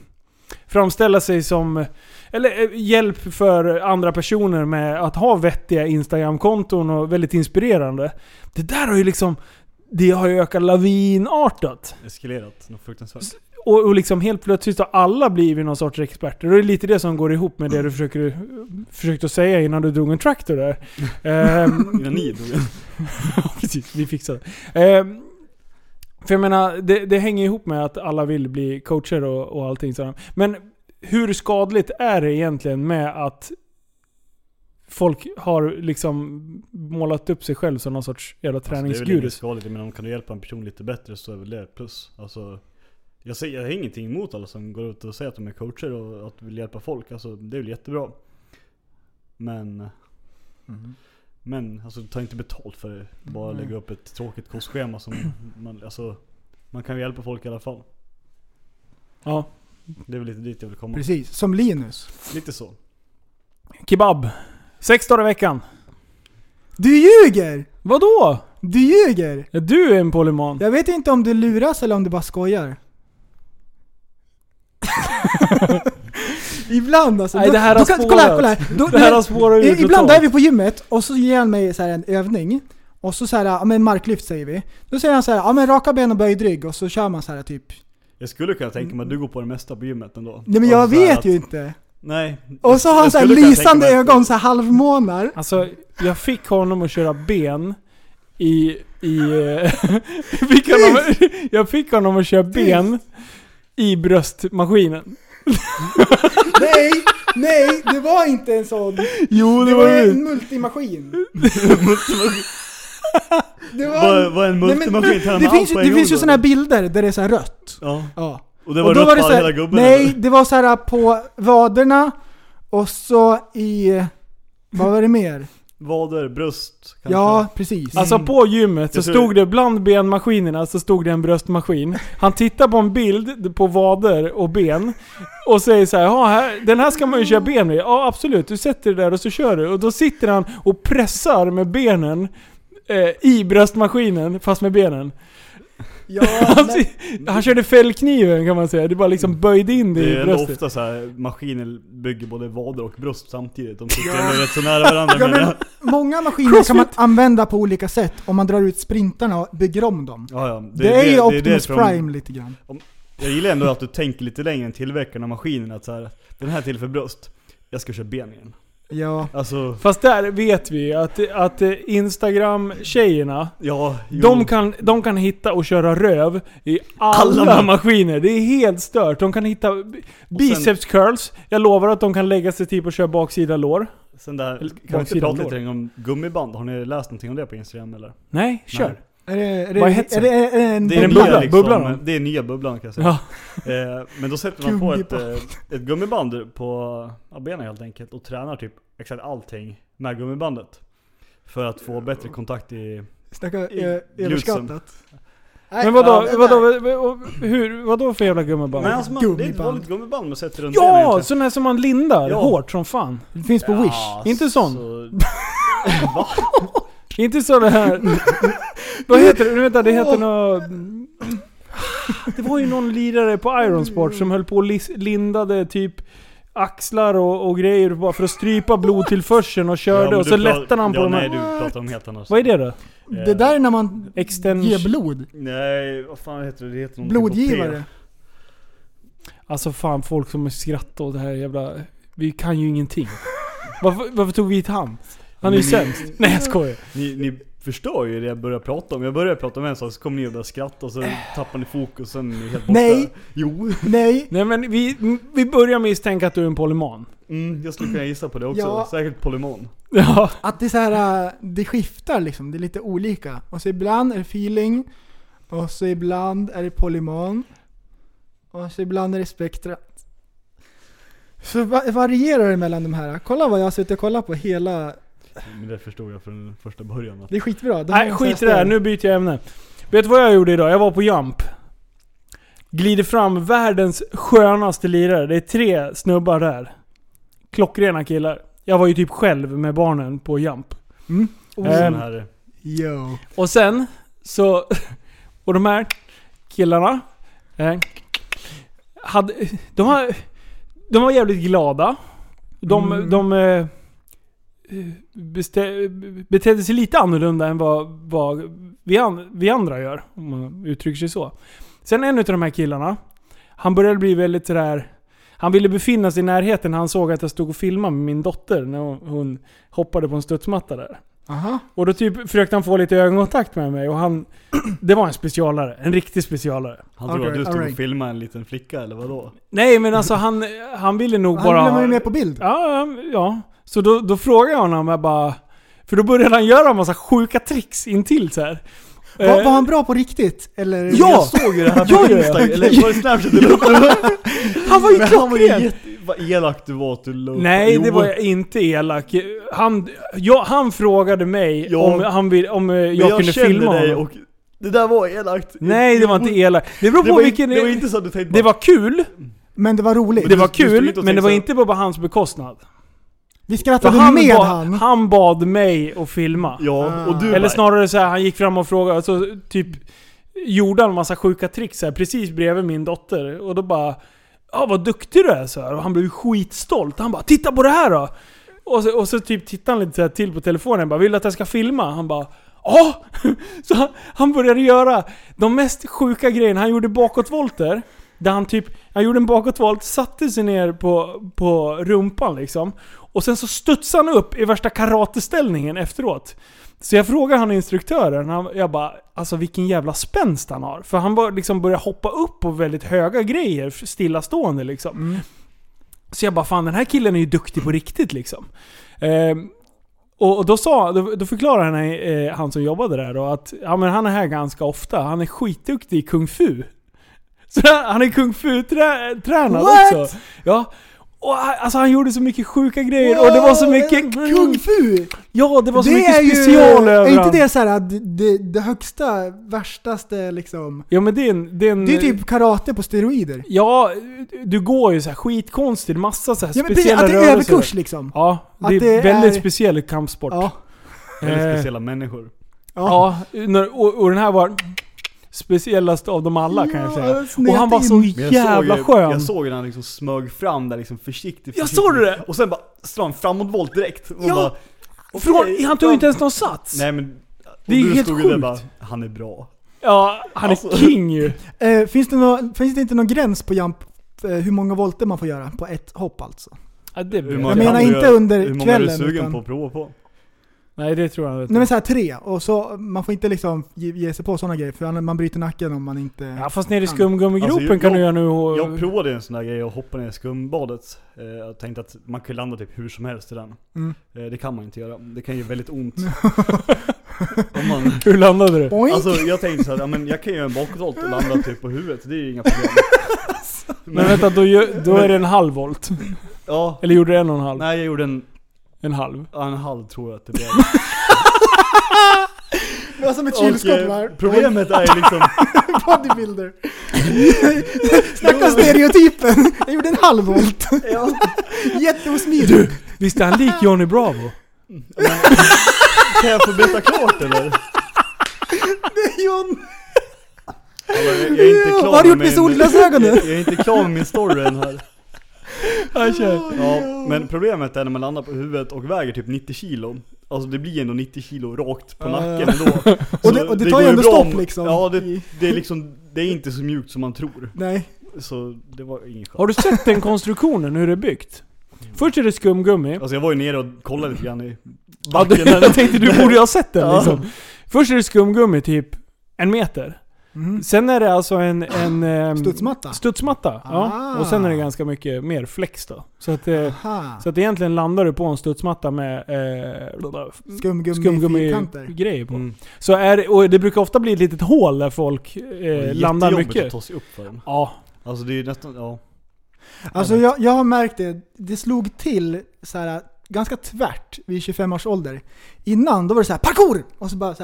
S2: framställa sig som... Eller eh, hjälp för andra personer med att ha vettiga Instagram-konton och väldigt inspirerande. Det där har ju liksom... Det har ju ökat lavinartat.
S4: Eskalerat, något fruktansvärt.
S2: Och, och liksom helt plötsligt har alla blivit någon sorts experter. Och det är lite det som går ihop med
S4: Mm.
S2: det du försöker, försökte säga innan du drog en traktor där. Ehm,
S4: Innan ni drog
S2: precis, vi fixade Ehm, För jag menar, det, det hänger ihop med att alla vill bli coacher och, och allting sådär. Men hur skadligt är det egentligen med att folk har liksom målat upp sig själv som någon sorts jävla
S4: Alltså, det är väl inget
S2: träningsgurus?
S4: skadligt, men om kan du hjälpa en person lite bättre så är väl det ett plus. Alltså, jag, säger, jag har ingenting emot alla som går ut och säger att de är coacher och att de vill hjälpa folk. Alltså, det är väl jättebra. Men,
S2: Mhm.
S4: men alltså, ta inte betalt för det. Bara lägga upp ett tråkigt kostschema. Som man, alltså, man kan ju hjälpa folk i alla fall.
S2: Ja.
S4: Det är väl lite dit jag vill komma.
S3: Precis, som Linus.
S4: Lite så.
S2: Kebab. Sex dagar i veckan.
S3: Du ljuger!
S2: Vadå?
S3: Du ljuger!
S2: Ja, du är en polyman.
S3: Jag vet inte om du luras eller om du bara skojar. Ibland alltså.
S2: Nej,
S3: Då-
S2: det här
S3: då
S2: har
S3: kan-
S2: spårat.
S3: Kolla här, kolla här. Då,
S2: Det här har spårat ut
S3: Ibland är
S2: totalt.
S3: vi på gymmet och så ger han mig så här en övning. Och så så här, ja men marklyft säger vi. Då säger han så här, ja men raka ben och böjd rygg och så kör man så här typ.
S4: Jag skulle kunna tänka mig att du går på det mesta på gymmet ändå.
S3: Nej men
S4: Och
S3: jag
S4: så här
S3: vet
S4: att-
S3: ju inte.
S4: Nej.
S3: Och så har han
S4: Jag
S3: så här
S4: skulle kunna tänka
S3: lysande
S4: mig att-
S3: ögon, så här halvmånar.
S2: Alltså, jag fick honom att köra ben i... i eh, fick honom, jag fick honom att köra ben i bröstmaskinen.
S3: Nej, nej, det var inte en sån.
S2: Jo,
S3: Det var en multimaskin. Det var
S4: Vad vad är en
S3: Nej, men
S4: multimaskin? Tar
S3: det,
S4: han
S3: det,
S4: allt
S3: finns, ju-
S4: på en
S3: det
S4: gång
S3: finns ju
S4: då?
S3: sådana här bilder där det är så här rött.
S4: Ja.
S3: Ja.
S4: Och det var
S3: då
S4: rött på
S3: så här-
S4: hela gubben?
S3: Nej,
S4: eller?
S3: det var så här på vaderna och så i... Vad var det mer?
S4: Vader, bröst kanske?
S3: Ja, precis. Mm.
S2: Alltså på gymmet så
S4: Jag tror-
S2: stod det bland benmaskinerna så stod det en bröstmaskin. Han tittar på en bild på vader och ben och säger så här, "Ja, här den här ska man ju köra ben med. Ja absolut, du sätter det där och så kör du. Och då sitter han och pressar med benen eh, i bröstmaskinen fast med benen.
S3: Ja,
S2: Han,
S3: nej.
S2: si- han körde fällkniven kan man säga. Det bara liksom böjde in det,
S4: Mm. Det är
S2: i
S4: ändå
S2: bröstet.
S4: ofta så här, maskiner bygger både vader och bröst samtidigt. De sitter ändå rätt så nära varandra
S3: Ja,
S4: menar
S3: men
S4: jag.
S3: många maskiner kan man använda på olika sätt om man drar ut sprintarna och bygger om dem.
S4: Ja, ja,
S3: Det, är ju
S4: det
S3: Optimus
S4: som-
S3: Prime lite grann.
S4: Jag gillar ändå att du tänker lite längre än tillverkarna av maskinerna. Att så här, den här är till för bröst. Jag ska köra ben igen.
S3: Ja.
S4: Alltså,
S2: Fast där vet vi ju att, att eh, Instagram-tjejerna
S4: ja, jo.
S2: De kan, de kan hitta och köra röv i alla,
S4: Alla ma-
S2: maskiner. Det är helt stört. De kan hitta b- biceps curls. Jag lovar att de kan lägga sig typ och köra baksida lår.
S4: Sen där,
S2: Eller
S4: kan vi inte
S2: baksidan
S4: prata
S2: lår.
S4: lite om gummiband? Har ni läst någonting om det på Instagram eller?
S2: Nej, kör.
S4: Nej.
S3: Är det, är det,
S2: Vad är
S3: är
S2: hetsen?
S3: det, är det en
S4: Det är,
S2: en
S4: nya,
S2: bubbla?
S4: liksom,
S2: Bubblan?
S4: det är nya bubblan kan jag säga.
S2: Ja.
S4: Eh, men då sätter man på ett,
S3: Gummiband.
S4: eh, ett gummiband på ja, benen helt enkelt och tränar typ exakt allting med gummibandet. För att få bättre kontakt i...
S3: Snacka
S4: i
S3: eh,
S4: glutsen.
S3: överskattat. Nej,
S2: Men vadå,
S3: ja, det
S2: vadå,
S3: där.
S2: vadå, hur, vadå för jävla gummiband?
S4: Men alltså, man, det är ett
S3: Gummiband.
S4: vanligt gummiband man sätter runt benen
S2: ja,
S4: egentligen.
S2: sån här som man lindar
S4: Ja.
S2: hårt som fan.
S3: Det finns på Wish.
S4: Ja,
S2: Inte sån.
S4: så-
S2: Inte sån här... Vad heter det? Vänta, det heter
S3: Åh.
S2: något... Det var ju någon lirare på Ironsport som höll på och lis- lindade typ axlar och, och grejer bara för att strypa blodtillförseln och
S4: Ja,
S2: körde
S4: men
S2: och
S4: du
S2: så
S4: pra-
S2: lättade han på
S4: ja,
S2: de
S4: nej
S2: här.
S4: du pratar om helt annat.
S2: Vad är det då?
S4: Eh,
S3: Det där är när man
S2: Extens...
S3: ger blod.
S4: Nej, vad fan heter det? det heter någonting på P.
S3: Blodgivare.
S2: Alltså fan folk som skrattar åt det här jävla... Vi kan ju ingenting. Varför, varför tog vi hit han? Han är ju
S4: Men-
S2: sämst. Nej jag skojar.
S4: Ni, ni förstör ju det jag börjar prata om. Jag börjar prata om en sak så kommer ni och börjar skratta och så tappar ni fokus sen är ni helt borta.
S3: Nej.
S4: Jo.
S3: Nej.
S2: Nej men vi, vi börjar misstänka att du är en polyman.
S4: Mm, jag skulle kunna gissa på det också.
S3: Ja.
S4: Säkert polymon.
S2: Ja.
S3: Att det är så här, äh, det skiftar liksom. Det är lite olika. Och så ibland är det feeling. Och så ibland är det polyman. Och så ibland är det spektra. Så va- varierar det mellan de här. Kolla vad jag har suttit och kollat på hela...
S4: Men det förstod jag från första början. Att
S3: Det är skitbra. De har
S2: Nej
S3: en sån här
S2: skit i det här,
S3: ställ.
S2: nu byter jag ämne. Vet du vad jag gjorde idag? Jag var på Jump. Glider fram världens skönaste lirare. Det är tre snubbar där. Klockrena killar. Jag var ju typ själv med barnen på Jump.
S4: och sån
S2: Ehm,
S4: här,
S3: Yo.
S2: Och sen så... Och de här killarna... Eh, hade, de, var, de var jävligt glada. De,
S3: Mm.
S2: de eh, bestä, betedde sig lite annorlunda än vad, vad vi, an, vi andra gör. Om man uttrycker sig så. Sen en av de här killarna, han började bli väldigt sådär... Han ville befinna sig i närheten när han såg att jag stod och filmade med min dotter när hon- hon hoppade på en studsmatta där.
S3: Aha.
S2: Och då typ försökte han få lite ögonkontakt med mig och han... Det var en specialare. En riktig specialare.
S4: Han trodde
S3: Okej,
S4: att du stod
S3: alright.
S4: och filmade en liten flicka eller vadå?
S2: Nej men alltså han, han ville nog
S3: Han
S2: bara...
S3: blev man ju med på bild.
S2: Ja, ja. Så då, då frågade jag honom, jag bara... För då började han göra en massa sjuka tricks intill så här.
S3: Var,
S2: Eh,
S3: var han bra på riktigt? Eller?
S2: Ja!
S4: Jag såg ju det här
S2: Ja,
S4: på
S2: ja, ja.
S4: Instagram, eller var det Snapchat eller något?
S2: han var ju
S4: Men han var ju
S2: klockren!
S4: jätte... Vad elak du var till Loke.
S2: Nej, det
S4: Jo,
S2: var jag inte elak. Han, ja, han frågade mig
S4: Ja.
S2: om, han vill, om eh, jag,
S4: men jag
S2: kunde
S4: känner
S2: filma
S4: dig
S2: honom.
S4: och det där var elakt.
S2: Nej, det var inte elakt. Det beror
S4: Det
S2: på
S4: var,
S2: vilken...
S4: det var inte så att du tänkte
S2: det
S4: bara,
S2: var kul,
S3: Men det var roligt.
S2: det var
S4: du stod
S2: kul,
S4: inte och
S2: men det
S4: tänkte
S2: var
S4: så-
S2: inte på hans bekostnad.
S3: Vi
S2: För
S3: skrattade
S2: han,
S3: med
S2: bad,
S3: han.
S2: han bad mig att filma.
S4: Ja, och du
S2: Eller
S4: bara,
S2: snarare så här, han gick fram och frågade, alltså, typ gjorde han massa sjuka tricks här, precis bredvid min dotter. Och då bara Ja vad duktig du är så här. Och han blev ju skitstolt. Han bara 'Titta på det här då!' Och så, och så typ tittade han lite så här till på telefonen och bara 'Vill du att jag ska filma?' Han bara 'Ja!' Så han, han började göra de mest sjuka grejerna. Han gjorde bakåtvolter. Där han typ, han gjorde en bakåtvolt, satte sig ner på, på rumpan liksom. Och sen så studsade han upp i värsta karateställningen efteråt. Så jag frågade han instruktören, han, jag bara alltså vilken jävla spänst han har. För han bara liksom började hoppa upp på väldigt höga grejer stillastående liksom.
S3: Mm.
S2: Så jag bara fan den här killen är ju duktig på riktigt liksom. Ehm, och och då, sa, då, då förklarade han, eh, han som jobbade där då att ja, men han är här ganska ofta, han är skitduktig i kung fu. Så han är kung fu-tränad
S3: What?
S2: också. Ja. Och, han- alltså han gjorde så mycket sjuka grejer och det var så
S3: Wow,
S2: mycket...
S3: Kung fu!
S2: Ja, det var så mycket
S3: är ju-
S2: special
S3: Är
S2: överallt.
S3: inte det så här, det, det, det högsta, värstaste liksom?
S2: Ja men det är en... Det är, en,
S3: Det är typ karate på steroider.
S2: Ja, du går ju så här skitkonstigt, massa så här
S3: Ja, men precis,
S2: speciella
S3: att det är
S2: rörelser.
S3: överkurs liksom.
S2: Ja,
S3: Att
S2: det är
S3: det
S2: väldigt
S3: är-
S2: speciell kampsport.
S3: Ja.
S4: väldigt
S2: Eh,
S4: speciella människor.
S2: Ja, när- och, och den här var speciellast av dem alla kan jag
S3: Ja,
S2: säga.
S3: den smet
S2: Och han var
S3: in.
S2: så
S4: Men jag
S2: jävla
S4: såg, ju-
S2: skön.
S4: Jag såg ju när han liksom smög fram där liksom försiktigt.
S2: Jag
S4: försiktigt.
S2: såg det!
S4: Och sen bara slår han framåtvolt direkt. Och
S2: Ja,
S4: bara,
S2: Från,
S4: okej,
S2: han tog ju
S4: fram.
S2: inte ens någon sats.
S4: Nej men...
S2: Det är
S4: och
S2: ju
S4: du
S2: helt
S4: stod ju där
S2: sjukt.
S4: bara, han är bra.
S2: Ja, han är
S4: Alltså-
S2: king ju.
S3: Eh, finns, det nå- finns det inte någon gräns på jump, eh, hur många volter man får göra på ett hopp alltså?
S2: Ja, det
S4: Hur
S2: blir...
S4: många
S3: Jag menar
S4: kan du
S3: inte
S4: göra-
S3: under
S4: Hur många är du
S3: kvällen,
S4: sugen
S3: utan-
S4: på att prova på?
S2: Nej, det tror jag inte.
S3: Nej men såhär tre, och så, man får inte liksom ge, ge sig på sådana grejer för man bryter nacken om man inte...
S2: Ja, fast nere i skumgummigropen
S4: Alltså, jag-
S2: kan du göra
S4: jag-
S2: nu och...
S4: Jag provade ju en sån där grej och hoppa ner i skumbadet. Eh, Jag tänkte att man kan landa typ hur som helst i den.
S3: Mm.
S4: Eh, Det kan man inte göra. Det kan ju väldigt ont. Om man,
S2: Hur landade du?
S3: Boink!
S4: alltså jag tänkte såhär, ja, men jag kan göra en bakåtvolt och landa typ på huvudet. Det är ju inga problem.
S2: Men vänta, då, gör- då är det en halv volt.
S4: Ja,
S2: Eller gjorde du en och en halv?
S4: nej jag gjorde en,
S2: En halv.
S4: en halv tror jag att det blev.
S3: det var som ett
S4: Och,
S3: kylskåp
S4: eh,
S3: där.
S4: problemet är ju liksom,
S3: Bodybuilder. Snacka stereotypen! Jag gjorde en halv volt. Jätteosmidigt.
S2: Visst är han lik Johnny Bravo?
S4: kan jag få berätta klart eller?
S3: John,
S4: Alltså, jag, jag är inte klar
S3: har du gjort
S4: med
S3: med
S4: min-
S3: solglasögonen?
S4: Jag, jag är inte klar med min story än här.
S2: Han kör.
S4: Ja, men problemet är när man landar på huvudet och väger typ 90 kilo. Alltså det blir ändå 90 kilo rakt på
S3: Ja, ja, ja.
S4: nacken ändå. Så
S3: Och det- och det tar
S4: går
S3: ju ändå
S4: bra
S3: stopp liksom.
S4: Ja, det, det är liksom, det är inte så mjukt som man tror.
S3: Nej.
S4: Så det var ingen chans.
S2: Har du sett den konstruktionen, hur det är byggt? Först är det skumgummi.
S4: Alltså jag var ju nere och kollade lite grann i
S2: Ja,
S4: backen
S2: du,
S4: där.
S2: jag tänkte du borde ju ha sett den
S4: Ja.
S2: liksom. Först är det skumgummi typ en meter. Sen är det alltså en... en ehm,
S3: Mm. Studsmatta?
S2: Studsmatta, ja.
S3: Ah.
S2: Och sen är det ganska mycket mer flex då. Så att, eh,
S3: Aha.
S2: så att egentligen landar du på en studsmatta med eh,
S3: Skumgummi, fyrkanter.
S2: skumgummi-grejer på.
S4: Mm.
S2: Så är det, och det brukar ofta bli ett litet hål där folk
S4: Det
S2: eh,
S4: är
S2: landar
S4: jättejobbigt att
S2: mycket.
S4: ta sig upp för den.
S2: Ja,
S4: Alltså det är ju nästan, ja.
S3: Alltså jag, jag har märkt det, det slog till så här ganska tvärt vid 25 års ålder. Innan då var det så här parkour! Och så bara så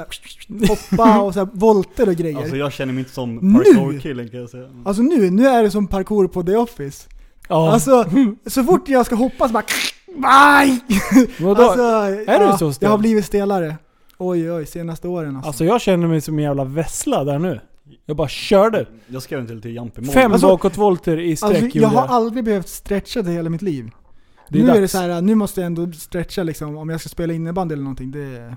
S3: här, hoppa och så här, volter och grejer.
S4: Alltså
S3: Alltså,
S4: jag känner mig inte som
S3: Nu!
S4: parkour-killen kan jag säga.
S3: nu, nu är det som parkour på The Office.
S2: ja.
S3: Alltså så fort jag ska hoppa så bara... Aj!
S2: Vadå?
S3: alltså,
S2: du
S3: ja,
S2: så stel?
S3: Jag har blivit stelare. Oj oj, senaste åren alltså.
S2: Alltså jag känner mig som en jävla vessla där nu. Jag bara körde.
S4: Jag skrev en till till Jamp imorgon.
S2: Fem
S3: Alltså-
S2: bakåtvolter i sträck
S3: Alltså,
S2: gjorde
S3: jag har aldrig behövt stretcha det hela mitt liv.
S2: Det är
S3: nu är det
S2: dags.
S3: så här, nu måste jag ändå stretcha liksom om jag ska spela innebandy eller någonting. Det,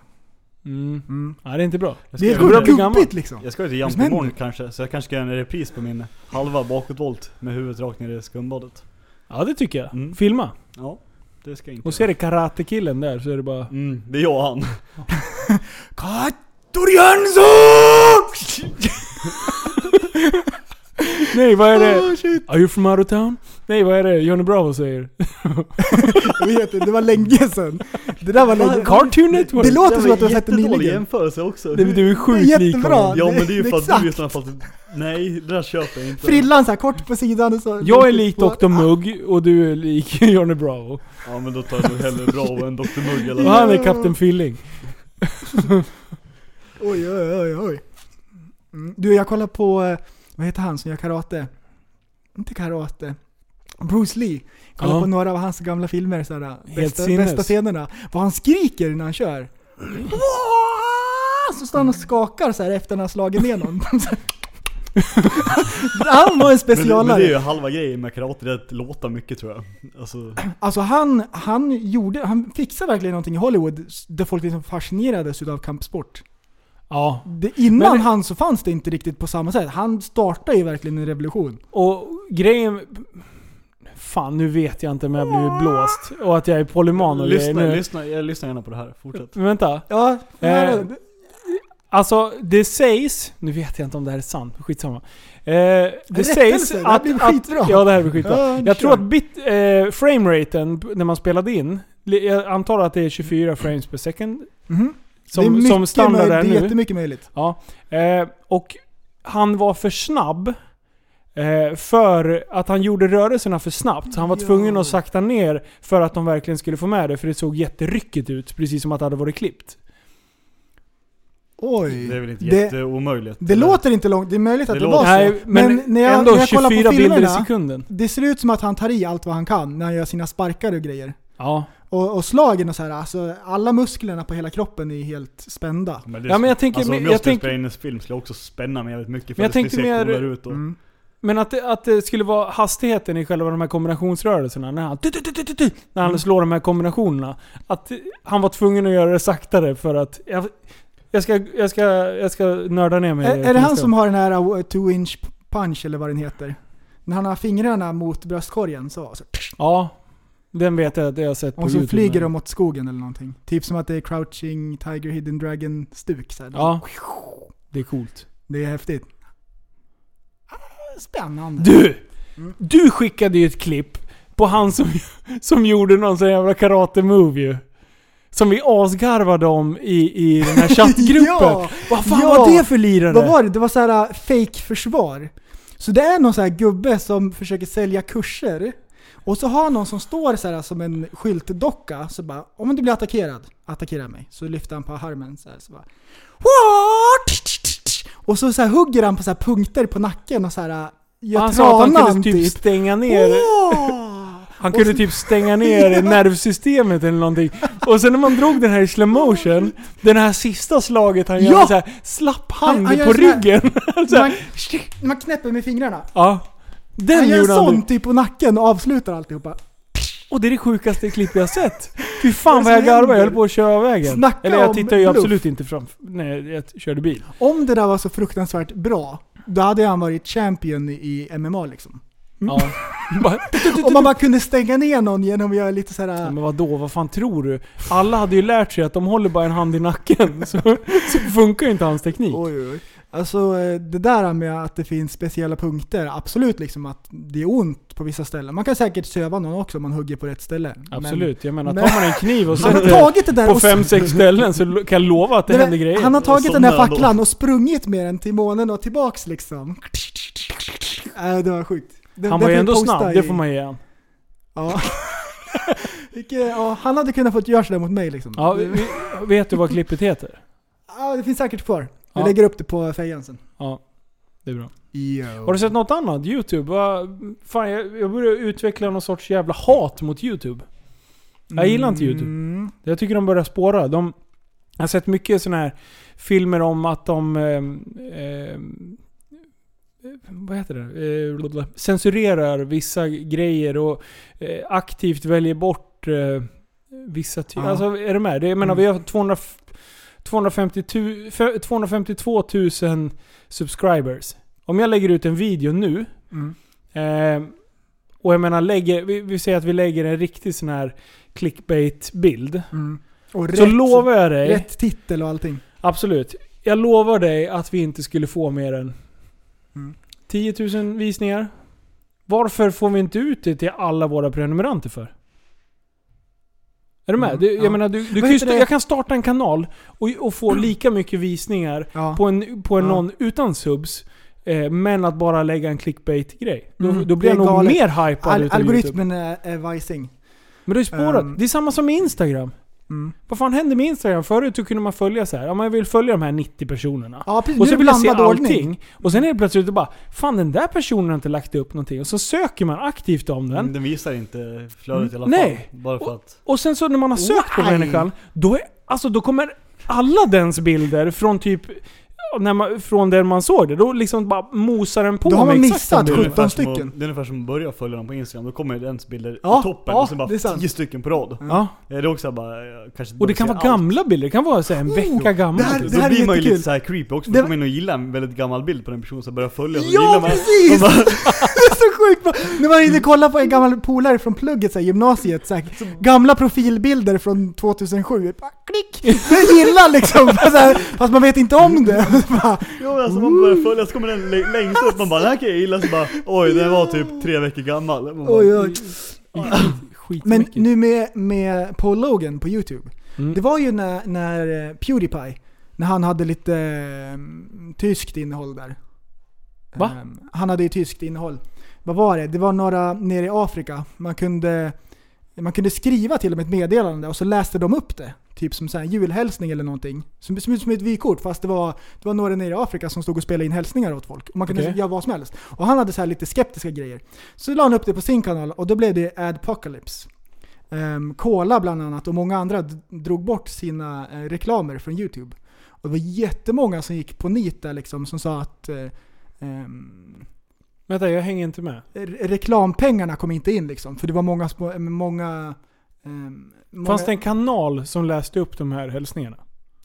S2: Mm.
S3: mm.
S2: Nej, det är inte bra.
S4: Jag
S3: det
S4: skrev
S3: är
S4: en
S2: börjar
S3: sjukt
S4: till-
S2: bli gammal.
S3: gubbigt liksom.
S4: Jag ska ju till
S3: Vad
S4: Jamp
S3: som händer?
S4: imorgon kanske, så jag kanske ska göra en repris på min halva bakåtvolt med huvudet rakt ner i skumbadet.
S2: Ja det tycker jag.
S4: Mm.
S2: Filma.
S4: Ja. det ska jag inte
S2: Och ser det karatekillen där så är det bara...
S4: Mm, det är jag och han.
S3: Katorianzo!
S2: Nej vad är
S4: Ah,
S2: det? Are you from out of town? Nej vad är det Johnny Bravo säger?
S3: Jag vet inte, det var länge sedan. Det där var länge
S2: Cartoon Network?
S3: Det låter som
S4: var
S3: att du har sett det
S4: jättedålig
S3: nyligen.
S4: jämförelse också.
S2: Nej men du är sjukt
S3: Det är
S2: lik
S3: jättebra.
S2: honom.
S4: ja men det är ju
S3: det är
S4: för att du i
S3: exakt.
S4: sådana fall... Nej, det där köper jag inte.
S3: Frillan så här kort på sidan och så...
S2: Jag är lik Dr Mugg och du är lik Johnny Bravo.
S4: Ja men då tar jag nog hellre bra än Dr Mugg
S2: Och
S4: eller
S2: han är Kapten Filling.
S3: Oj, oj, oj, oj. Mm. Du, jag kollar på, eh, vad heter han som gör karate? Inte karate. Bruce Lee. Kollar
S2: Ja.
S3: på några av hans gamla filmer, så här, eh, bästa,
S2: sinnes.
S3: bästa scenerna. Vad han skriker när han kör. Wah! Så står han och skakar så här efter han har slagit ner någon. han var en
S4: Men det, men det är
S3: specialare.
S4: ju halva grejen med karate, det är att låta mycket tror jag. Alltså,
S3: Alltså han, han, gjorde, han fixade verkligen någonting i Hollywood där folk liksom fascinerades utav kampsport.
S2: Ja.
S3: Det, innan
S2: Men-
S3: han så fanns det inte riktigt på samma sätt. Han startade ju verkligen en revolution.
S2: Och grejen... Fan nu vet jag inte om jag har blivit blåst. Och att jag är polyman och grejer
S4: lyssna,
S2: nu.
S4: lyssna, jag lyssnar gärna på det här, fortsätt.
S2: Men vänta.
S3: Ja,
S2: Eh,
S3: typ.
S2: Alltså det sägs, nu vet jag inte om det här är sant, skitsamma. Eh, det
S3: Rättelse,
S2: sägs
S3: det
S2: att...
S3: här blir skitbra.
S2: Att, ja det här blir skitbra.
S3: Ja,
S2: jag
S3: kör.
S2: tror att bit, eh, frameraten p- när man spelade in, li- jag antar att det är 24 frames per second.
S3: Mhm. Det är
S2: Som,
S3: mycket
S2: som standard
S3: möjligt,
S2: är
S3: Det är
S2: nu.
S3: jättemycket möjligt.
S2: Ja. Eh, och han var för snabb. Eh, för att han gjorde rörelserna för snabbt. Så han var
S3: Ja.
S2: tvungen att sakta ner för att de verkligen skulle få med det. För det såg jätteryckigt ut. Precis som att det hade varit klippt.
S3: Oj.
S4: Det är väl inte
S3: Det-
S4: jätteomöjligt?
S3: Det
S4: eller?
S3: låter inte långt, det är möjligt att
S4: Det
S3: det,
S4: låter-
S3: var så.
S2: Nej, men, ändå 24 bilder i sekunden.
S3: det ser ut som att han tar i allt vad han kan när han gör sina sparkar och grejer.
S2: Ja.
S3: Och, och slagen och så här, alltså alla musklerna på hela kroppen är helt spända.
S4: Men det,
S2: Ja, men jag tänker-
S4: alltså, om
S2: men
S4: jag,
S2: jag
S4: skulle
S2: tänker-
S4: spela in en film skulle jag också spänna mig jävligt mycket för
S2: Men jag
S4: att det
S2: tänkte
S4: skulle
S2: mer-
S4: se coolare ut då.
S3: Mm.
S2: Men att det, att det skulle vara hastigheten i själva de här kombinationsrörelserna. När han, tu-tu-tu-tu-tu, när han slår de här kombinationerna. Att han var tvungen att göra det saktare för att... Jag, jag, ska, jag, ska, jag ska nörda ner mig.
S3: Är, är det han som
S2: har...
S3: har den här uh, two inch punch eller vad den heter? När han har fingrarna mot bröstkorgen så. så
S2: Ja. Den vet jag att jag har sett på
S3: Och så
S2: YouTube.
S3: flyger de åt skogen eller någonting. Typ som att det är crouching tiger hidden dragon stuk. Så här.
S2: Ja. Det är coolt.
S3: Det är häftigt. Ah, Spännande.
S2: Du! Du skickade ju ett klipp på han som, som gjorde någon sån jävla karate-move ju. Som vi asgarvade om i, i den här chattgruppen.
S3: Ja,
S2: Vad fan
S3: ja.
S2: var det för lirare?
S3: Vad var det? Det var så här äh, fake försvar Så det är någon så här gubbe som försöker sälja kurser. Och så har någon som står så här som en skyltdocka, så bara om du blir attackerad, attackera mig. Så lyfter han på armen så här, så bara Och så, så här hugger han på så här punkter på nacken och så här äh, gör
S2: han sa att han
S3: tranan
S2: kunde typ
S3: typ.
S2: stänga ner...
S3: Åh!
S2: Han kunde typ stänga ner nervsystemet eller någonting. Och sen när man drog den här i slow motion, den här sista slaget han
S3: Ja!
S2: gör med så här slapp hand
S3: Han- han gör
S2: på
S3: så här.
S2: ryggen. så här,
S3: Man, man knäpper med fingrarna.
S2: ja.
S3: Han
S2: Den
S3: gör en
S2: gjorde han.
S3: sån
S2: Sånt.
S3: typ på nacken och avslutar alltihopa.
S2: Och det är det sjukaste klipp jag har sett. Fy fan
S3: Vad är det
S2: vad
S3: som
S2: jag garvade, jag
S3: händer?
S2: höll på att köra av vägen.
S3: Snacka
S2: eller jag
S3: om
S2: tittar ju
S3: bluff.
S2: absolut inte framför, när jag körde bil.
S3: Om det där var så fruktansvärt bra, då hade han varit champion i MMA liksom.
S2: Ja. Bara,
S3: Om man bara kunde stänga ner någon genom att göra lite så här. äh,
S2: men vadå, vad fan tror du? Alla hade ju lärt sig att de håller bara en hand i nacken. Så, så funkar ju inte hans teknik.
S3: Oj, oj. Alltså eh, det där med att det finns speciella punkter, absolut liksom att det är ont på vissa ställen. Man kan säkert söva någon också om man hugger på rätt ställe.
S2: Absolut, jag menar
S3: men-
S2: tar man en kniv och
S3: Men, han har
S2: sätter
S3: tagit det där
S2: på
S3: och-
S2: fem, sex ställen så lo- kan jag lova att det
S3: Nej, men
S2: händer grejer.
S3: Han har tagit den där
S4: Somnar ändå.
S3: facklan och sprungit med den till månen och tillbaks liksom. Äh, det var sjukt. Den-
S2: han
S3: den
S2: var ju
S3: får
S2: ändå
S3: vi posta
S2: snabb,
S3: i-
S2: det får man ge han.
S3: Ja. Vilket, ja, han hade kunnat fått göra sådär mot mig liksom.
S2: Ja, vi- vet du vad klippet heter?
S3: Ja, det finns säkert kvar. Vi
S2: Ja.
S3: lägger upp det på fejan sen.
S2: Ja, det är bra. Har du sett något annat? Youtube? Vad- Fan, jag, jag börjar utveckla någon sorts jävla hat mot Youtube. Jag gillar inte Youtube.
S3: Mm.
S2: Jag tycker de börjar spåra. De, jag har sett mycket sådana här filmer om att de... ehm, ehm, vad heter det? Eh, blablabla. censurerar vissa grejer och eh, aktivt väljer bort eh, vissa typer.
S3: Ja.
S2: Alltså är du med? Det, jag menar
S3: Mm.
S2: vi har 200, 250 tu, fe- 252 000 subscribers. Om jag lägger ut en video nu
S3: Mm.
S2: eh, Och jag menar, lägger, vi, vi säger att vi lägger en riktig sån här clickbait-bild.
S3: Mm. Och
S2: Så lovar jag dig,
S3: rätt titel och allting.
S2: absolut. Jag lovar dig att vi inte skulle få mer än
S3: Mm.
S2: 10 000 visningar. Varför får vi inte ut det till alla våra prenumeranter för? Är du med?
S3: Mm,
S2: Du, jag
S3: ja.
S2: menar, du, du
S3: Vad
S2: kan ju
S3: heter
S2: sta-
S3: det?
S2: jag kan starta en kanal och, och få lika mycket visningar
S3: Ja.
S2: på en, på en
S3: Ja.
S2: någon utan subs. Eh, men att bara lägga en clickbait-grej. Då,
S3: Mm,
S2: då blir
S3: det är
S2: jag nog
S3: galet.
S2: mer hypad
S3: Al-
S2: utav YouTube.
S3: algoritmen är, är vajsing.
S2: Men det är ju spårat.
S3: Ehm.
S2: det är samma som med Instagram.
S3: Mm.
S2: Vad fan hände med Instagram? Förut så kunde man följa så här. Ja, man vill följa de här 90 personerna.
S3: Ja, precis.
S2: Och
S3: Nu
S2: så
S3: är det
S2: vill jag se
S3: blandad
S2: allting.
S3: ordning.
S2: Och sen är det plötsligt bara Fan den där personen har inte lagt upp någonting. Och så söker man aktivt om den.
S3: Mm.
S4: Den visar inte flödet i alla
S2: Nej.
S4: fall. Bara för att...
S2: Och sen så när man har sökt på
S3: Why?
S2: människan, då, är, alltså, då kommer alla dens bilder från typ... ja, När man, från den man såg det. Då liksom bara mosar den på
S3: Då har
S2: med
S3: man
S2: exakt samma
S3: missat
S2: bild.
S4: är ungefär
S3: 17
S4: som att-
S3: stycken.
S4: Det är ungefär som att börja följa dem på Instagram, då kommer det ens bilder
S3: Ja,
S4: i toppen
S3: ja,
S4: och sen bara
S3: det är sant.
S4: 10 stycken på rad. Eh,
S2: Ja.
S4: Det är också bara, eh, kanske
S2: Och det
S4: de
S2: kan
S4: ser
S2: vara
S4: allt.
S2: gamla bilder. Det kan vara så här, en vecka gammal.
S3: Oh, det här-
S4: Då
S3: det är
S4: blir man ju
S3: jättekul.
S4: lite såhär creepy också, för
S3: Det-
S4: då kommer in och gillar en väldigt gammal bild på den personen som börjar följa och så gillar
S3: Ja,
S4: man
S3: precis! det är så sjukt! bra. När man hinner kolla på en gammal polare från plugget, så här, gymnasiet, så här, gamla profilbilder från 2007. Bara, klick! Jag gillar liksom, fast, så här, fast man vet inte om det. Bara,
S4: Jo men alltså man börjar följa, så kommer den lä- längst upp, man bara den här kan jag gilla, så bara oj den var typ tre veckor gammal. Man bara,
S3: oj, oj.
S2: Skit
S3: Men nu med, med Paul Logan på YouTube.
S2: Mm.
S3: Det var ju när, när eh, Pewdiepie, när han hade lite eh, tyskt innehåll där.
S2: Va?
S3: Ehm, han hade ju tyskt innehåll. Vad var det? Det var några nere i Afrika. Man kunde, man kunde skriva till dem ett meddelande och så läste de upp det. Typ som så här julhälsning eller någonting. Som, som, som ett vykort fast det var, det var några nere i Afrika som stod och spelade in hälsningar åt folk. Och man kunde
S2: Okej.
S3: göra vad som helst. Och han hade så här lite skeptiska grejer. Så la han upp det på sin kanal och då blev det Adpocalypse. Um, Cola bland annat och många andra d- drog bort sina eh, reklamer från YouTube. Och det var jättemånga som gick på nit där liksom som sa att eh, ehm,
S2: Vänta, jag hänger inte med.
S3: re- reklampengarna kom inte in liksom. För det var många... små- många, ehm, många
S2: Fanns det en kanal som läste upp de här hälsningarna?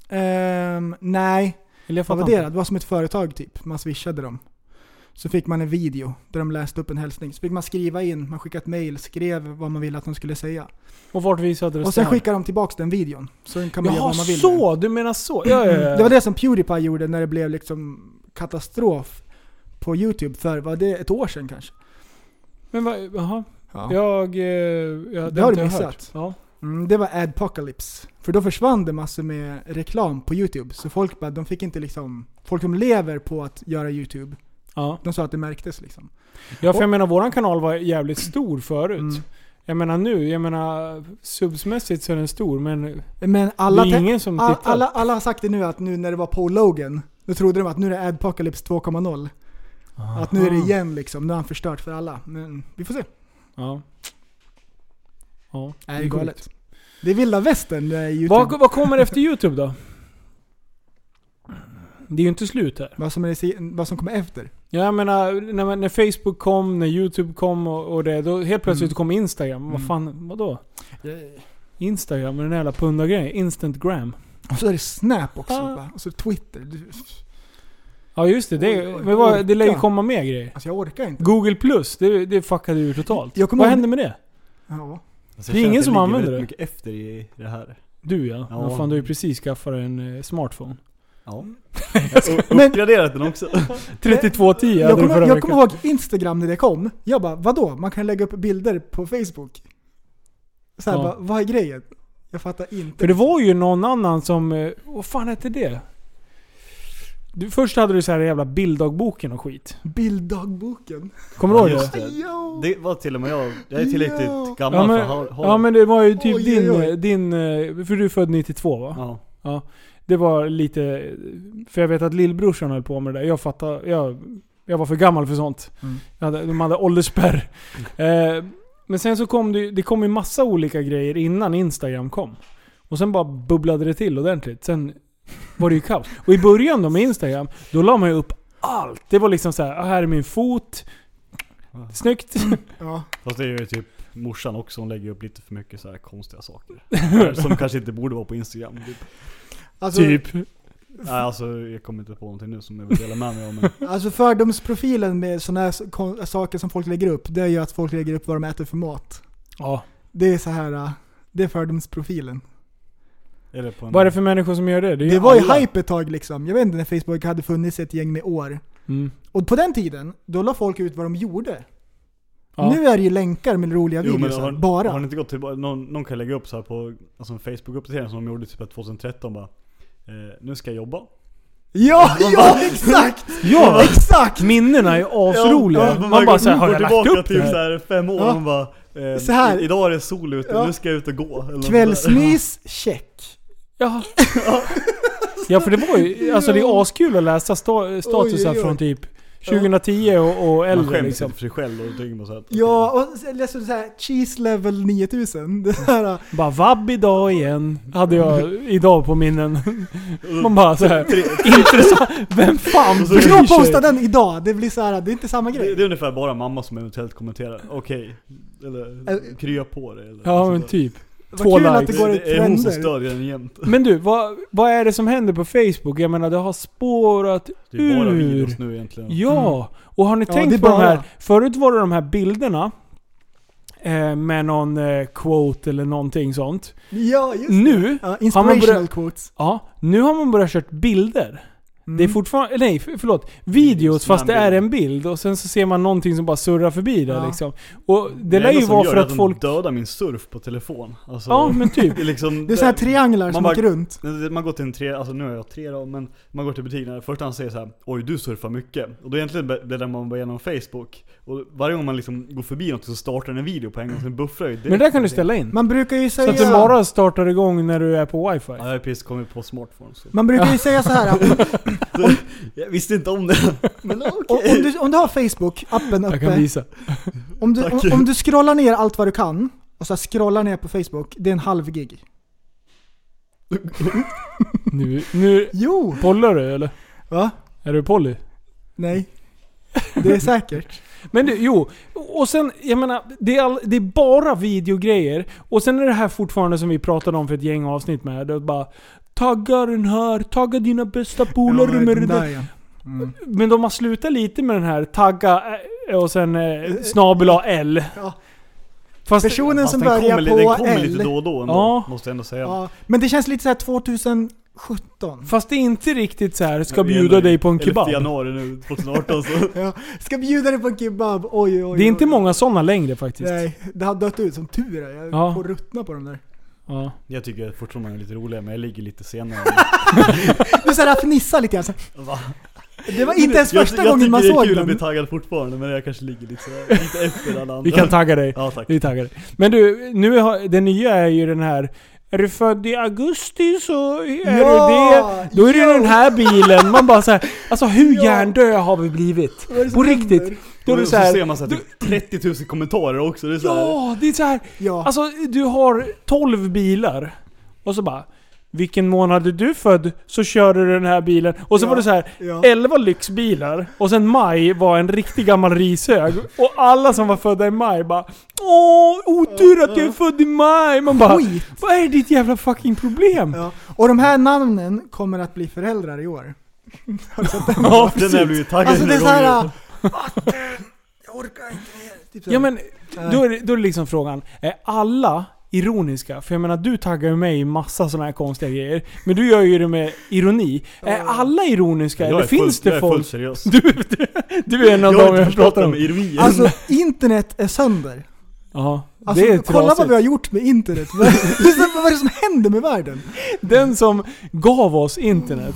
S3: ehm, nej,
S2: Eller jag
S3: Vad
S2: fattar
S3: var det?
S2: inte.
S3: då? Det var som ett företag typ. Man swishade dem. Så fick man en video där de läste upp en hälsning. Så fick man skriva in, man skickade ett mail, skrev vad man ville att de skulle säga.
S2: Och vart visade det
S3: Och sen
S2: sig?
S3: skickade de tillbaka den videon. Så kan man göra
S2: Jaha,
S3: vad man vill.
S2: så! Du menar så? Ja, ja, ja.
S3: Mm. Det var det som Pewdiepie gjorde när det blev liksom katastrof på YouTube för, var det ett år sedan kanske?
S2: Men vad, jaha.
S3: Ja.
S2: Jag... eh, jag
S3: Det har
S2: inte
S3: du
S2: jag
S3: missat.
S2: hört. Ja.
S3: Mm, det var Adpocalypse. För då försvann det massor med reklam på YouTube. Så folk bara, de fick inte liksom, folk som lever på att göra YouTube,
S2: Ja.
S3: de sa att det märktes liksom.
S2: ja, för jag
S3: Och-
S2: menar våran kanal var jävligt stor förut.
S3: Mm.
S2: Jag menar nu, jag menar subsmässigt så är den stor men
S3: Mm. Men alla,
S2: det är
S3: te-
S2: ingen som
S3: All,
S2: tittar.
S3: alla, alla har sagt det nu att nu när det var Paul Logan, då trodde de att nu är det Adpocalypse 2.0. Att nu är det igen liksom, nu har han förstört för alla. Men vi får se.
S2: Ja. Ja,
S3: Det är galet. Det är vilda västern, det är YouTube.
S2: Vad, vad kommer efter YouTube då? Det är ju inte slut här.
S3: Vad, som är, se- vad som kommer efter.
S2: Ja, Jag menar, när, man- när Facebook kom, när YouTube kom och, och det, då helt plötsligt
S3: Mm.
S2: kom Instagram. Vad
S3: Mm.
S2: fan, vadå? Instagram, den jävla pundargrejen. Instantgram.
S3: Och så är det Snap också.
S2: Ah.
S3: bara. Och så Twitter. Du-
S2: Ja just det, det,
S3: Oj, oj,
S2: men vad, det lär ju
S3: orka.
S2: komma mer grejer.
S3: Alltså jag orkar inte.
S2: Google plus, det, det fuckade ju totalt.
S3: Jag kommer
S2: Vad
S3: ihåg-
S2: hände med det?
S3: Ja.
S4: Alltså,
S2: Det är
S4: jag känner
S2: ingen
S4: att
S2: som
S4: jag ligger
S2: använder
S4: väldigt mycket efter i det här.
S2: Du ja.
S4: Ja.
S2: Men fan, du har ju precis skaffat en eh, smartphone.
S4: Ja. Jag har
S3: Men-
S4: uppgraderat den också.
S2: 3210
S3: Jag
S2: hade du
S3: kommer,
S2: förra
S3: jag kommer
S2: veckan.
S3: ihåg Instagram när det kom. Jag bara, vadå? Man kan lägga upp bilder på Facebook. Så här,
S2: Ja.
S3: bara, vad är grejen? Jag fattar inte.
S2: För det var ju någon annan som... eh, Vad fan hette det? Du, först hade du så här jävla bilddagboken och skit.
S3: Bilddagboken.
S2: Kommer du ihåg
S4: Just
S2: det?
S4: det.
S3: Jo.
S4: Det var till och med jag. Jag är tillräckligt
S3: Ja.
S4: gammal
S2: Ja
S4: för
S2: men,
S4: att ha, ha
S2: ja men det var ju typ
S3: Oj,
S2: din,
S3: oj, oj.
S2: eh, din... eh, För du är född 92 va?
S4: Ja.
S2: Det var lite... eh, För jag vet att lillbrorsan höll på med det där. Jag fattar... Jag, jag var för gammal för sånt.
S3: Mm.
S2: Jag hade, de hade åldersspärr. Eh, men sen så kom det, ju- det kom ju massa olika grejer innan Instagram kom. Och sen bara bubblade det till ordentligt. Sen var det ju kaos. Och i början då med Instagram, då la man ju upp allt. Det var liksom så här, "Ah, här är min fot. Snyggt.
S3: Ja.
S4: Fast det är ju typ morsan också, hon lägger upp lite för mycket så här konstiga saker. Som kanske inte borde vara på Instagram. Typ.
S3: Alltså,
S2: Typ.
S4: Nej alltså jag kommer inte på någonting nu som jag vill dela med mig av men
S3: Alltså fördomsprofilen med sådana här s- kon- saker som folk lägger upp, det är ju att folk lägger upp vad de äter för mat.
S2: Ja.
S3: Det är så här, äh, det är fördomsprofilen.
S4: är det på en,
S2: Vad är det för människor som gör det? är
S3: Det var ju
S2: alla.
S3: hype ett tag liksom. Jag vet inte när Facebook hade funnits ett gäng med år.
S2: Mm.
S3: Och på den tiden, då la folk ut vad de gjorde.
S2: Ja.
S3: Nu är det ju länkar med roliga
S4: Jo, men
S3: videos.
S4: har,
S3: här, bara.
S4: har ni inte gått tillbaka, någon, någon kan lägga upp så här på alltså en Facebook-uppdatering som de gjorde typ 2013 bara eh, Nu ska jag jobba
S3: Ja, ja exakt!
S2: Ja!
S3: Exakt!
S2: Minnena är asroliga.
S4: Ja,
S2: man bara såhär, har jag lagt
S4: tillbaka
S2: upp
S4: till
S2: det
S4: så
S2: här?
S4: här fem år
S3: Ja.
S4: och man bara eh,
S3: Så här.
S4: i- Idag är det sol ute,
S3: Ja.
S4: nu ska jag ut och gå eller något
S3: Kvällsmys, check.
S2: Ja. ja för det var ju, alltså det är askul att läsa sta- statusar
S3: Oj, oj, oj.
S2: från typ 2010 och, och
S4: sådär. Man
S2: äldre
S4: skäms
S2: liksom.
S4: lite för sig själv och tycker man såhär
S3: Ja, och så- liksom så här, cheese level 9000. Det här, eh,
S2: Bara vabb idag igen. Hade jag idag på minnen. Man bara såhär, intressant. Vem fan
S4: Mm. Och så-
S2: bryr
S3: jag
S2: sig?
S3: postar den idag, det blir så här, det är inte samma
S4: Det,
S3: grej.
S4: det är ungefär bara mamma som eventuellt kommenterar Okej, eller
S3: Eller-
S4: krya på dig eller
S2: Ja
S4: något
S2: men
S4: sånt där.
S2: typ.
S3: Vad kul att det
S2: likes.
S3: går i
S4: det, det är hon som
S3: trender.
S4: stödjer den jämt
S2: Men du, vad, vad är det som händer på Facebook? Jag menar det har spårat
S4: Det är bara
S2: Ur.
S4: videos nu egentligen
S2: Ja, och har ni
S3: Ja, det är
S2: tänkt på de
S3: bara-
S2: här... Förut var det de här bilderna eh, med någon eh, quote eller någonting sånt.
S3: Ja, just det.
S2: Nu,
S3: Ja, inspirational
S2: Har man börjat-
S3: quotes. Mm.
S2: ja, nu har man börjat kört bilder. Det är fortfarande, nej f- förlåt, videos
S4: Videos,
S2: fast det
S4: men
S2: är
S4: bild.
S2: en bild och sen så ser man någonting som bara surrar förbi där
S3: Ja.
S2: liksom. Och det lär
S4: enda
S2: ju
S4: som
S2: vara
S4: gör
S2: för
S4: är
S2: att folk...
S4: De dödar min surf på telefon. Alltså,
S2: Ja men typ.
S4: det är liksom,
S3: Det är sådana här trianglar som
S4: Man bara-
S3: åker runt.
S4: det- Man går till en tre, alltså nu har jag tre då, men man går till butiken och först han säger så här, Oj du surfar mycket. Och då egentligen bläddrar man bara igenom Facebook. Och varje gång man liksom går förbi något så startar den en video på en gång, sen buffrar jag ju direkt.
S2: Men där kan du ställa in.
S3: Man brukar ju
S2: Så
S3: säga...
S2: att den bara startar igång när du är på wifi.
S4: Ja, jag har precis kommit på smartphone så.
S3: Man brukar ju säga så här. Om,
S4: Jag visste inte om det. Men
S3: om,
S4: okej.
S3: om, du, om du har Facebook-appen
S2: Jag kan
S3: uppe,
S2: visa.
S3: om du, om,
S4: Tack.
S3: om du scrollar ner allt vad du kan, och så här scrollar ner på Facebook, det är en halv gig.
S2: Nu, nu
S3: Jo!
S2: pollar du eller?
S3: Va?
S2: Är du poly?
S3: Nej. Det är säkert.
S2: Men du, jo. Och sen, jag menar, det är, all, det är bara videogrejer. Och sen är det här fortfarande som vi pratade om för ett gäng avsnitt med. Det är bara Tagga den här, tagga dina bästa polare
S3: Ja,
S2: med
S3: den
S2: den
S3: där
S2: där.
S3: ja.
S2: Men de har slutat lite med den här tagga eh, och sen eh, snabel A L.
S3: Ja.
S2: Fast,
S3: Personen
S4: Fast
S3: som
S4: den kommer, li-
S3: börjar
S4: den
S3: på
S4: kommer
S3: L.
S4: lite då och då ändå,
S2: Ja.
S4: måste jag ändå säga.
S3: Ja, men det känns lite såhär 2017.
S2: fast det är inte riktigt så här ska
S4: Vi är
S2: bjuda
S4: ändå i
S2: dig på en
S4: 11
S2: kebab.
S4: januari nu 2018 så.
S3: Ja, ska bjuda dig på en kebab, oj oj oj.
S2: Det är inte
S3: oj.
S2: många sådana längre faktiskt.
S3: Nej, det har dött ut som tur är. Jag
S2: Ja.
S3: får ruttna på dem där.
S2: Ja.
S4: Jag tycker fortfarande man är lite roligare men jag ligger lite senare.
S3: Du såhär fnissar lite grann så här.
S4: Va?
S3: Det var inte ens
S4: Jag-
S3: första gången man
S4: Jag
S3: såg
S4: tycker det är kul att bli
S3: den.
S4: taggad fortfarande men jag kanske ligger lite, sådär, lite efter alla andra.
S2: Vi kan tagga dig.
S4: Ja tack.
S2: Vi är taggade. Men du, nu har, det nya är ju den här... Är du född i augusti så är
S3: Ja,
S2: du det. Då är det
S3: ja.
S2: den här bilen. Man bara såhär, alltså hur
S3: Ja.
S2: hjärndöda har vi blivit?
S3: Vad är det som
S2: På
S3: händer?
S2: riktigt. Då är
S4: och
S2: det
S4: så, så ser
S2: såhär,
S4: man så här, typ 30 000 kommentarer också. Det är så här,
S2: ja det är såhär.
S3: Ja.
S2: Alltså du har 12 bilar. Och så bara, vilken månad är du född? Så kör du den här bilen. Och så
S3: Ja,
S2: var det så här,
S3: ja.
S2: 11 lyxbilar. Och sen maj var en riktig gammal rishög. Och alla som var födda i maj bara, åh otur att jag är född i maj. Man bara,
S3: Skit.
S2: vad är ditt jävla fucking problem?
S3: Ja. Och de här namnen kommer att bli föräldrar i år.
S2: Ja,
S4: Den har jag blivit taggad
S3: Alltså det är
S4: några gånger.
S3: såhär... Jag orkar inte mer. Typ så här.
S2: Ja men, då är, det- då är det liksom frågan, är alla ironiska? För jag menar, du taggar ju mig i massa sådana här konstiga grejer. Men du gör ju det med ironi. Är alla ironiska?
S4: Jag
S2: Eller
S4: är
S2: finns
S4: fullt-
S2: det
S4: jag är
S2: folk...
S4: fullt seriös.
S2: Du, du, du är en av
S4: Jag har
S2: dem
S4: inte
S2: jag
S4: förstått
S2: pratar
S4: det
S2: om.
S4: med ironin.
S3: Alltså internet är sönder.
S2: Ja,
S3: Alltså,
S2: det är
S3: kolla vad
S2: trasigt.
S3: vi har gjort med internet. Vad vad är det som händer med världen?
S2: Den som gav oss internet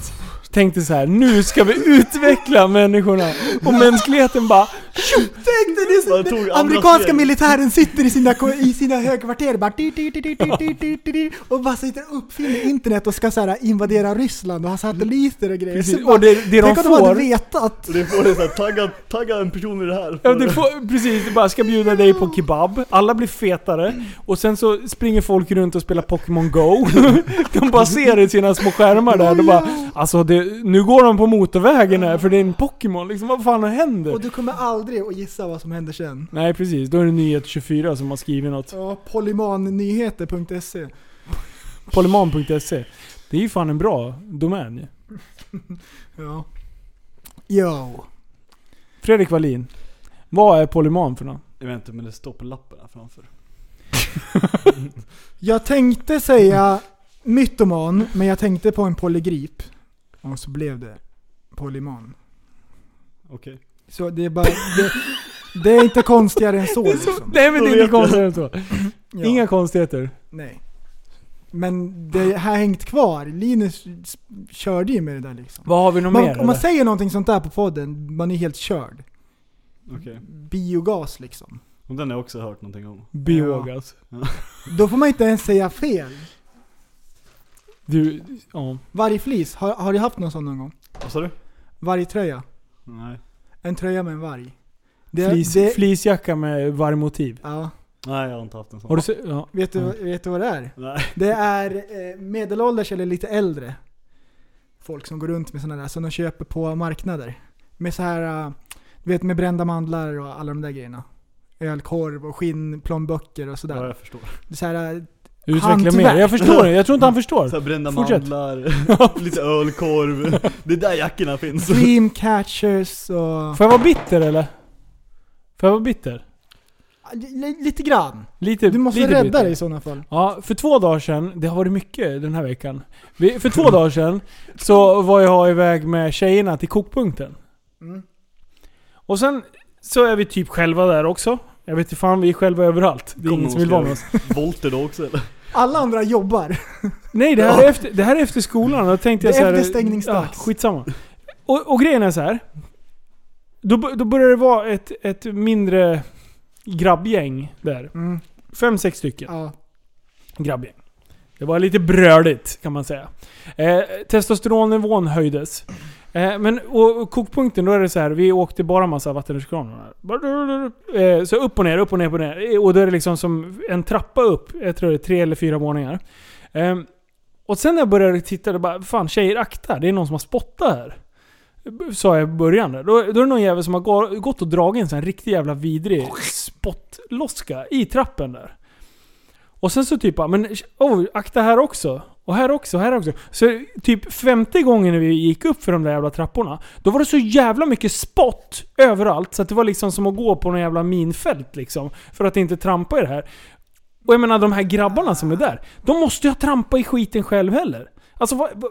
S2: tänkte så här: nu ska vi utveckla människorna. Och mänskligheten bara,
S3: Tänk dig, det är så-
S4: Bara tog andra
S3: amerikanska
S4: steg.
S3: militären sitter i sina, ko- i sina högkvarter bara, di, di, di, di, di, di, di, di, di, och bara sitter och uppfinner internet och ska så här invadera Ryssland och ha satelliter och grejer.
S2: precis,
S3: Så bara,
S2: och det, det de
S3: tänk om de hade
S2: får...
S3: vetat.
S4: Det får det så här, tagga, tagga en person i det här.
S2: Ja, det får, precis, det bara ska bjuda dig på kebab, alla blir fetare och sen så springer folk runt och spelar Pokémon Go. De bara ser i sina små skärmar där och bara Alltså det, nu går de på motorvägen här för det är en Pokémon liksom, vad fan händer?
S3: Och du kommer aldrig att gissa vad som händer sen.
S2: Nej precis, då är det Nyhet24 som har skrivit något.
S3: Ja, polymannyheter.se.
S2: Polyman.se. Det är ju fan en bra domän ju.
S3: Ja. Yo.
S2: Fredrik Wallin. Vad är polyman för något?
S4: Jag vet inte men det står på lappen här framför.
S3: Jag tänkte säga mytoman, men jag tänkte på en polygrip. Och så blev det polyman.
S4: Okej.
S3: Så det är bara... Det, det är inte konstigare än så liksom.
S2: Nej men det är inte konstigare än så.
S3: Ja,
S2: Inga konstigheter.
S3: Nej. Men det har hängt kvar. Linus s- körde ju med det där liksom.
S2: Vad har vi något mer?
S3: Man, om man
S2: eller?
S3: säger någonting sånt där på podden, man är helt körd.
S4: Okej.
S3: Biogas liksom.
S4: Och den har jag också hört någonting om.
S2: Biogas.
S3: Då får man inte ens säga fel.
S2: Du, ja.
S3: Vargflis, har, har du haft någon sån någon gång?
S4: Vad sa du?
S3: Vargtröja?
S4: Nej.
S3: En tröja med en varg. Det,
S2: Flis,
S3: det,
S2: Fleecejacka med vargmotiv.
S3: ja,
S4: Nej jag har inte haft en sån.
S2: Har du se, ja.
S3: vet, du, vet du vad det är?
S4: Nej.
S3: Det är eh, medelålders eller lite äldre folk som går runt med såna där som de köper på marknader. Med så här, eh, du vet med brända mandlar och alla de där grejerna. Ölkorv och skinnplånböcker och
S4: Ja
S3: sådär.
S4: jag förstår.
S3: Det är så här, eh,
S2: Utveckla
S3: Hantverk.
S2: mer. Jag förstår det. Jag tror inte han förstår.
S4: Såhär brända
S2: Fortsätt.
S4: mandlar, lite ölkorv. Det är där jackorna finns.
S3: dreamcatchers och...
S2: Får jag vara bitter eller? Får jag vara bitter?
S3: Li- Lite grann.
S2: Lite
S3: Du måste
S2: lite
S3: rädda
S2: bitter.
S3: dig i sådana fall.
S2: Ja, för två dagar sedan, det har varit mycket den här veckan. Vi, för två dagar sedan så var jag iväg med tjejerna till kokpunkten.
S3: Mm.
S2: Och sen så är vi typ själva där också. Jag vet inte fan, vi är själva överallt. Det är ingen som vill vara med oss.
S4: Volter då också eller?
S3: Alla andra jobbar.
S2: Nej, det här, är efter, det här är efter skolan. Då tänkte jag
S3: Det är
S2: så här,
S3: efter stängningsdags.
S2: Ja, skitsamma. Och, och grejen är så här. Då, bör- då börjar det vara ett, ett mindre grabbgäng där.
S3: Mm.
S2: Fem, sex stycken.
S3: Ja.
S2: grabbgäng. Det var lite bröligt kan man säga. Eh, testosteronnivån höjdes. Eh, men och, och kokpunkten, då är det så här. Vi åkte bara massa vattenrutschkanor. Eh, så upp och ner, upp och ner, upp och ner. Eh, Och då är det liksom som en trappa upp. Jag tror det är tre eller fyra våningar. Eh, och sen när jag började titta, det bara fan tjejer akta. Det är någon som har spottat här. Sa jag i början. där. Då, då är det någon jävel som har gå- gått och dragit en sån här riktig jävla vidrig spottloska i trappen där. Och sen så typ bara, men oh, akta här också. Och här också, och här också. Så typ femte gången när vi gick upp för de där jävla trapporna, då var det så jävla mycket spott överallt så att det var liksom som att gå på någon jävla minfält liksom. För att inte trampa i det här. Och jag menar de här grabbarna som är där, de måste ju ha trampat i skiten själv heller. Alltså vad... vad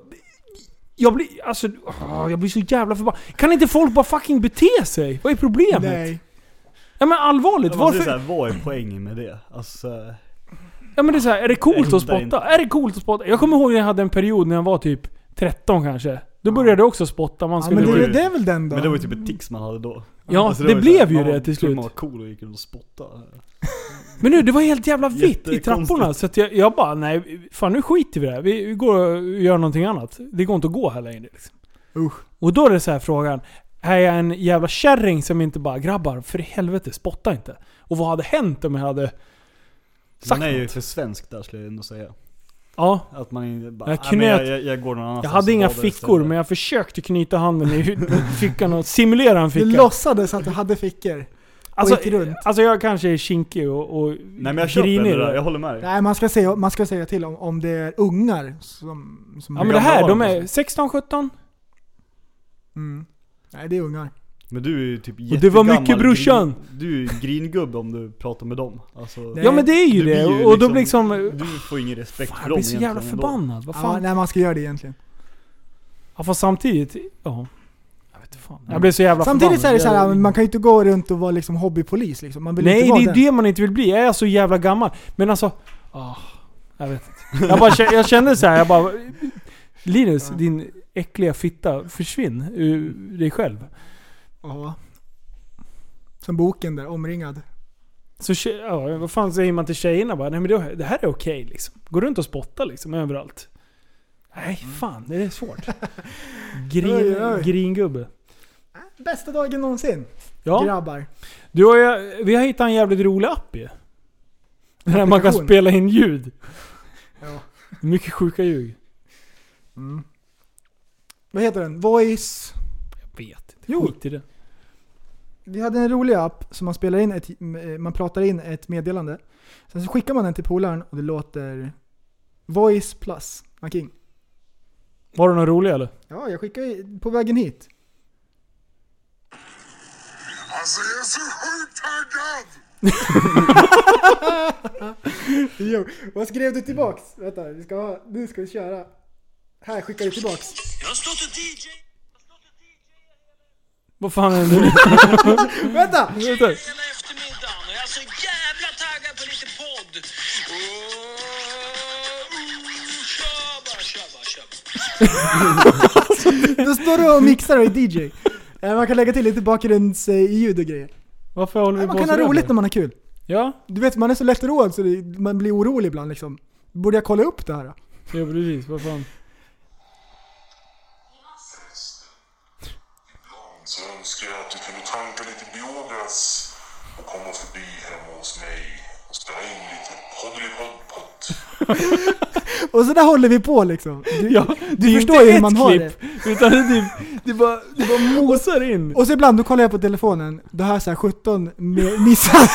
S2: jag blir, alltså, åh, jag blir så jävla förbannad. Kan inte folk bara fucking bete sig? Vad är problemet?
S3: Nej.
S2: Ja men allvarligt,
S4: Man
S2: varför...
S4: säger såhär, Alltså, vad är poängen med det? Alltså,
S2: Ja men det är så här, är det
S4: Jag
S2: coolt
S4: hittar
S2: att spotta?
S4: inte.
S2: Är det coolt att spotta? Jag kommer ihåg när jag hade en period när jag var typ 13 kanske. Då började jag också spotta. Man
S3: Ja,
S2: skulle
S3: men
S2: ja,
S4: det
S3: det,
S4: var ju-
S3: det är väl den då?
S4: men det var ju typ ett tics man hade då.
S2: ja
S4: Alltså,
S2: det,
S4: var
S2: blev
S4: såhär,
S2: ju
S4: man
S2: det till
S4: trodde
S2: slut.
S4: Man var cool och gick runt och spottade.
S2: Men nu, det var helt jävla vitt i
S4: Jättekonstigt.
S2: trapporna. Så att jag, jag bara, nej fan nu skiter vi i det här. Vi, vi går och gör någonting annat. Det går inte att gå här längre. Liksom.
S3: Usch.
S2: Och då är det så här frågan. Är jag en jävla kärring som inte bara 'Grabbar, för i helvete, spotta inte' Och vad hade hänt om jag hade... Sagt
S4: man är ju
S2: något.
S4: för svensk där skulle jag ändå säga.
S2: Ja,
S4: Att man inte bara,
S2: Jag
S4: "Nej, men
S2: knöt-
S4: jag, jag, jag går någon
S2: jag
S4: annanstans.
S2: hade
S4: och
S2: inga
S4: badar istället."
S2: fickor men jag försökte knyta handen i fickan och simulera en
S3: Du
S2: ficka.
S3: låtsades att du hade fickor.
S2: Alltså,
S3: gick runt.
S2: alltså jag kanske är kinkig och, och
S4: Nej men jag köper
S2: grinig.
S4: det där, jag håller med dig.
S3: Nej, man ska säga, man ska säga till om, om det är ungar som... som
S2: Ja men det här, de
S4: liksom.
S2: är 16, 17.
S3: Mm. Nej, det är ungar.
S4: Men du är ju typ
S2: Och det var mycket
S4: jättegammal
S2: brorsan.
S4: Grin, du är ju gringubbe om du pratar med dem. Alltså,
S3: Nej.
S2: Ja men det är ju
S4: du
S2: det.
S4: blir ju
S2: och då blir liksom...
S4: Du får ingen respekt
S2: Fan,
S4: för
S2: jag
S4: dem
S2: blir så jävla
S4: egentligen ändå.
S2: förbannad. Vad
S3: Ja,
S2: fan?
S3: nej, man ska göra det egentligen.
S2: Ja, fast samtidigt... Ja. Jag vet inte fan. Jag blir så jävla
S3: Samtidigt så är det
S2: förbannad.
S3: så här, man kan ju inte gå runt och vara liksom hobbypolis liksom. Man vill
S2: Nej,
S3: inte
S2: det
S3: vara
S2: är
S3: den.
S2: det man inte vill bli. Är jag så jävla gammal? Men alltså... ah, jag vet inte. Jag, bara, kä- jag kände så här, jag bara... Linus,
S3: Ja.
S2: din äckliga fitta. Försvinn ur dig själv.
S3: Ja. Som boken där, omringad.
S2: Så tje- ja, vad fan säger man till tjejerna bara? Nej men det, det här är okej liksom. Gå runt och spotta liksom överallt. Nej fan, det är svårt. Grin,
S3: Mm. Oj, oj.
S2: Gringubbe.
S3: Äh, Bästa dagen någonsin,
S2: Ja,
S3: grabbar.
S2: du har, ju- vi har hittat en jävligt rolig app ju. Där man kan
S3: Applikation.
S2: spela in ljud.
S3: Ja.
S2: Mycket sjuka ljud.
S3: Mm. Vad heter den? Voice...
S2: Jag vet inte.
S3: Jo.
S2: Skit i det.
S3: Vi hade en rolig app som man spelar in ett, man pratar in ett meddelande. Sen så skickar man den till polaren och det låter Voice plus. Making.
S2: Var det någon rolig eller?
S3: Ja, jag skickar ju på vägen hit.
S6: Alltså jag är så sjukt taggad!
S3: Jo, vad skrev du tillbaks? Vänta, vi ska ha, nu ska vi köra. Här skickar du tillbaks.
S6: Jag har stått och DJ!
S2: Vad fan är det?
S3: Vänta!
S6: Hela eftermiddagen och jag är så jävla taggad på lite podd! Åh, oh, kör bara, kör bara, kör bara.
S3: Då står du och mixar och är DJ. Eh, Man kan lägga till lite bakgrundsljud och grejer.
S2: Varför håller vi
S3: Man
S2: på
S3: kan ha
S2: sådär?
S3: roligt när man har kul.
S2: Ja,
S3: Du vet, man är så lätteroad så det, man blir orolig ibland liksom. Borde jag kolla upp det här då?
S2: ja precis. Vad fan.
S6: Så önskar jag att du kunde tanka lite biogas och komma förbi hemma hos mig och spela in lite poddelipoddpott.
S3: Och så där håller vi på liksom. Du,
S2: Ja, det är
S3: du förstår
S2: inte
S3: ju hur
S2: ett
S3: man har det.
S2: klipp, Utan det är typ, det bara, det bara mosar in.
S3: Och så ibland, då kollar jag på telefonen, då har jag såhär 17 med- missar.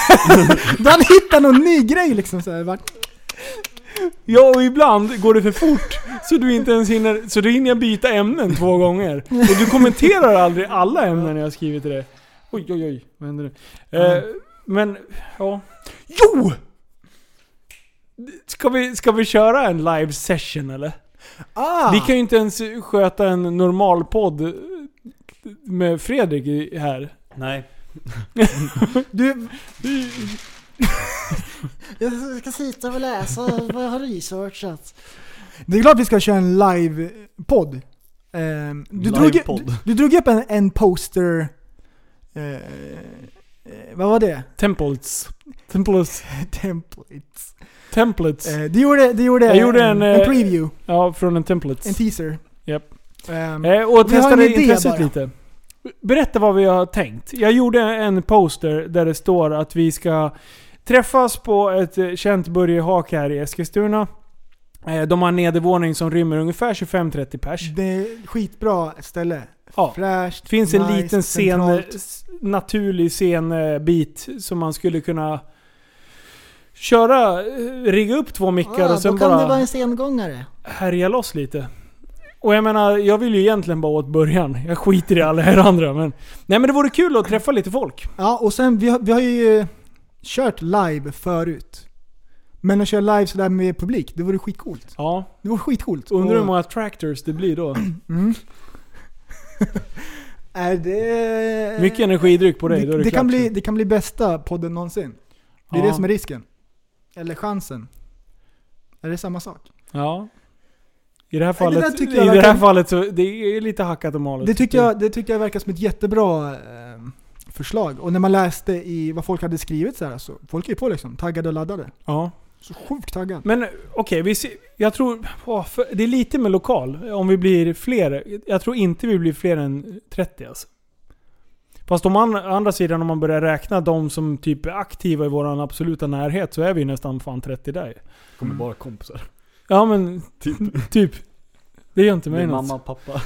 S3: då har han hittat någon ny grej liksom så här, bara,
S2: Ja, och ibland går det för fort. Så du inte ens hinner, så du hinner jag byta ämnen två gånger. Och du kommenterar aldrig alla ämnen jag har skrivit till dig. Oj, oj, oj. Vad händer nu? Eh, men, ja. Jo! Ska vi, ska vi köra en live session eller?
S3: Ah!
S2: Vi kan ju inte ens sköta en normal podd med Fredrik i- här.
S4: Nej.
S3: Du,
S5: Jag ska sitta och läsa vad jag har researchat.
S3: det är klart vi ska köra en live-podd. Ehm, du, drog, ju-
S4: Livepodd.
S3: du, du drog ju upp en, en poster... eh, eh, vad var det?
S2: Templates. Templates.
S3: Templates.
S2: Templates.
S3: Eh, du gjorde, du gjorde,
S2: Jag gjorde en,
S3: en
S2: eh,
S3: preview,
S2: Ja, från en
S3: en
S2: templates.
S3: teaser.
S2: Japp.
S3: Ehm,
S2: Eh, och
S3: Vi har en
S2: testade
S3: idé
S2: intresset
S3: bara.
S2: lite. Berätta vad vi har tänkt. Jag gjorde en poster där det står att vi ska träffas på ett eh, känt burgerhak här i Eskilstuna. Eh, De har en nedervåning som rymmer ungefär 25-30 pers.
S3: det är skitbra ställe.
S2: Ja.
S3: Fräscht,
S2: Det finns en
S3: nice,
S2: liten scen, eh,
S3: centralt.
S2: s- naturlig scenbit som man skulle kunna köra, eh, rigga upp två
S3: Ah,
S2: mickar och sen
S5: då kan det vara
S2: bara
S5: en sengångare.
S2: härja loss lite. Och jag menar, jag vill ju egentligen bara åt början. Jag skiter i alla här andra. Men, nej men det vore kul att träffa lite folk.
S3: Ja, och sen vi har, vi har ju eh, kört live förut. Men att köra live sådär med publik, det vore skitcoolt.
S2: Ja,
S3: Det vore skitcoolt.
S2: undrar hur
S3: Och- Eh,
S2: många tractors det blir då.
S3: Är det...
S2: Mycket energidryck på dig,
S3: det,
S2: då är det,
S3: det,
S2: klart.
S3: kan bli, det kan bli bästa podden någonsin. Det är
S2: Ja.
S3: det som är risken. Eller chansen. Är det samma sak?
S2: Ja. I det här
S3: Nej, det där
S2: fallet,
S3: tycker
S2: i
S3: jag
S2: det här
S3: verkar-
S2: fallet så det är lite hackat och malet.
S3: Det tycker jag, det tycker jag verkar som ett jättebra eh, förslag. Och när man läste i vad folk hade skrivit så här, så folk är ju på liksom. Taggade och laddade.
S2: Ja.
S3: Så sjukt taggad.
S2: Men okej, vi ser- jag tror... åh, för, det är lite med lokal. Om vi blir fler. Jag tror inte vi blir fler än 30 alltså. Fast om man, å andra sidan om man börjar räkna de som typ är aktiva i vår absoluta närhet så är vi ju nästan fan 30 där ju.
S4: Kommer bara kompisar.
S2: Ja men
S4: Typ.
S2: typ. Det gör inte mig
S4: Min
S2: något.
S4: mamma och pappa.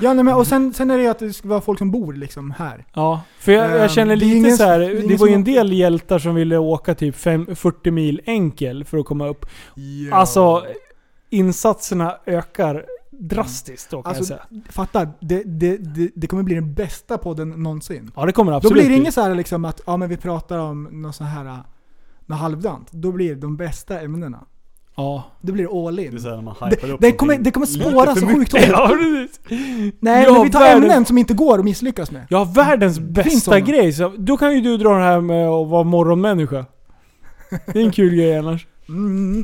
S3: Ja, nej, men, och sen, sen är det ju att det ska vara folk som bor liksom här.
S2: Ja, för jag,
S3: Ehm,
S2: jag känner
S3: det är
S2: lite
S3: ingen-
S2: så här.
S3: det är
S2: Det,
S3: ingen
S2: var ju
S3: som
S2: en del hjältar som ville åka typ fem, 40 mil enkel för att komma upp. Alltså, insatserna ökar drastiskt då kan jag
S3: Alltså,
S2: säga.
S3: fatta, det, det, det, det kommer bli den bästa podden någonsin.
S2: Ja det kommer
S3: Då
S2: absolut
S3: blir det
S2: bli.
S3: inget så här liksom att ja, men vi pratar om något så här eh, något halvdant. Då blir det de bästa ämnena.
S2: Ja.
S3: Då blir det all
S4: Det är
S3: in.
S4: såhär när man hypar
S3: Det,
S4: upp
S3: det, kommer,
S4: någonting
S3: det kommer
S4: lite
S3: spåra
S4: för
S3: så
S4: mycket.
S3: sjukt hårt.
S2: precis.
S3: Nej,
S2: Ja,
S3: men vi tar
S2: världen-
S3: ämnen som inte går att misslyckas med.
S2: Jag har världens bästa
S3: sådana.
S2: grej. Så då kan ju du dra det här med att vara morgonmänniska. Det är en kul grej annars.
S3: Mm.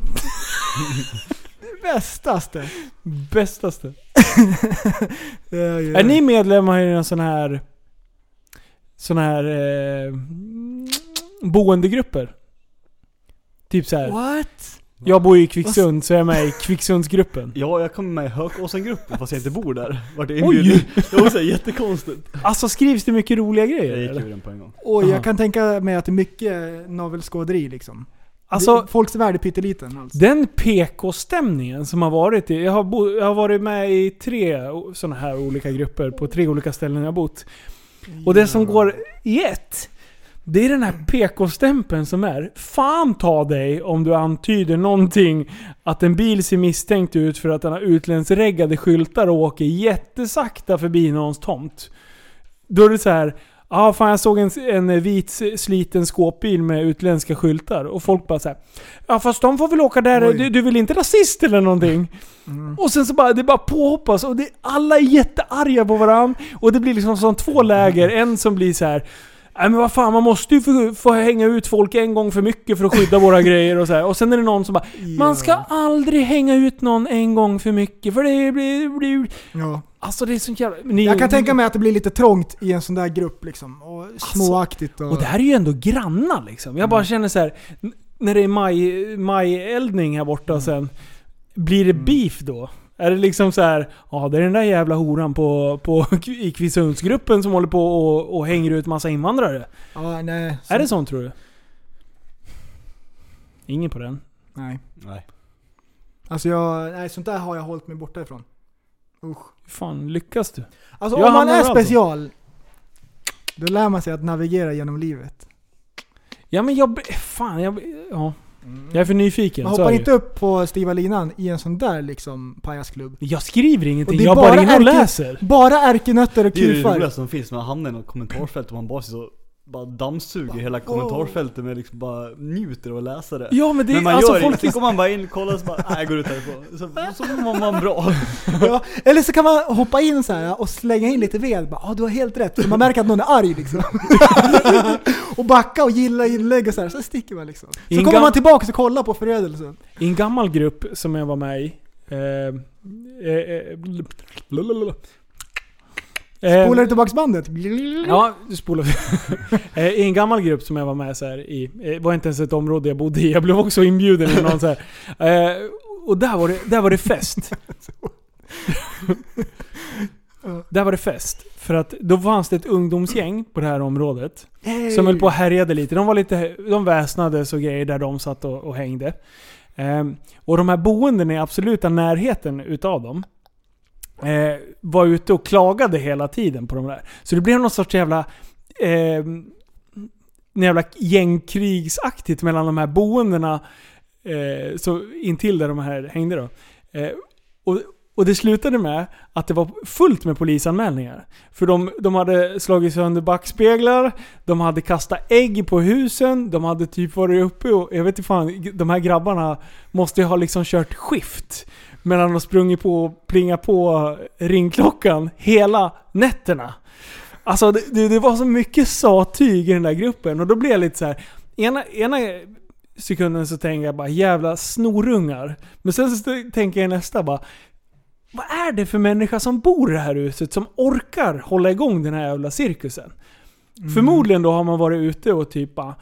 S3: det bästaste.
S2: Bästaste.
S3: Ja, ja, ja.
S2: Är ni medlemmar i en sån här... Sån här... Eh, boendegrupper? Typ så här.
S3: What?
S2: Jag bor ju i Kvicksund så jag är med i Kvicksundsgruppen.
S4: Ja, jag kommer med i Hökåsengruppen fast jag inte bor där. Vart jag
S2: Oj!
S4: inbjuden. Det var såhär jättekonstigt.
S2: Alltså skrivs det mycket roliga grejer?
S4: Jag gick
S2: eller?
S4: ur den på en gång.
S3: Och
S2: Aha.
S3: jag kan tänka mig att det är mycket navelskåderi liksom.
S2: Alltså,
S3: det, folks värld är pytteliten. Alltså.
S2: Den PK-stämningen som har varit i... Jag har, bo, jag har varit med i tre sådana här olika grupper på tre olika ställen jag har bott. Och det som går i ett, Det är den här PK-stämpeln som är. Fan ta dig om du antyder någonting att en bil ser misstänkt ut för att den har utlandsreggade skyltar och åker jättesakta förbi någons tomt. Då är det så här. Ja, fan jag såg en, en vit sliten skåpbil med utländska skyltar och folk bara så här. Ja fast de får väl åka där,
S3: Oj. Mm.
S2: du, du är väl inte rasist eller någonting? Och sen så bara, det bara påhoppas och det, alla är jättearga på varandra. Och det blir liksom som två läger. En som blir så här. Nej men vad fan, man måste ju få, få hänga ut folk en gång för mycket för att skydda våra grejer och så här. Och sen är det någon som bara Man ska aldrig hänga ut någon en gång för mycket för det blir... blir...
S3: Ja.
S2: Alltså det är sånt jävla... Ni,
S3: Jag kan tänka mig att det blir lite trångt i en sån där grupp liksom. Och småaktigt och...
S2: Alltså- Och det här är ju ändå grannar liksom. Jag
S3: Mm.
S2: bara känner så här. n- När det är maj, majeldning här borta
S3: Mm.
S2: sen. Blir det beef då? Är det liksom så här, ja det är den där jävla horan på, på, i Kvisundsgruppen som håller på och, och hänger ut massa invandrare.
S3: ja, nej, så-
S2: Är det sånt tror du? Ingen på den.
S3: Nej.
S4: Nej.
S3: Alltså jag, nej sånt där har jag hållit mig borta ifrån. Usch.
S2: Hur fan lyckas du?
S3: Alltså
S2: Jag
S3: om man
S2: hamnar
S3: är
S2: överallt då.
S3: special, då lär man sig att navigera genom livet.
S2: Ja men jag... Fan jag... Ja. Jag är för nyfiken.
S3: Man
S2: så
S3: Mm. hoppar
S2: är det
S3: inte
S2: ju.
S3: upp på stiva linan i en sån där liksom pajasklubb.
S2: Jag skriver
S3: Och
S2: ingenting,
S3: det är
S2: jag bara,
S3: bara
S2: bara in och
S3: ärke-
S2: läser.
S3: Bara ärkenötter och
S4: Det är ju det
S3: kufar.
S4: roligaste som finns, man hamnar i något kommentarsfält och man bara så bara dammsuger hela kommentarsfältet med liksom bara njuter av att läsa det.
S2: Ja men det
S4: Men
S2: är
S4: man
S2: alltså
S4: gör
S2: folk...
S3: liksom.
S4: ingenting, går man bara in, kollar och så bara, nej jag går ut härifrån. Så, så mår man bra.
S3: Ja, eller så kan man hoppa in så här och slänga in lite ved. Bara, ah, du har helt rätt. För Man märker att någon är arg liksom. och backa och gilla inlägg och så här. Så sticker man liksom. Så
S2: Inga-
S3: kommer man tillbaka och kollar på förödelsen.
S2: I en gammal grupp som jag var med i. Eh, eh, eh, blablabla. Eh,
S3: Spolar tillbaks bandet.
S2: Ja, du spolar Eh, I en gammal grupp som jag var med så här i, eh, var inte ens ett område jag bodde i. Jag blev också inbjuden i någon så här. Eh, och där var, det, där var det fest. där var det fest. För att då fanns det ett ungdomsgäng på det här området.
S3: Hey.
S2: Som höll på och härjade lite. De var lite, de väsnades och grejer där de satt och, och hängde. Ehm, och de här boenden i absoluta närheten utav dem eh, var ute och klagade hela tiden på de där. Så det blev någon sorts jävla ehm, någon jävla gängkrigsaktigt mellan de här boendena eh, så intill där de här hängde då. Eh, och, och det slutade med att det var fullt med polisanmälningar. För de, de hade slagit sönder backspeglar, de hade kastat ägg på husen, de hade typ varit uppe och jag vet inte fan, de här grabbarna måste ju ha liksom kört skift. Medan de sprungit på och plingat på ringklockan hela nätterna. Alltså det, det, det var så mycket satyg i den där gruppen och då blev jag lite så här. Ena, ena sekunden så tänker jag bara jävla snorungar. Men sen så tänker jag i nästa bara vad är det för människa som bor i det här huset som orkar hålla igång den här jävla cirkusen? Förmodligen då har man varit ute och typ bara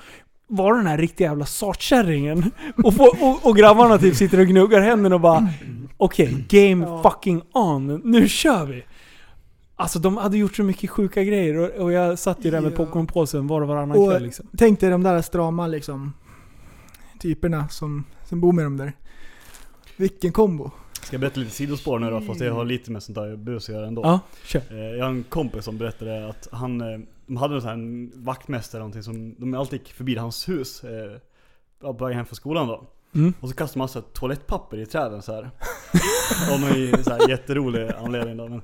S2: var den här riktiga jävla sartkärringen. Och, få- och, och grabbarna typ sitter och gnuggar händerna och bara Okej, game fucking on. Nu kör vi! Alltså de hade gjort så mycket sjuka grejer och, och jag satt ju där med
S3: Ja.
S2: popcornpåsen var och varannan
S3: Och
S2: kväll liksom.
S3: tänk dig de där strama liksom, typerna som, som bor med dem där. Vilken kombo.
S4: Ska jag berätta lite sidospår nu då, fast det har lite med sånt där bus att göra ändå.
S2: Ja, kör.
S4: Eh, Jag har en kompis som berättade att han, eh, de hade en sån här vaktmästare eller någonting som, de alltid gick förbi hans hus eh, ja, på väg hem från skolan då.
S2: Mm.
S4: Och så kastade man så här toalettpapper i träden så här. Av någon så här jätterolig anledning då. Men,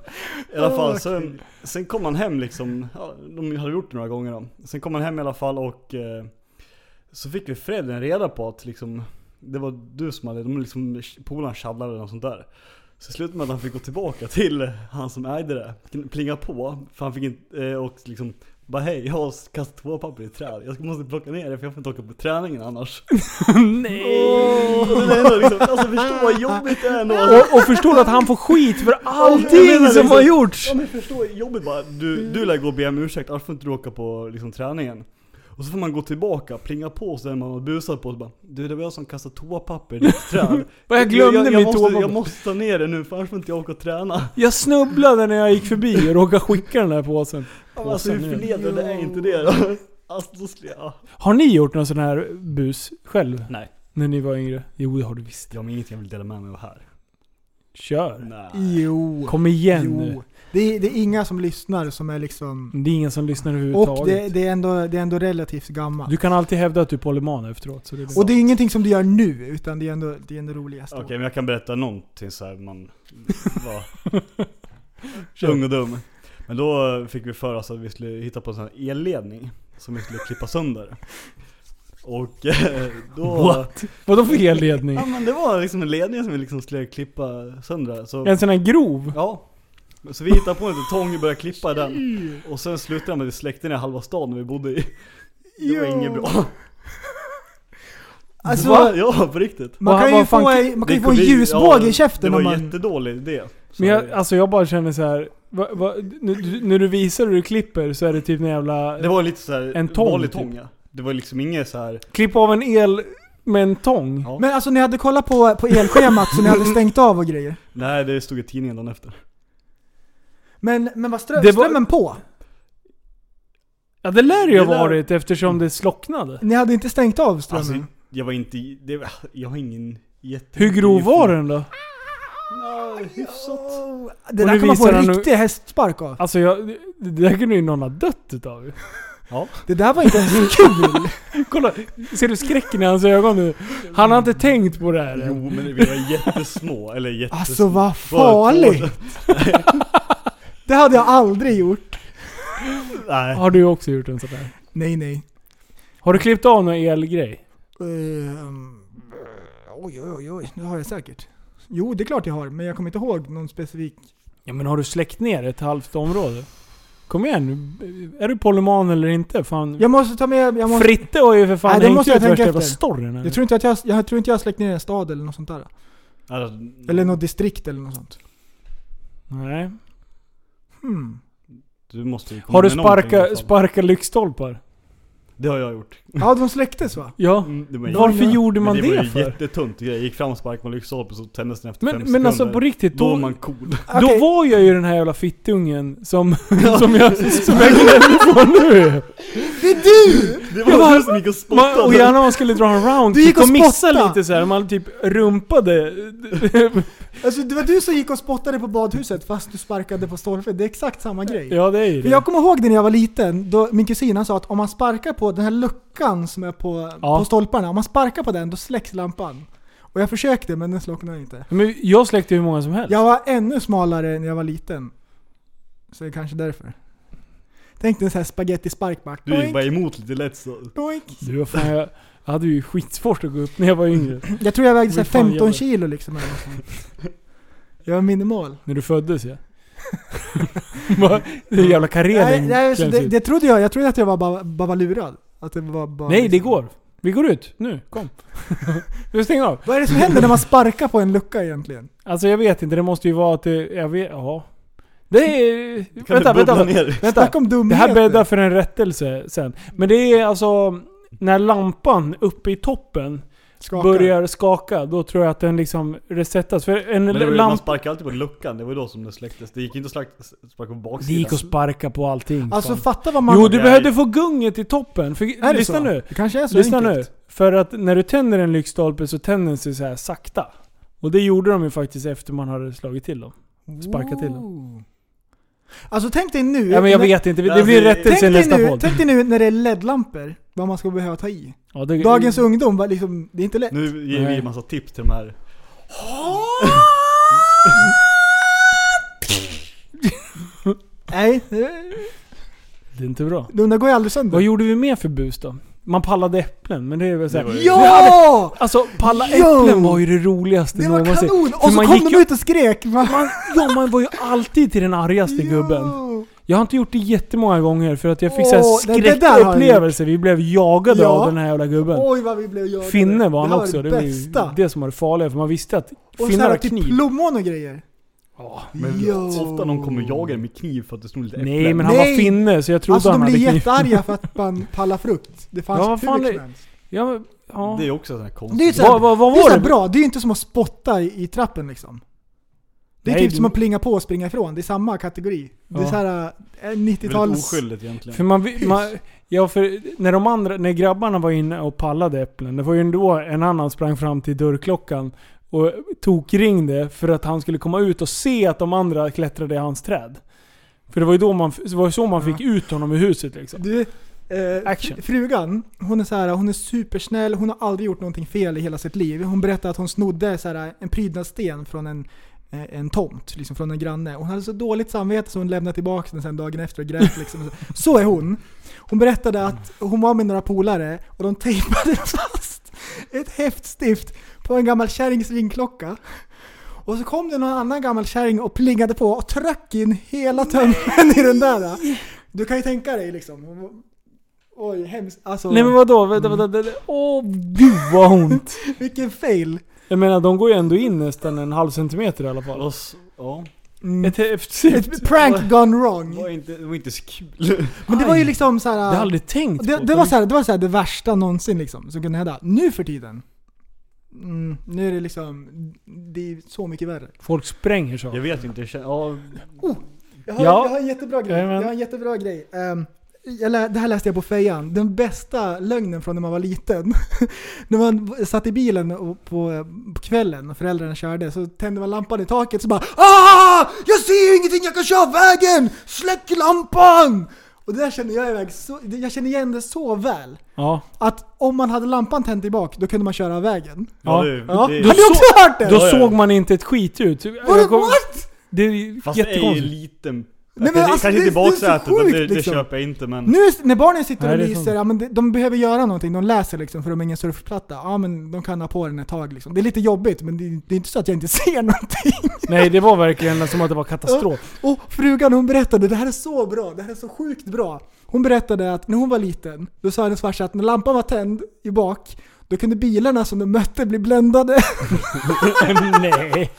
S4: I alla fall, sen, sen kom han hem liksom, ja, de hade gjort det några gånger då. Sen kom han hem i alla fall och eh, så fick vi föräldern reda på att liksom, det var du som hade, de liksom, polaren tjabblade eller något sånt där. Så slutade med att han fick gå tillbaka till han som ägde det, plinga på, för han fick inte, eh, och liksom bara hej, jag har kastat toapapper i ett träd. Jag måste plocka ner det för jag får inte åka på träningen annars.
S2: Nej!
S4: Och det är ändå liksom, alltså förstå vad jobbigt det är ändå. Alltså,
S2: Och, och förstår du att han får skit för
S4: Jag
S2: allting
S4: menar
S2: som
S4: liksom-
S2: har gjorts?
S4: Ja men förstå vad jobbigt bara, du,
S2: Mm.
S4: du lär gå och be om ursäkt annars får inte du åka på liksom, träningen. Och så får man gå tillbaka, plinga på så där man har busat på och så bara Du det var jag som kastade toapapper i ditt träd.
S2: Vad jag glömde
S4: jag, jag,
S2: mitt
S4: måste,
S2: toapapper.
S4: Jag måste ta ner det nu för annars får inte jag åka och träna.
S2: Jag snubblade när jag gick förbi och råkade skicka den där påsen.
S4: Ja, men Alltså hur
S2: Påsen ner.
S4: förnedrande är inte det då? Alltså då skulle jag...
S2: Har ni gjort någon sån här bus själv?
S4: Nej.
S2: När ni var yngre? Jo det har du visst.
S4: Jag har ingenting jag vill dela med mig av här.
S2: Kör.
S4: Nej.
S3: Jo.
S2: Kom igen nu.
S3: jo. Det, är, det är inga som lyssnar som är liksom...
S2: Det är ingen som lyssnar
S3: Och
S2: överhuvudtaget.
S3: det, det, är ändå, det är ändå relativt gammalt.
S2: Du kan alltid hävda att du är polyman efteråt. Så det är
S3: Och det är ingenting som du gör nu, utan det är ändå det, är ändå roligast. då.
S4: Okej, men jag kan berätta någonting så här man var ung och dum. Men då fick vi för oss att vi skulle hitta på en sån här elledning som vi skulle klippa sönder. Och eh, då...
S2: What? Vadå för elledning?
S4: Ja men det var liksom en ledning som vi liksom skulle klippa sönder. Så,
S2: En sån här grov?
S4: ja. Så vi hittade på en liten tång och började klippa den. Och sen slutade det med att vi släckte ner halva stan vi bodde i. Det var
S3: Jo.
S4: inget bra.
S3: Alltså,
S4: Va? Ja, på riktigt.
S3: man
S2: Vad-
S3: kan ju
S2: vad fan-
S3: få, en- man kan ju
S4: Det
S3: få en
S4: kunde-
S3: ljusbåge
S4: ja,
S3: i käften
S4: Det
S3: om
S4: var
S3: man...
S4: en jättedålig idé. Så
S2: Men jag,
S4: det-
S2: alltså jag bara känner så här. Va, va, nu- du- när du visar hur du klipper så är det typ en jävla...
S4: det var lite såhär,
S2: en tång,
S4: vanlig
S2: typ.
S4: tång ja. Det var liksom inget så här.
S2: Klipp av en el med en tång.
S4: Ja.
S3: Men alltså ni hade kollat på, på elschemat så ni hade stängt av och grejer.
S4: nej det stod i tidningen dagen efter.
S3: Men, men var strö,
S2: Det var-
S3: strömmen på?
S2: Ja det lär det ju
S4: Det
S2: ha
S4: lär-
S2: varit eftersom det slocknade.
S3: Ni hade inte stängt av strömmen?
S4: Alltså, jag var inte, i- det, var- jag har ingen jätte...
S2: Hur grov var den då?
S4: Ja, hyfsat.
S3: Oh, det
S2: Och
S3: där
S2: nu
S3: kan man få
S2: visar
S3: en
S2: han nu-
S3: riktig hästspark av.
S2: Alltså jag, det- det där kunde ju någon ha dött utav ju.
S4: Ja.
S3: Det där var inte ens kul.
S2: Kolla, ser du skräcken i hans ögon nu? Han har inte tänkt på det här
S4: Jo
S2: än.
S4: men vi var jättesmå, eller jättesmå.
S3: Alltså vad
S4: Bara två-
S3: farligt! Det hade jag aldrig gjort.
S4: Nej.
S2: Har du också gjort en sån där?
S3: Nej, nej.
S2: Har du klippt av någon elgrej?
S3: Ehm, oj, oj, oj, oj. Det har jag säkert. Jo, det är klart jag har, men jag kommer inte ihåg någon specifik.
S2: Ja men har du släckt ner ett halvt område? Kom igen nu. Är du polyman eller inte? Fan.
S3: Jag måste ta med... Jag, måste,
S2: Fritte har ju för fan
S3: Nej, det
S2: hängt
S3: måste
S2: ut
S3: jag tänka
S2: värsta jävla
S3: efter.
S2: storyn här.
S3: jag tror inte att jag, jag tror inte jag har släckt ner en stad eller något sånt där.
S4: Alltså,
S3: Eller något distrikt eller något sånt.
S2: Nej.
S3: Hmm.
S4: Du måste ju komma
S2: Har du
S4: med någonting i alla
S2: sparkat
S4: fall.
S2: sparka lyktstolpar?
S4: Det har jag gjort.
S3: Ja, de släcktes va?
S2: Ja.
S4: Mm, det var ju-
S2: Varför gjorde
S4: Men
S2: man det,
S4: det var
S2: för?
S4: ju jättetunt grej. Jag gick fram och sparkade med lyktstolpen så tändes den efter fem
S2: Men,
S4: sekunder.
S2: men alltså på riktigt,
S4: Då var
S2: då,
S4: man cool.
S2: då
S3: Okej.
S2: var jag ju den här jävla fittungen som, som jag, som jag glömmer på nu.
S4: Det
S2: Jag
S4: var
S2: bara-
S4: du som gick och
S2: Man,
S4: spottade.
S2: och gärna man skulle dra en round, typ,
S3: Du gick och
S2: missa
S3: spotta.
S2: lite så här. man typ rumpade.
S3: Alltså det var du som gick och spottade på badhuset fast du sparkade på stolpen. Det är exakt samma grej.
S2: ja det är ju
S3: För
S2: det.
S3: jag kommer ihåg det när jag var liten, då min kusin han sa att om man sparkar på den här luckan som är på,
S2: Ja.
S3: på stolparna, om man sparkar på den då släcks lampan. Och jag försökte men den slocknade inte.
S2: Men jag släckte hur många som helst.
S3: Jag var ännu smalare när jag var liten. Så det är kanske därför. Tänk dig en sån här spagettispark bara.
S4: Du gick bara
S3: Doink,
S4: emot lite lätt så.
S3: doink.
S2: Du, vad fan, jag, jag hade ju skitsvårt att gå upp när jag var yngre.
S3: Jag tror jag vägde så här
S2: Oj, fan,
S3: 15
S2: jävlar.
S3: kilo liksom eller något sånt. Jag var minimal.
S2: När du föddes ja. Bara, det är en jävla
S3: Nej,
S2: karelning.
S3: nej, så
S2: känns
S3: det,
S2: ju.
S3: det trodde jag. Jag trodde att jag var bara, bara var lurad. Att det var bara
S2: Nej, det
S3: liksom-
S2: går. Vi går ut. Nu, kom. Du stäng av.
S3: Vad är det som händer när man sparkar på en lucka egentligen?
S2: Alltså jag vet inte, det måste ju vara att det, jag vet, ja. Det är...
S4: Kan
S2: Vänta,
S4: du bubbla
S2: vänta.
S4: ner?
S2: vänta.
S3: Snacka om
S2: Det
S3: dumheter.
S2: här bäddar för en rättelse sen. Men det är alltså när lampan uppe i toppen
S3: Skakar.
S2: börjar skaka, då tror jag att den liksom resetas. För en
S4: Men det var, ju- man
S2: lampa...
S4: sparkade alltid på luckan, det var ju då som det släcktes. Det gick inte att slakt- sparka på
S2: Det
S4: baksidan.
S2: gick att sparka på allting.
S3: Alltså
S2: fan.
S3: fatta vad man...
S2: jo, du
S4: Nej.
S2: behövde få gunget i toppen.
S3: är
S2: För,
S3: det
S2: lyssna
S3: så? Alltså,
S2: nu.
S3: Det kanske är så
S2: Lyssna nu.
S3: enkelt.
S2: För att när du tänder en lyktstolpe så tänder den sig så här sakta. Och det gjorde de ju faktiskt efter man hade slagit till dem. Sparka till
S3: dem. Alltså tänk dig nu...
S2: Ja men jag
S3: när-
S2: vet inte, det
S4: Alltså,
S2: blir en
S4: tänk
S2: rättelse i
S3: tänk,
S2: nästa
S3: dig nu,
S2: podd.
S3: tänk dig nu när det är LED-lampor, vad man ska behöva ta i.
S2: Ja, det-
S3: Dagens ungdom, var liksom, det är inte lätt.
S4: Nu ger vi
S2: Nej.
S4: en massa tips till de här.
S3: Nej,
S2: Det är inte bra.
S3: de där går ju aldrig sönder.
S2: Vad gjorde vi mer för bus då? Man pallade äpplen, men det är väl
S4: Det var
S2: såhär...
S4: ju-
S3: Ja!
S2: Alltså palla
S3: Jo!
S2: äpplen var ju det roligaste
S3: Det var
S2: någonsin.
S3: kanon!
S2: För
S3: Och så
S2: man gick
S3: kom de
S2: ju-
S3: ut och skrek. Man,
S2: Ja, man var ju alltid till den argaste gubben.
S3: Jo.
S2: Jag har inte gjort det jättemånga gånger för att jag fick
S3: Åh,
S2: såhär
S3: det- det där har jag
S2: skräckupplevelse. Vi blev jagade
S3: Ja.
S2: av den här jävla gubben.
S3: Oj vad vi blev jagade.
S2: Finne var han
S3: det här
S2: också.
S3: Var det,
S2: Det var ju
S3: bästa.
S2: det som var det farliga för man visste att
S3: och så
S2: finnar
S3: här,
S2: har
S3: typ
S2: kniv.
S3: plommon och grejer.
S4: Men
S3: Jo.
S4: ofta någon kommer och jagar med kniv för att det snor lite äpplen.
S2: Nej men han
S3: Nej.
S2: var finne så jag trodde
S3: Alltså de
S2: han hade
S3: blir
S2: kniv.
S3: jättearga för att man pallar frukt. Det fanns
S2: Ja, vad
S3: hur
S2: fan
S3: mycket
S2: är-
S3: som helst.
S2: Ja, men- ja.
S4: Det är också en sån här konstig...
S3: Det är ju
S2: Vad, vad, vad
S3: Det är så
S2: var
S3: här
S2: det?
S3: bra, det är ju inte som att spotta i, i trappen liksom. Det är
S2: Nej,
S3: typ
S2: det-
S3: som att plinga på och springa ifrån, det är samma kategori. Det är eh,
S2: Ja.
S3: såhär
S4: Väldigt
S3: 90-tals...
S4: oskyldigt egentligen.
S2: För man, vi- man, ja, för när de andra, när grabbarna var inne och pallade äpplen, det var ju ändå en annan sprang fram till dörrklockan och tokringde för att han skulle komma ut och se att de andra klättrade i hans träd. För det var ju, då man, det var ju så man fick ut honom ur huset liksom.
S3: Du, eh,
S2: Action.
S3: fr- frugan, hon är så här, hon är supersnäll, hon har aldrig gjort någonting fel i hela sitt liv. Hon berättade att hon snodde så här, en prydnadssten från en, eh, en tomt, liksom från en granne. Hon hade så dåligt samvete så hon lämnade tillbaka den sen dagen efter och grät liksom. Så är hon. Hon berättade att hon var med några polare och de tejpade fast ett häftstift på en gammal kärrings ringklocka. Och så kom det någon annan gammal kärring och plingade på och tryckte in hela tömmen i den där. Du kan ju tänka dig liksom. Oj, hemskt. Alltså,
S2: Nej men vadå? Vänta, vänta, vänta. Åh gud vad ont!
S3: vilken fail.
S2: Jag menar de går ju ändå in nästan en halv centimeter i alla fall.
S3: Mm.
S4: Och s- ja.
S2: Ett häftstift.
S3: Ett prank gone
S4: Det
S3: wrong.
S4: var inte, det var inte så kul.
S3: Men det var ju liksom så
S2: Det har jag
S3: här.
S2: aldrig tänkt
S3: Det,
S2: på.
S3: det var så här, det var så här det värsta någonsin liksom, som kunde hända. Nu för tiden. Mm, nu är det liksom, det är så mycket värre.
S2: Folk spränger saker.
S4: Jag vet inte, jag känner, ja,
S3: Jag
S2: Ja.
S3: har, jag har en jättebra grej.
S2: Jajamän.
S3: Jag har en jättebra grej. Ehm, jag lä- det här läste jag på fejan. Den bästa lögnen från när man var liten. när man v- satt i bilen och på, på kvällen och föräldrarna körde så tände man lampan i taket så bara ah! Jag ser ju ingenting, jag kan köra av vägen! Släck lampan! Och det där känner jag, iväg så, jag känner igen det så väl.
S2: Ja.
S3: Att om man hade lampan tänd tillbaka, då kunde man köra av vägen.
S4: ja,
S2: Ja.
S4: det, det,
S3: Ja. Har ni också hört det?
S2: Då
S4: Ja, ja.
S2: såg man inte ett skit ut.
S3: Var det,
S2: Jag kom-
S3: what?
S2: Det är
S4: Fast ej
S2: jättekonstigt.
S4: liten.
S3: men
S4: kanske
S3: alltså,
S4: kanske
S3: det-
S4: inte i
S3: det är så
S4: baksätet, det,
S3: sjukt,
S4: det, det
S3: liksom.
S4: köper jag inte men...
S3: Nu s- när barnen sitter och
S2: Mm. Nej, det är
S3: lyser,
S2: sant.
S3: ja, men de, de behöver göra någonting, de läser liksom för de har ingen surfplatta. Ja men de kan ha på den ett tag liksom. Det är lite jobbigt men det, det är inte så att jag inte ser någonting.
S2: Nej, det var verkligen som att det var katastrof.
S3: Och frugan hon berättade, det här är så bra, det här är så sjukt bra. Hon berättade att när hon var liten, då sa hennes farsa att när lampan var tänd i bak, då kunde bilarna som de mötte bli bländade.
S2: Nej.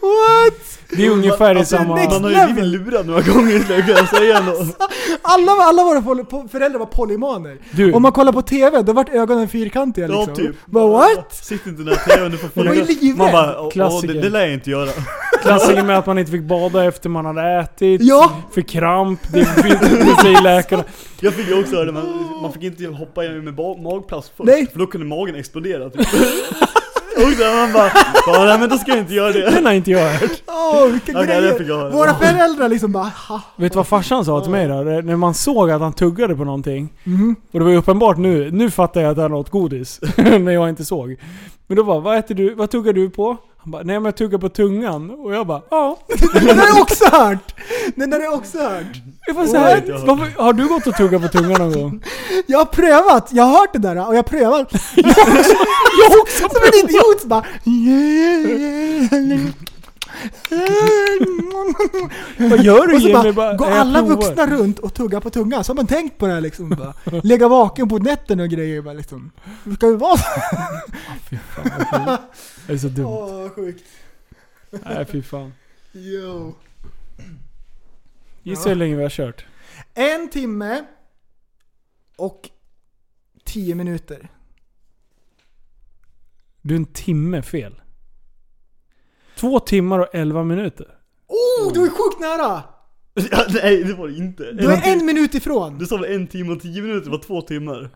S3: What?
S2: Det är ungefär i
S4: Alltså,
S2: samma...
S3: next
S4: Man har ju blivit
S3: level.
S4: lurad några gånger skulle jag kunna säga
S3: Alltså,
S4: ändå.
S3: Alla, alla våra pol- po- föräldrar var polymaner.
S2: Du.
S3: Om man kollar på TV, då vart ögonen fyrkantiga liksom.
S4: Ja typ.
S3: Bara what?
S4: Sitt inte nära tvn, du får
S3: Man var ju
S4: flyga.
S3: livrädd.
S4: Man bara, åh, åh, det,
S2: Klassiker.
S4: det lär jag inte göra.
S2: Klassiker med att man inte fick bada efter man hade ätit.
S3: Ja!
S2: För kramp, det finns säger läkarna.
S4: Jag fick ju också höra det, man, man fick inte hoppa in med ba- magplast först,
S3: Nej.
S4: för då kunde magen explodera typ. Och så man bara, bara nej men då ska jag inte göra det.
S2: Den har inte jag hört.
S3: Åh, vilka
S4: Okej, det fick jag
S3: grejer!
S4: höra.
S3: Våra föräldrar liksom bara "Ha,
S2: Vet du vad farsan sa till mig då? Det- När man såg att han tuggade på någonting.
S3: Mm-hmm.
S2: Och det var ju uppenbart nu. Nu fattar jag att han åt godis. när jag inte såg. Men då bara, vad äter du? Vad tuggar du på? Han bara, nej men jag tuggar på tungan. Och jag bara, ja.
S3: Den har jag också hört! Den har jag också hört!
S2: Det var så
S4: Oj,
S2: här.
S4: inte jag.
S2: Varför, har du gått och tuggat på tungan någon gång?
S3: Jag har prövat, jag har hört det där och jag har prövat.
S2: Jag har också
S3: Som en idiot bara...
S2: Vad gör du
S3: Och så
S2: Jimmy?
S3: bara, går
S2: "Nej, jag
S3: alla
S2: provar."
S3: vuxna runt och tuggar på tungan, så har man tänkt på det här liksom. Bara. Lägga vaken på nätterna och grejer bara liksom. Det Ska ju vara så?
S2: Det är så dumt.
S3: Åh, sjukt.
S2: Nej fy fan.
S3: Yo.
S2: Gissa hur länge vi har kört.
S3: En timme och tio minuter.
S2: Du är en timme fel. Två timmar och elva minuter.
S3: Oh, du är sjukt nära!
S4: Ja, nej det var det inte.
S3: Du är
S4: En-
S3: en minut ifrån.
S4: Det sa väl en timme och tio minuter, det var två timmar.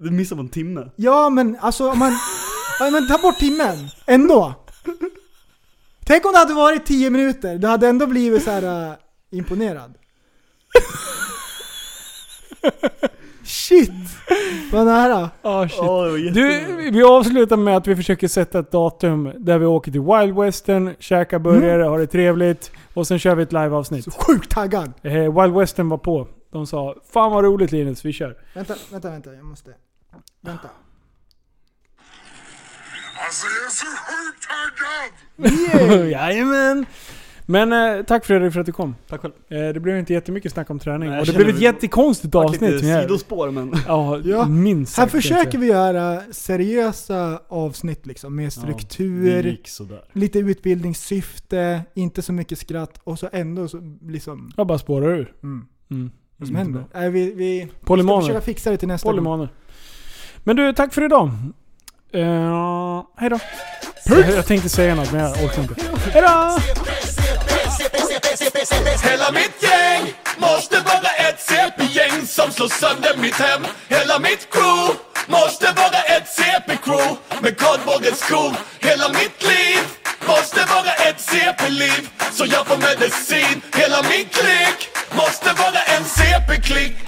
S4: Det missade man en timme.
S3: Ja men alltså om man... ja, men ta bort timmen, ändå. Tänk om det hade varit 10 minuter, du hade ändå blivit så här äh, imponerad. Shit! Vad nära.
S2: Ah, shit.
S4: Ja, det var
S2: Du,
S4: jättenära.
S2: vi avslutar med att vi försöker sätta ett datum där vi åker till Wild Western, käkar burgare, har det trevligt och sen kör vi ett liveavsnitt.
S3: Mm. Så sjukt taggad.
S2: Eh, Wild Western var på. De sa 'Fan vad roligt Linus, vi kör'
S3: Vänta, vänta, vänta. Jag måste... Vänta.
S6: Alltså jag är så sjukt taggad!
S2: Jajamän! Men eh, tack Fredrik för att du kom.
S4: Tack själv.
S2: Eh, det blev inte jättemycket snack om träning
S4: Nej, jag
S2: och det
S4: känner
S2: blev ett
S4: vi-
S2: jättekonstigt
S4: Det var
S2: avsnitt. som
S4: lite
S2: jag-
S4: sidospår men.
S2: Ja,
S3: Ja.
S2: minst
S3: Här
S2: sagt, tänkte
S3: försöker
S2: jag.
S3: vi göra seriösa avsnitt liksom, med
S4: Det
S3: struktur,
S4: gick sådär.
S3: lite utbildningssyfte, inte så mycket skratt och så ändå så liksom...
S2: Jag bara spårar ur.
S3: Mm.
S2: Mm.
S3: Vad som händer? Nej, vi, vi ska försöka
S2: Polymaner.
S3: fixa det till nästa gång.
S2: Polymaner. Men du, tack för idag. Uh, hejdå. Jag, jag tänkte säga något men jag orkar inte. Hejdå!
S1: Hela mitt gäng måste vara ett CP-gäng som slår sönder mitt hem Hela mitt crew måste vara ett CP-crew med kardborre vågen skog Hela mitt liv måste vara ett CP-liv Så jag får medicin Hela min klick måste vara en CP-klick